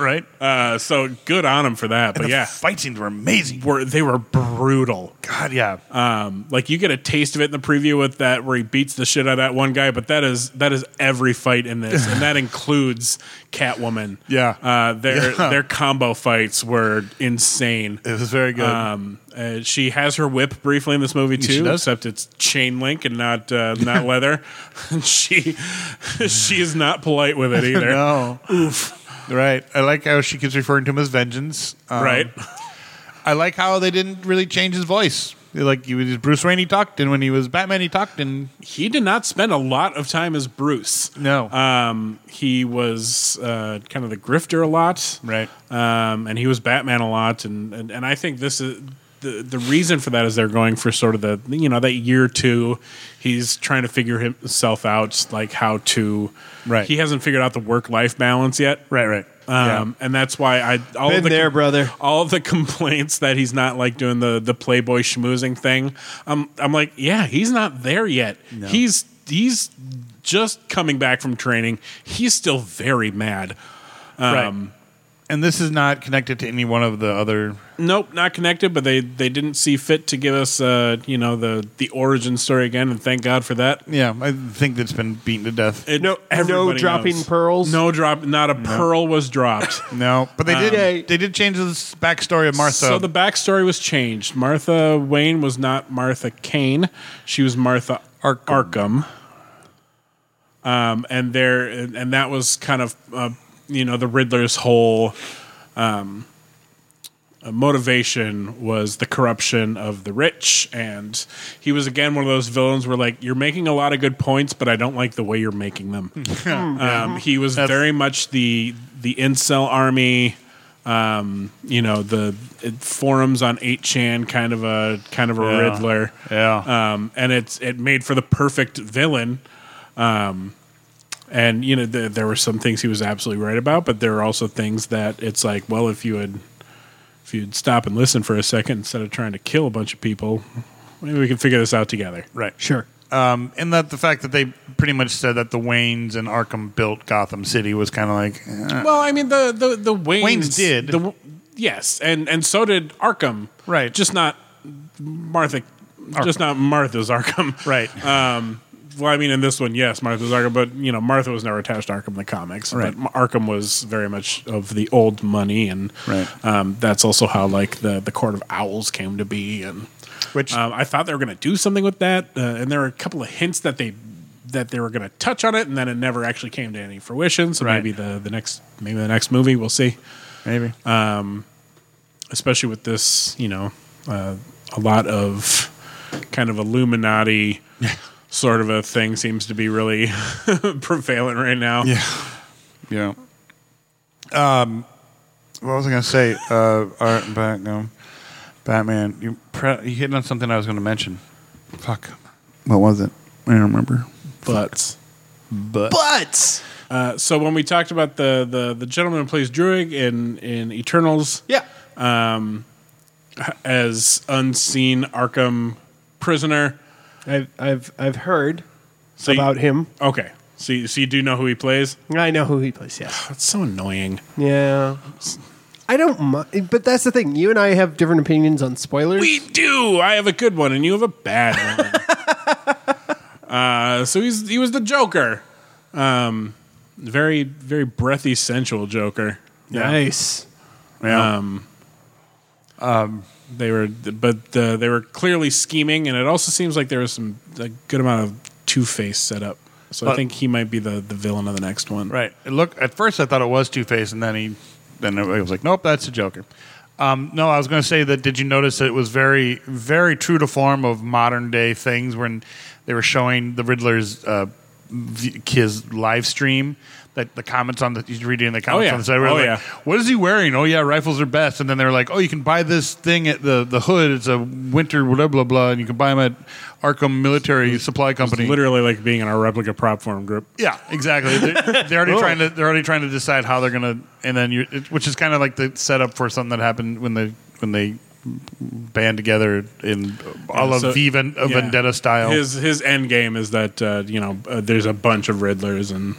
Speaker 5: Right,
Speaker 3: uh, so good on him for that. But
Speaker 5: the
Speaker 3: yeah,
Speaker 5: fight scenes were amazing.
Speaker 3: were they were brutal.
Speaker 5: God, yeah,
Speaker 3: Um, like you get a taste of it in the preview with that where he beats the shit out of that one guy, but that is that is every fight in this, and
Speaker 5: (laughs)
Speaker 3: that includes Catwoman.
Speaker 5: Yeah.
Speaker 3: uh, their
Speaker 5: Yeah.
Speaker 3: their combo fights were insane.
Speaker 5: it was very good.
Speaker 3: Um, uh, she has her whip briefly in this movie too,
Speaker 5: she does.
Speaker 3: except it's chain link and not uh, not
Speaker 5: (laughs)
Speaker 3: leather. (laughs) she (laughs) she is not polite with it either.
Speaker 5: (laughs) no, oof. Right, I like how she keeps referring to him as vengeance. Um,
Speaker 3: Right?
Speaker 5: I like how they didn't really change his voice. Like he was Bruce Wayne, he talked, and when he was Batman, he talked, and
Speaker 3: He did not spend a lot of time as Bruce.
Speaker 5: No.
Speaker 3: Um, he was uh, kind of the grifter a lot.
Speaker 5: Right.
Speaker 3: Um, and he was Batman a lot. And, and, and I think this is. The, the reason for that is they're going for sort of the you know that year two he's trying to figure himself out like how to
Speaker 5: Right.
Speaker 3: he hasn't figured out the work life balance yet
Speaker 5: right, right.
Speaker 3: Um, And that's why I all
Speaker 4: Been
Speaker 3: of the
Speaker 4: there, brother.
Speaker 3: All of the (laughs) complaints that he's not like doing the the Playboy schmoozing thing. Um, I'm like, yeah, he's not there yet. He's he's just coming back from training. He's still very mad. Um,
Speaker 5: And this is not connected to any one of the other.
Speaker 3: Nope, not connected. But they they didn't see fit to give us uh, you know the the origin story again, and thank God for that.
Speaker 5: Yeah, I think that's been beaten to death.
Speaker 3: It-
Speaker 4: No- no
Speaker 3: everybody
Speaker 4: dropping pearls?
Speaker 3: No drop. Not a pearl was
Speaker 4: (laughs)
Speaker 3: dropped.
Speaker 5: no, but they did. uh,
Speaker 4: Okay.
Speaker 5: They did change the s- backstory of Martha.
Speaker 3: Um, So the backstory was changed. Martha Wayne was not Martha Kane. She was Martha Arkham. Um, and there, and and that was kind of, uh, you know, the Riddler's whole um, uh, motivation was the corruption of the rich, and he was again one of those villains where like you're making a lot of good points, but I don't like the way you're making
Speaker 5: (laughs)
Speaker 3: them. um, he was very much the the incel army um, you know the it, forums on 8chan kind of a kind of a
Speaker 5: Yeah.
Speaker 3: riddler
Speaker 5: Yeah.
Speaker 3: um, and it's it made for the perfect villain um, and you know th- there were some things he was absolutely right about but there are also things that it's like well if you had if you'd stop and listen for a second instead of trying to kill a bunch of people maybe we can figure this out together
Speaker 5: right.
Speaker 4: Sure.
Speaker 5: Um, and that the fact that they pretty much said that the Waynes and Arkham built Gotham City was kind of like, eh.
Speaker 3: Well, I mean the the the Waynes,
Speaker 5: Waynes did.
Speaker 3: the, yes, and and so did Arkham,
Speaker 5: Right.
Speaker 3: Just not Martha, just not Martha's Arkham,
Speaker 5: (laughs) Right.
Speaker 3: Um, well, I mean, in this one, yes, Martha's Arkham, but you know, Martha was never attached to Arkham in the comics,
Speaker 5: Right.
Speaker 3: But Arkham was very much of the old money, and
Speaker 5: Right.
Speaker 3: um, that's also how like the the Court of Owls came to be, and
Speaker 5: Which-
Speaker 3: um, I thought they were going to do something with that, uh, and there were a couple of hints that they. That they were going to touch on it, and then it never actually came to any fruition. So
Speaker 5: Right.
Speaker 3: maybe the the next maybe the next movie we'll see
Speaker 5: maybe.
Speaker 3: especially with this you know uh, a lot of kind of
Speaker 5: (laughs)
Speaker 3: illuminati sort of a thing seems to be really (laughs) prevalent right now yeah
Speaker 5: Yeah. Um, what was I going to say? Uh, Art and Batman. Batman, you pre- you hit on something I was going to mention. Fuck. What was it? I don't remember.
Speaker 3: but
Speaker 5: But
Speaker 4: But
Speaker 3: uh, so when we talked about the the, the gentleman who plays druid in in eternals
Speaker 4: yeah,
Speaker 3: as unseen arkham prisoner
Speaker 4: I've I've I've heard
Speaker 3: So you-
Speaker 4: about him.
Speaker 3: okay so you, so you do know who he plays
Speaker 4: I know who he plays. Yes.
Speaker 3: (sighs) that's so annoying
Speaker 4: Yeah. I don't mind, but that's the thing. You and I have different opinions on spoilers.
Speaker 3: We do. I have a good one, and you have a bad one. uh, so he's he was the Joker. Um, very very breathy, sensual Joker.
Speaker 4: nice.
Speaker 5: yeah.
Speaker 3: They were, but uh, they were clearly scheming, and it also seems like there was some a good amount of Two Face set up. So I
Speaker 5: But-
Speaker 3: think he might be the the villain of the next one.
Speaker 5: Right. It look at first I thought it was Two Face, and then he then it was like, nope, that's a Joker. Um, no, I was going to say that. Did you notice that it was very very true to form of modern day things when they were showing the Riddler's uh, v- his live stream. That the comments on the you read it in the comments
Speaker 3: yeah.
Speaker 5: on the side were
Speaker 3: Oh,
Speaker 5: like,
Speaker 3: yeah.
Speaker 5: "What is he wearing? Oh yeah, rifles are best." And then they were like, "Oh, you can buy this thing at the the hood. It's a winter blah blah blah, and you can buy them at Arkham Military Supply Company."
Speaker 3: Literally like being in our replica prop form group.
Speaker 5: Yeah, exactly. They're, they're already trying to they're already trying to decide how they're gonna, and then you, it- which is kind of like the setup for something that happened when they when they band together in all
Speaker 3: Yeah,
Speaker 5: of
Speaker 3: so-
Speaker 5: Viven, uh,
Speaker 3: yeah.
Speaker 5: Vendetta style.
Speaker 3: His his end game is that uh, you know uh, there's a bunch of Riddlers and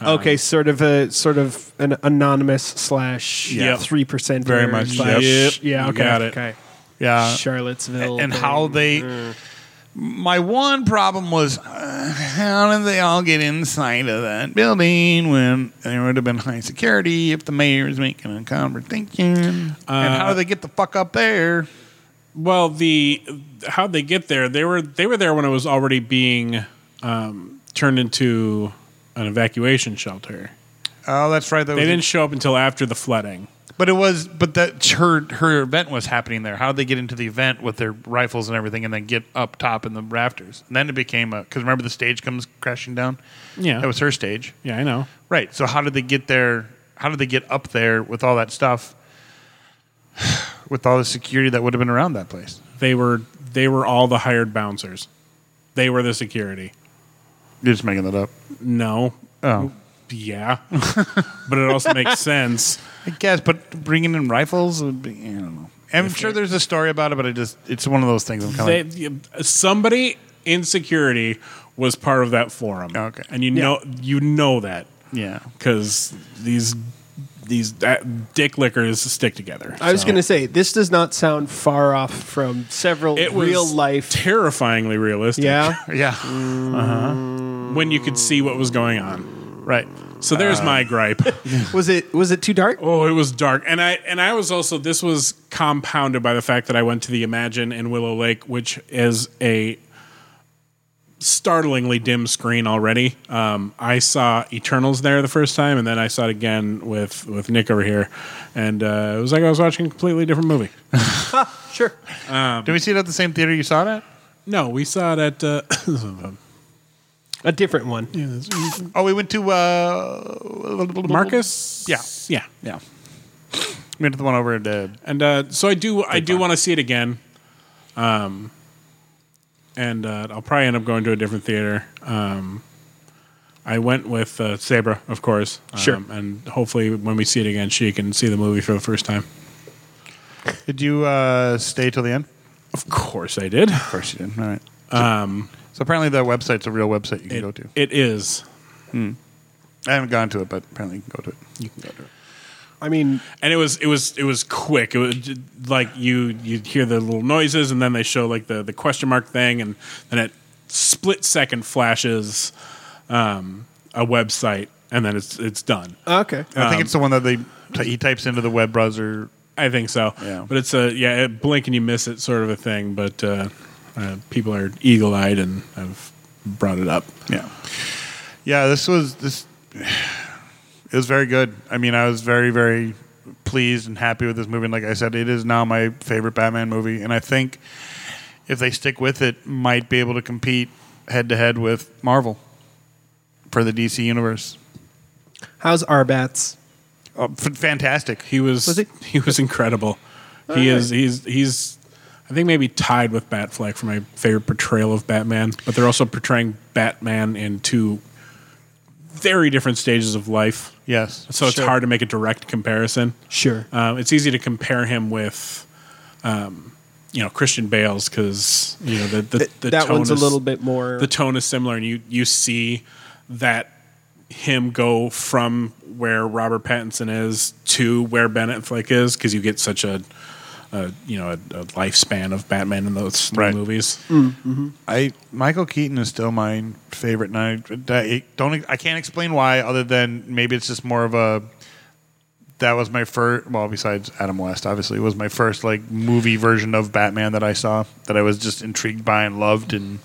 Speaker 4: okay,
Speaker 3: Um,
Speaker 4: sort of a sort of an anonymous slash
Speaker 3: Yeah.
Speaker 4: three percent.
Speaker 3: Very much,
Speaker 4: Slash,
Speaker 3: yep.
Speaker 4: Yeah.
Speaker 3: You
Speaker 4: Okay.
Speaker 3: got it. Uh,
Speaker 4: Okay.
Speaker 5: yeah,
Speaker 4: Charlottesville.
Speaker 5: and
Speaker 4: thing.
Speaker 5: how they. My one problem was uh, how did they all get inside of that building when there would have been high security if the mayor's making a conversation? and
Speaker 3: Uh,
Speaker 5: how do they get the fuck up there?
Speaker 3: Well, the how'd they get there? They were they were there when it was already being um, turned into an evacuation shelter.
Speaker 5: Oh, that's right. That
Speaker 3: They
Speaker 5: was
Speaker 3: didn't show up until after the flooding.
Speaker 5: But it was, but that her her event was happening there. How did they get into the event with their rifles and everything, and then get up top in the rafters? And then it became a because remember the stage comes crashing down.
Speaker 3: Yeah.
Speaker 5: that was her stage,
Speaker 3: Yeah, I know.
Speaker 5: right? So how did they get there? How did they get up there with all that stuff? (sighs) With all the security that would have been around that place.
Speaker 3: They were they were all the hired bouncers. They were the security.
Speaker 5: You're just making that up.
Speaker 3: No,
Speaker 5: Oh,
Speaker 3: yeah, (laughs) but it also makes sense.
Speaker 5: I guess, but bringing in rifles would be, I don't know. I'm sure there's a story about it, but I just, it's one of those things I'm kind of
Speaker 3: They, somebody in security was part of that forum.
Speaker 5: Okay.
Speaker 3: and you know you know that
Speaker 5: yeah.
Speaker 3: because these these uh, dick lickers stick together.
Speaker 4: I was
Speaker 3: So-
Speaker 4: going to say this does not sound far off from several
Speaker 3: It was
Speaker 4: real life.
Speaker 3: terrifyingly realistic. (laughs)
Speaker 4: yeah,
Speaker 5: Yeah.
Speaker 3: when you could see what was going on.
Speaker 5: Right.
Speaker 3: So there's my
Speaker 4: Uh.
Speaker 3: gripe.
Speaker 4: was it was it too dark?
Speaker 3: Oh, it was dark, and I and I was also this was compounded by the fact that I went to the Imagine in Willow Lake, which is a startlingly dim screen already. Um, I saw Eternals there the first time, and then I saw it again with with Nick over here, and uh, it was like I was watching a completely different movie.
Speaker 4: Sure.
Speaker 3: Um,
Speaker 5: Did we see it at the same theater you saw it at?
Speaker 3: No, we saw it at uh, (coughs)
Speaker 4: A different one.
Speaker 5: Oh, we went to uh,
Speaker 3: Marcus.
Speaker 5: Yeah.
Speaker 3: yeah, yeah.
Speaker 5: We went to the one over at uh,
Speaker 3: And uh, so I do, I do want to see it again. Um, and uh, I'll probably end up going to a different theater. Um, I went with uh, Sabra, of course. Um,
Speaker 4: Sure.
Speaker 3: And hopefully, when we see it again, she can see the movie for the first time.
Speaker 5: Did you uh, stay till the end?
Speaker 3: Of course, I did.
Speaker 5: Of course you did. All right. Um, so apparently that website's a real website you can
Speaker 3: It-
Speaker 5: go to.
Speaker 3: it is,
Speaker 5: I haven't gone to it, but apparently you can go to it. You can go to it.
Speaker 4: I mean,
Speaker 3: and it was, it was, it was quick. It was j- like you, you hear the little noises, and then they show like the the question mark thing, and then it split second flashes um, a website, and then it's it's done.
Speaker 4: okay.
Speaker 3: Uh,
Speaker 5: I think it's the one that they he types into the web browser.
Speaker 3: I think so.
Speaker 5: Yeah.
Speaker 3: But it's a yeah, it blink and you miss it sort of a thing. But uh, uh, people are eagle eyed and have brought it up.
Speaker 5: Yeah. Yeah, this was this (sighs) it was very good. I mean, I was very very pleased and happy with this movie and like I said it is now my favorite Batman movie and I think if they stick with it might be able to compete head to head with Marvel for the DC universe.
Speaker 4: How's Arbats?
Speaker 5: Oh, f- fantastic.
Speaker 3: He was,
Speaker 4: Was
Speaker 3: he?
Speaker 4: he?
Speaker 3: was incredible. he is he's he's I think maybe tied with Batfleck for my favorite portrayal of Batman. But they're also portraying Batman in two very different stages of life.
Speaker 5: Yes.
Speaker 3: So it's hard to make a direct comparison.
Speaker 4: Sure.
Speaker 3: Um, it's easy to compare him with, um, you know, Christian Bale's because you know the the, the
Speaker 4: that
Speaker 3: tone
Speaker 4: one's a
Speaker 3: is-
Speaker 4: little bit more.
Speaker 3: The tone is similar, and you you see that him go from where Robert Pattinson is to where Ben Affleck is because you get such a, a you know a, a lifespan of Batman in those three
Speaker 5: Right.
Speaker 3: movies.
Speaker 5: I Michael Keaton is still my favorite, and I, I don't. I can't explain why, other than maybe it's just more of a. That was my first. Well, besides Adam West, obviously, it was my first like movie version of Batman that I saw that I was just intrigued by and loved, and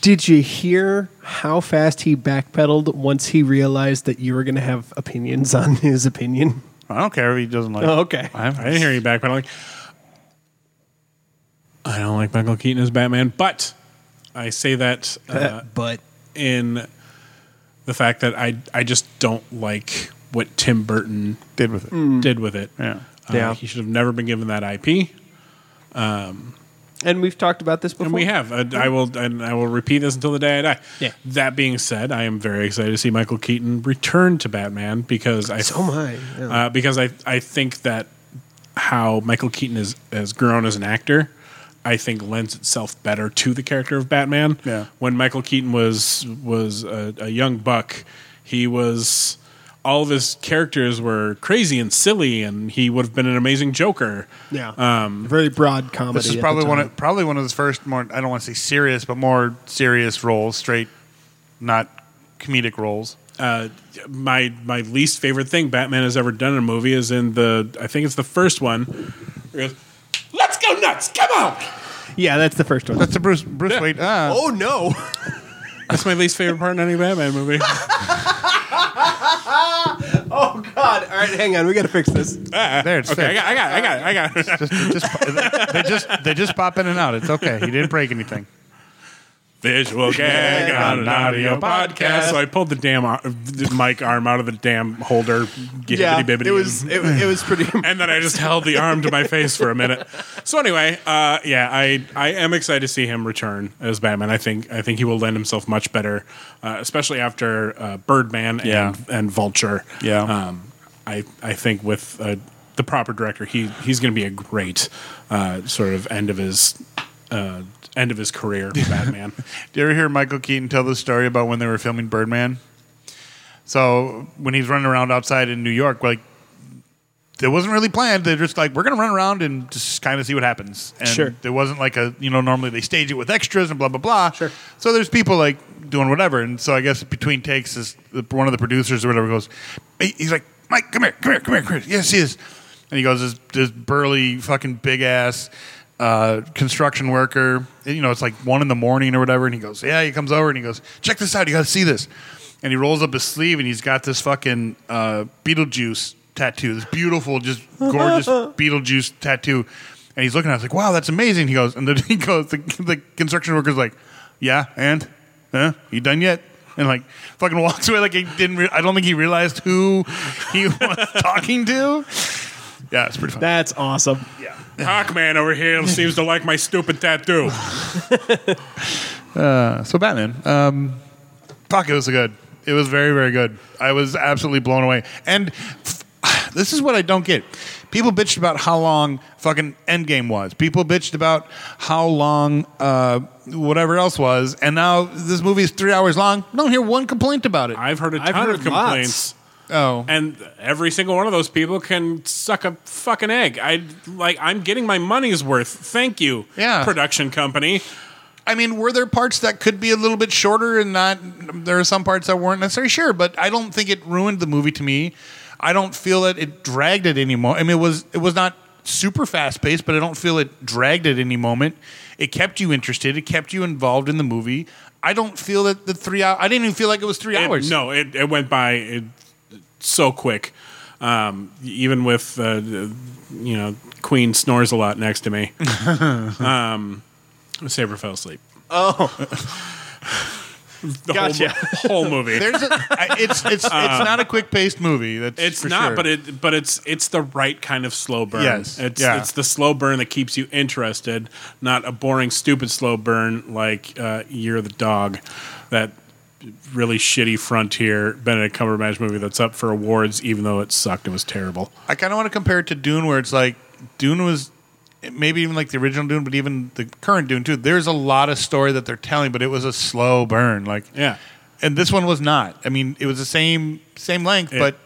Speaker 4: Did you hear how fast he backpedaled once he realized that you were going to have opinions on (laughs) his opinion?
Speaker 5: I don't care if he doesn't like.
Speaker 4: Oh, okay.
Speaker 5: I,
Speaker 3: I didn't hear you backpedaling. I don't like Michael Keaton as Batman, but I say that uh,
Speaker 4: but
Speaker 3: in the fact that I I just don't like what Tim Burton
Speaker 5: did with it.
Speaker 4: Mm.
Speaker 3: did with it.
Speaker 5: Yeah.
Speaker 3: Uh,
Speaker 4: Yeah.
Speaker 3: he should have never been given that IP,
Speaker 4: and we've talked about this before.
Speaker 3: and we have. And I will, and I will repeat this until the day I die.
Speaker 4: Yeah.
Speaker 3: That being said, I am very excited to see Michael Keaton return to Batman because I
Speaker 4: So am I. Yeah.
Speaker 3: uh, because I I think that how Michael Keaton is has grown as an actor, I think lends itself better to the character of Batman.
Speaker 5: Yeah.
Speaker 3: When Michael Keaton was was a, a young buck, he was all of his characters were crazy and silly, and he would have been an amazing Joker. Uh,
Speaker 4: yeah. Very broad comedy.
Speaker 5: This
Speaker 4: at
Speaker 5: is
Speaker 4: the
Speaker 5: probably one
Speaker 4: time.
Speaker 5: of probably one of his first more. I don't want to say serious, but more serious roles, straight, not comedic roles.
Speaker 3: uh, my my least favorite thing Batman has ever done in a movie is in the I think it's the first one. where he goes, Let's go nuts! Come on!
Speaker 4: Yeah, that's the first
Speaker 5: (laughs)
Speaker 4: one.
Speaker 5: That's a Bruce Bruce Wayne. Ah,
Speaker 4: oh no.
Speaker 3: That's my least favorite part in any Batman (laughs) movie.
Speaker 4: (laughs) oh god. All right, hang on. We got to fix this.
Speaker 5: there it's
Speaker 3: Okay, I
Speaker 5: fixed.
Speaker 3: got, I got, I got, I got. (laughs)
Speaker 5: (laughs) just, just they just they just pop in and out. It's okay. He didn't break anything.
Speaker 3: Visual gag on an audio podcast. So I pulled the damn ar- the mic arm out of the damn holder. Gibbity
Speaker 4: Yeah,
Speaker 3: bibbity.
Speaker 4: it was it, it was pretty. (laughs)
Speaker 3: and then I just held the arm to my face for a minute. So anyway, uh, yeah, I I am excited to see him return as Batman. I think I think he will lend himself much better, uh, especially after uh, Birdman and
Speaker 5: Yeah.
Speaker 3: and Vulture.
Speaker 5: Yeah.
Speaker 3: um, I I think with uh, the proper director, he he's going to be a great uh, sort of end of his uh, end of his career Batman.
Speaker 5: Do you ever hear Michael Keaton tell the story about when they were filming Birdman? So when he's running around outside in New York, like it wasn't really planned. They're just like, we're gonna run around and just kind of see what happens. And
Speaker 4: Sure.
Speaker 5: There wasn't like a you know normally they stage it with extras and blah blah blah. Sure. So there's people like doing whatever, and so I guess between takes is one of the producers or whatever goes, he- he's like, Mike, come here, come here, come here, come here. Yes, he is. And he goes, this, this burly fucking big ass uh, construction worker. And, you know, it's like one in the morning or whatever. And he goes, yeah. He comes over and he goes, check this out. You got to see this. And he rolls up his sleeve and he's got this fucking uh, Beetlejuice tattoo. This beautiful, just gorgeous Beetlejuice tattoo. And he's looking at it, like, wow, that's amazing. He goes, and then (laughs) he goes, the, the construction worker's like, yeah, and? Huh? You done yet? And like, fucking walks away like he didn't, re- I don't think he realized who he (laughs) was talking to. Yeah, it's pretty fun.
Speaker 4: That's awesome.
Speaker 3: Hawkman over here seems to like my stupid tattoo.
Speaker 5: so Batman. Um, fuck, it was good. It was very, very good. I was absolutely blown away. And (sighs) f- this is what I don't get. People bitched about how long fucking Endgame was. People bitched about how long uh, whatever else was. And now this movie is three hours long. I don't hear one complaint about it.
Speaker 3: I've heard a ton
Speaker 4: I've heard
Speaker 3: of complaints.
Speaker 5: oh.
Speaker 3: and every single one of those people can suck a fucking egg. I like I'm getting my money's worth. Thank you,
Speaker 5: Yeah.
Speaker 3: production company.
Speaker 5: I mean, were there parts that could be a little bit shorter and not? There are some parts that weren't necessarily sure, but I don't think it ruined the movie to me. I don't feel that it dragged it any moment. I mean, it was it was not super fast paced, but I don't feel it dragged at any moment. It kept you interested. It kept you involved in the movie. I don't feel that the three hour. I didn't even feel like it was three
Speaker 3: It-
Speaker 5: hours.
Speaker 3: no, it, it went by it, so quick. Um, even with uh, the- you know Queen snores a lot next to
Speaker 5: (laughs)
Speaker 3: me. um, Saber fell asleep. Oh. (laughs) The
Speaker 4: Gotcha.
Speaker 3: whole, whole
Speaker 5: (laughs)
Speaker 3: movie.
Speaker 5: there's a, I- it's
Speaker 3: (laughs)
Speaker 5: it's it's not a quick paced movie. That's
Speaker 3: Uh. It's
Speaker 5: for
Speaker 3: not,
Speaker 5: sure.
Speaker 3: but it but it's it's the right kind of slow burn.
Speaker 5: Yes,
Speaker 3: it's
Speaker 5: yeah.
Speaker 3: it's the slow burn that keeps you interested, not a boring, stupid slow burn like uh, Year of the Dog, that really shitty frontier Benedict Cumberbatch movie that's up for awards, even though it sucked and was terrible.
Speaker 5: I kind of want to compare it to Dune, where it's like Dune was maybe even like the original Dune, but even the current Dune too. There's a lot of story that they're telling, but it was a slow burn. Like
Speaker 3: Yeah.
Speaker 5: and this one was not. I mean, it was the same same length,
Speaker 3: Yeah.
Speaker 5: but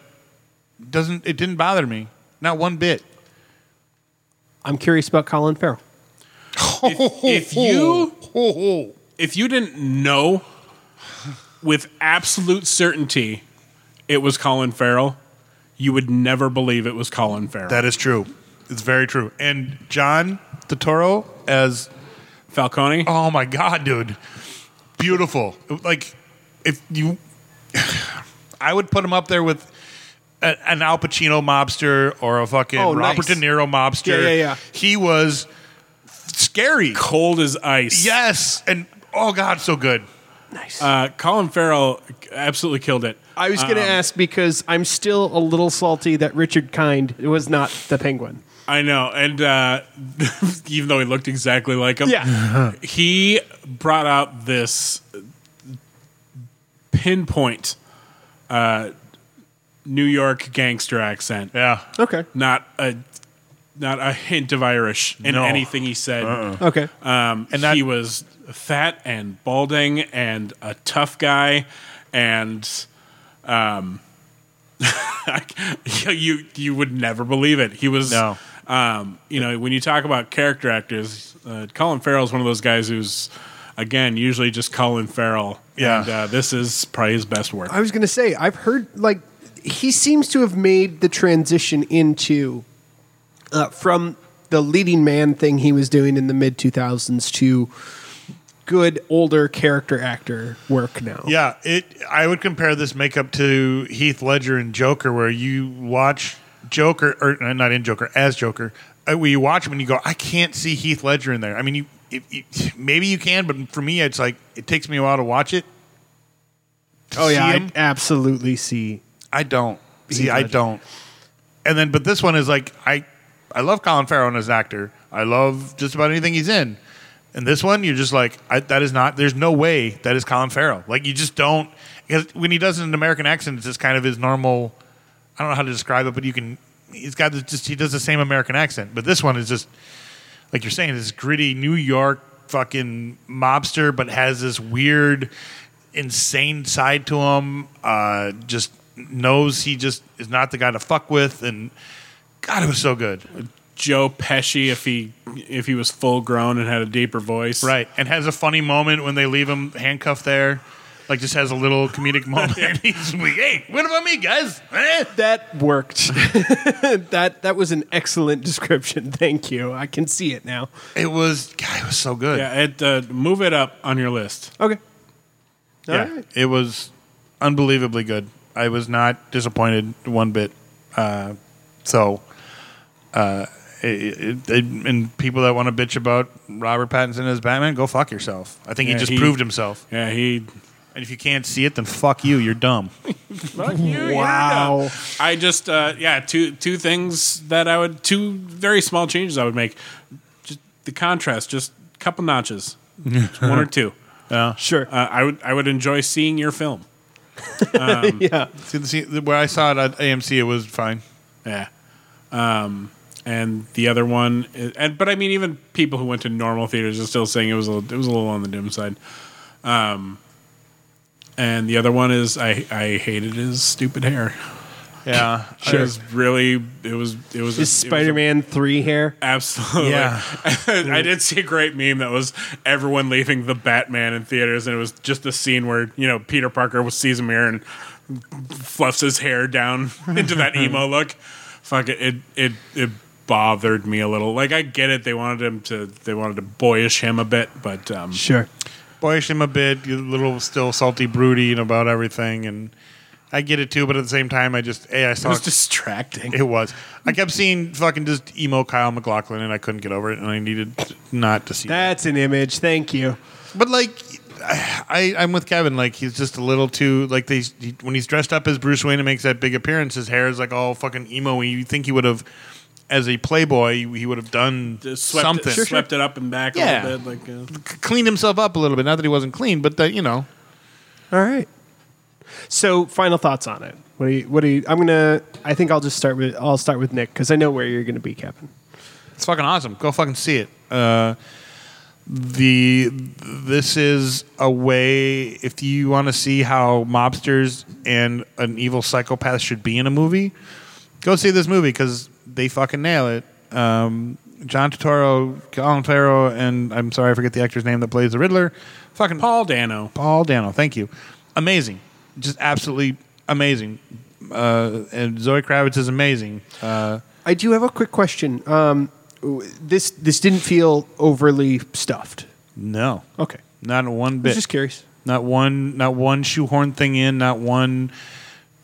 Speaker 5: doesn't it didn't bother me not one bit.
Speaker 4: I'm curious about Colin Farrell.
Speaker 3: if you if you didn't know with absolute certainty it was Colin Farrell, you would never believe it was Colin Farrell.
Speaker 5: That is true. It's very true. And John the Toro as
Speaker 3: Falcone.
Speaker 5: Oh my god, dude. Beautiful. Like if you I would put him up there with a, an Al Pacino mobster or a fucking
Speaker 4: Oh,
Speaker 5: Robert
Speaker 4: nice.
Speaker 5: De Niro mobster.
Speaker 4: Yeah, yeah, yeah.
Speaker 5: He was scary.
Speaker 3: Cold as ice.
Speaker 5: Yes, and oh god, so good.
Speaker 3: Uh, Colin Farrell absolutely killed it. Uh,
Speaker 4: I was
Speaker 3: Um,
Speaker 4: going to ask because I'm still a little salty that Richard Kind was not the Penguin.
Speaker 3: I know, and uh, (laughs) even though he looked exactly like him,
Speaker 4: Yeah.
Speaker 3: he brought out this pinpoint uh, New York gangster accent.
Speaker 5: Yeah.
Speaker 4: (laughs) Okay.
Speaker 3: Not a not a hint of Irish in
Speaker 5: No.
Speaker 3: anything he said.
Speaker 4: Okay.
Speaker 3: Um,
Speaker 5: And that-
Speaker 3: he was fat and balding and a tough guy, and (laughs) um, you you would never believe it. He was
Speaker 5: No.
Speaker 3: um, you know when you talk about character actors, uh, Colin Farrell is one of those guys who's again usually just Colin Farrell.
Speaker 5: Yeah.
Speaker 3: and, uh, this is probably his best work.
Speaker 4: I was going to say I've heard like he seems to have made the transition into uh, from the leading man thing he was doing in the mid 2000s to good older character actor work now.
Speaker 5: Yeah, it. I would compare this makeup to Heath Ledger and uh, Joker, where you watch Joker or not in Joker as Joker, uh, where you watch them and you go, I can't see Heath Ledger in there. I mean, you, if, you maybe you can, but for me, it's like it takes me a while to watch it.
Speaker 4: Oh yeah,
Speaker 5: see
Speaker 4: I
Speaker 5: him?
Speaker 4: absolutely see.
Speaker 5: I don't. See, I
Speaker 4: Ledger.
Speaker 5: don't. And then, but this one is like I, I love Colin Farrell as an actor. I love just about anything he's in. And this one, you're just like, I, that is not. There's no way that is Colin Farrell. Like you just don't. Because when he does an American accent, it's just kind of his normal. I don't know how to describe it, but you can. He's got this, just he does the same American accent. But this one is just like you're saying, this gritty New York fucking mobster, but has this weird, insane side to him. Uh, just knows he just is not the guy to fuck with, and God, it was so good,
Speaker 3: Joe Pesci if he if he was full grown and had a deeper voice.
Speaker 5: right? And has a funny moment when they leave him handcuffed there, like just has a little (laughs) comedic moment. He's like, "Hey, what about me, guys?" Eh?
Speaker 4: That worked. (laughs) that that was an excellent description. (laughs) Thank you. I can see it now.
Speaker 5: It was, God, it was so good.
Speaker 3: Yeah, it, uh, move it up on your list.
Speaker 4: Okay. All
Speaker 5: Yeah,
Speaker 4: right.
Speaker 5: it was unbelievably good. I was not disappointed one bit. Uh, so, uh, it, it, it, and people that want to bitch about Robert Pattinson as Batman, go fuck yourself. I think he
Speaker 3: Yeah,
Speaker 5: just
Speaker 3: he-
Speaker 5: proved himself.
Speaker 3: Yeah, he.
Speaker 5: And if you can't see it, then fuck you. You're dumb.
Speaker 4: Wow.
Speaker 3: I just uh, yeah two two things that I would two very small changes I would make. Just the contrast, just a couple notches, Just one or two.
Speaker 4: Sure.
Speaker 3: Uh, I would I would enjoy seeing your film.
Speaker 4: yeah.
Speaker 5: (laughs) see, the, see, where I saw it at AMC, it was fine.
Speaker 3: Yeah. Um, and the other one, i- and but I mean, even people who went to normal theaters are still saying it was a, it was a little on the dim side. Um, and the other one is I I hated his stupid hair.
Speaker 5: Yeah,
Speaker 3: It was really it was it was it was
Speaker 4: Is
Speaker 3: a-
Speaker 4: Spider Man three hair?
Speaker 3: Absolutely.
Speaker 5: Yeah.
Speaker 3: (laughs) I did see a great meme that was everyone leaving the Batman in theaters, and it was just the scene where, you know, Peter Parker was- sees a mirror and fluffs his hair down (laughs) into that
Speaker 5: (laughs)
Speaker 3: emo look. Fuck it. It, it, it bothered me a little. Like, I get it. They wanted him to, they wanted to boyish him a bit, but, um,
Speaker 4: Sure.
Speaker 5: (laughs) boyish him a bit, a little still salty, broody, and about everything. And I get it too, but at the same time, I just, hey, I
Speaker 3: it
Speaker 5: saw
Speaker 3: was distracting.
Speaker 5: It was. I kept seeing fucking just emo Kyle McLaughlin, and I couldn't get over it, and I needed not to see that.
Speaker 4: That's an image. Thank you.
Speaker 5: But like, I I'm with Kevin. Like he's just a little too like they he, when he's dressed up as Bruce Wayne and makes that big appearance, his hair is like all fucking emo. You think he would have, as a playboy, he would have done
Speaker 3: Just swept,
Speaker 5: something,
Speaker 3: It, swept it up and back
Speaker 5: Yeah.
Speaker 3: a little bit. Like, uh,
Speaker 5: cleaned himself up a little bit. Not that he wasn't clean, but that you know.
Speaker 4: All right. So, final thoughts on it. What do you? What do you? I'm gonna. I think I'll just start with. I'll start with Nick because I know where you're gonna be, Kevin.
Speaker 5: It's fucking awesome. Go fucking see it. Uh, the this is a way if you want to see how mobsters and an evil psychopath should be in a movie, go see this movie because they fucking nail it. Um, John Turturro, Colin Farrell, and I'm sorry I forget the actor's name that plays the Riddler. Fucking
Speaker 3: Paul Dano.
Speaker 5: Paul Dano, thank you. Amazing, just absolutely amazing. Uh, and Zoe Kravitz is amazing. Uh,
Speaker 4: I do have a quick question. Um, w- this this didn't feel overly stuffed.
Speaker 5: no,
Speaker 4: Okay.
Speaker 5: not one
Speaker 4: I
Speaker 5: bit.
Speaker 4: was just curious.
Speaker 5: Not one, not one shoehorn thing in. Not one.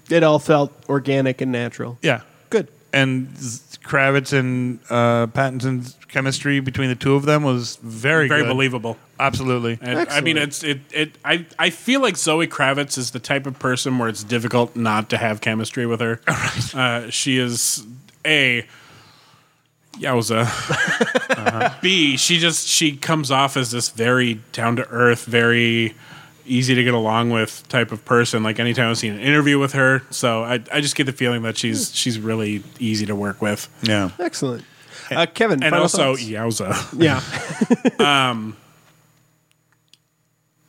Speaker 4: It all felt organic and natural.
Speaker 5: Yeah,
Speaker 4: Good.
Speaker 5: and Z- Kravitz and uh, Pattinson's chemistry between the two of them was very,
Speaker 3: Very
Speaker 5: good.
Speaker 3: believable.
Speaker 5: Absolutely.
Speaker 3: And, I mean, it's it it. I I feel like Zoe Kravitz is the type of person where it's difficult not to have chemistry with
Speaker 4: (laughs)
Speaker 3: her. Uh, she is a yowza. (laughs) Uh-huh. B. She just she comes off as this very down to earth, very easy to get along with type of person. Like anytime I've seen an interview with her, so I I just get the feeling that
Speaker 4: Hmm.
Speaker 3: she's she's really easy to work with.
Speaker 5: yeah.
Speaker 4: Excellent. Uh, Kevin.
Speaker 3: And
Speaker 4: final
Speaker 3: also
Speaker 4: thoughts?
Speaker 3: yowza. (laughs)
Speaker 4: (laughs) yeah.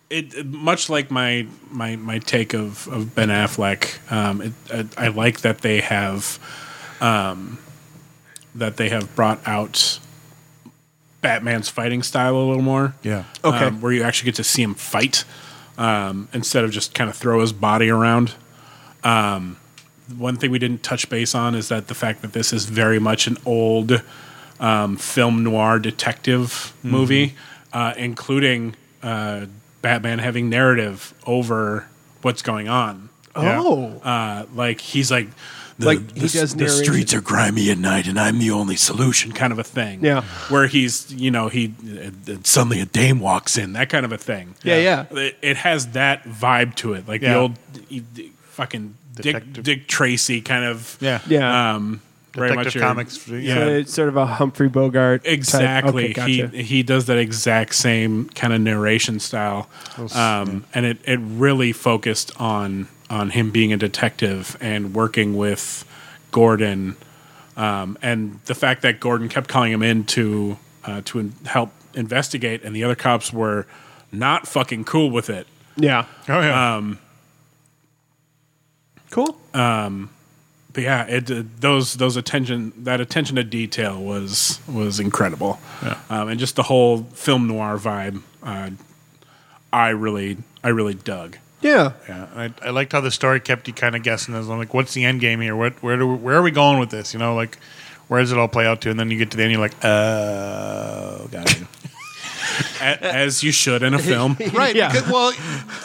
Speaker 3: it it- much like my my my take of of Ben Affleck. Um, it, I, I like that they have, um, that they have brought out Batman's fighting style a little more.
Speaker 5: Yeah.
Speaker 4: Okay.
Speaker 3: um, where you actually get to see him fight um, instead of just kind of throw his body around. Um, one thing we didn't touch base on is that the fact that this is very much an old um, film noir detective movie, uh, including uh, Batman having narrative over what's going on.
Speaker 4: Oh.
Speaker 3: Uh, like he's like,
Speaker 4: Like, he does
Speaker 3: the streets
Speaker 4: narration.
Speaker 3: are grimy at night, and I'm the only solution, kind of a thing.
Speaker 4: Yeah.
Speaker 3: where he's you know he uh, uh, suddenly a dame walks in, that kind of a thing.
Speaker 4: Yeah, yeah.
Speaker 3: It, it has that vibe to it, like
Speaker 5: Yeah.
Speaker 3: the old e- d- fucking Dick,
Speaker 5: Detective.
Speaker 3: Dick Tracy kind of
Speaker 5: Yeah.
Speaker 4: Yeah.
Speaker 3: Um, very
Speaker 5: Detective
Speaker 3: much your-
Speaker 5: Comics.
Speaker 3: yeah.
Speaker 4: So it's sort of a Humphrey Bogart. type-
Speaker 3: Exactly.
Speaker 4: Okay, gotcha.
Speaker 3: He he does that exact same kind of narration style,
Speaker 4: Oh,
Speaker 3: um, and it, it really focused on on him being a detective and working with Gordon, um, and the fact that Gordon kept calling him in to uh, to in- help investigate, and the other cops were not fucking cool with it.
Speaker 4: yeah.
Speaker 5: Oh yeah.
Speaker 3: Um,
Speaker 4: Cool.
Speaker 3: But yeah, it, uh, those those attention that attention to detail was was incredible, um, and just the whole film noir vibe. Uh, I really I really dug.
Speaker 4: yeah.
Speaker 5: Yeah, I, I liked how the story kept you kind of guessing. As I'm like, what's the end game here? What where do we, where are we going with this? You know, like where does it all play out to? And then you get to the end, you're like, oh, got
Speaker 3: (laughs)
Speaker 5: it.
Speaker 3: A- as you should in a (laughs) film.
Speaker 5: (laughs) right?
Speaker 4: Yeah.
Speaker 5: Because, well,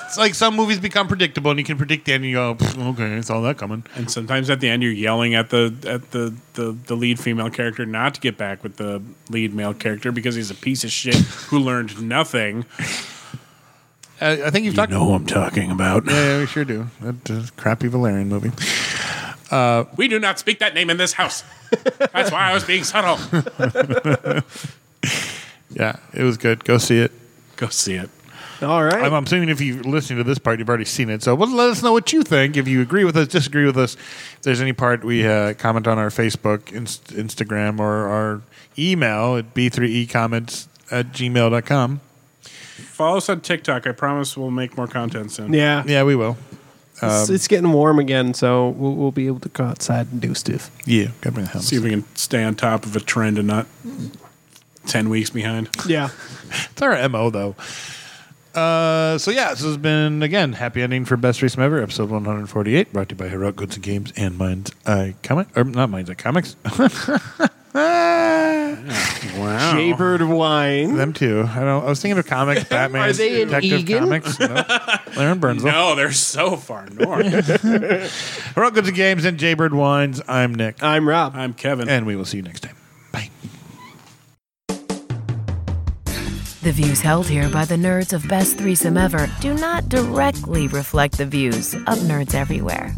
Speaker 5: it's like some movies become predictable, and you can predict the end. And you go, "Pfft, okay, it's all that coming.
Speaker 3: And sometimes at the end, you're yelling at the at the, the the lead female character not to get back with the lead male character because he's a piece of shit who learned nothing.
Speaker 5: I, I think you've talked.
Speaker 3: who I'm talking about.
Speaker 5: Yeah, yeah, we sure do. That uh, crappy Valerian movie.
Speaker 3: We do not speak that name in this house. That's why I was being (laughs) subtle.
Speaker 5: Yeah, it was good. Go see it.
Speaker 3: Go see it.
Speaker 4: All right.
Speaker 5: I'm, I'm assuming if you're listening to this part, you've already seen it. So well, let us know what you think. If you agree with us, disagree with us. If there's any part we uh, comment on our Facebook, inst- Instagram, or our email at b3ecomments at gmail.com.
Speaker 3: Follow us on TikTok. I promise we'll make more content soon.
Speaker 4: yeah.
Speaker 5: Yeah, we will.
Speaker 4: it's, it's getting warm again, so we'll, we'll be able to go outside and do stuff.
Speaker 5: Yeah, got me the helmet.
Speaker 3: See if we can stay on top of a trend and not ten weeks behind.
Speaker 4: Yeah.
Speaker 5: It's our mo though. Uh, so yeah, this has been again happy ending for best threesome ever, episode 148, brought to you by Heroic Goods and Games and Minds I Comic or not Minds I Comics. (laughs)
Speaker 3: Wow.
Speaker 4: Jaybird wine.
Speaker 5: Them too. I don't. I was thinking of comics, Batman,
Speaker 4: (laughs) Are they in
Speaker 5: Detective
Speaker 4: Egan?
Speaker 5: Comics. No.
Speaker 4: (laughs)
Speaker 5: They're in Burnsville.
Speaker 3: No, they're so far north.
Speaker 5: Heroic Goods and Games and Jaybird Wines. I'm Nick,
Speaker 4: I'm Rob.
Speaker 3: (laughs) I'm Kevin.
Speaker 5: and we will see you next time. Bye.
Speaker 2: The views held here by the nerds of Best Threesome Ever do not directly reflect the views of nerds everywhere.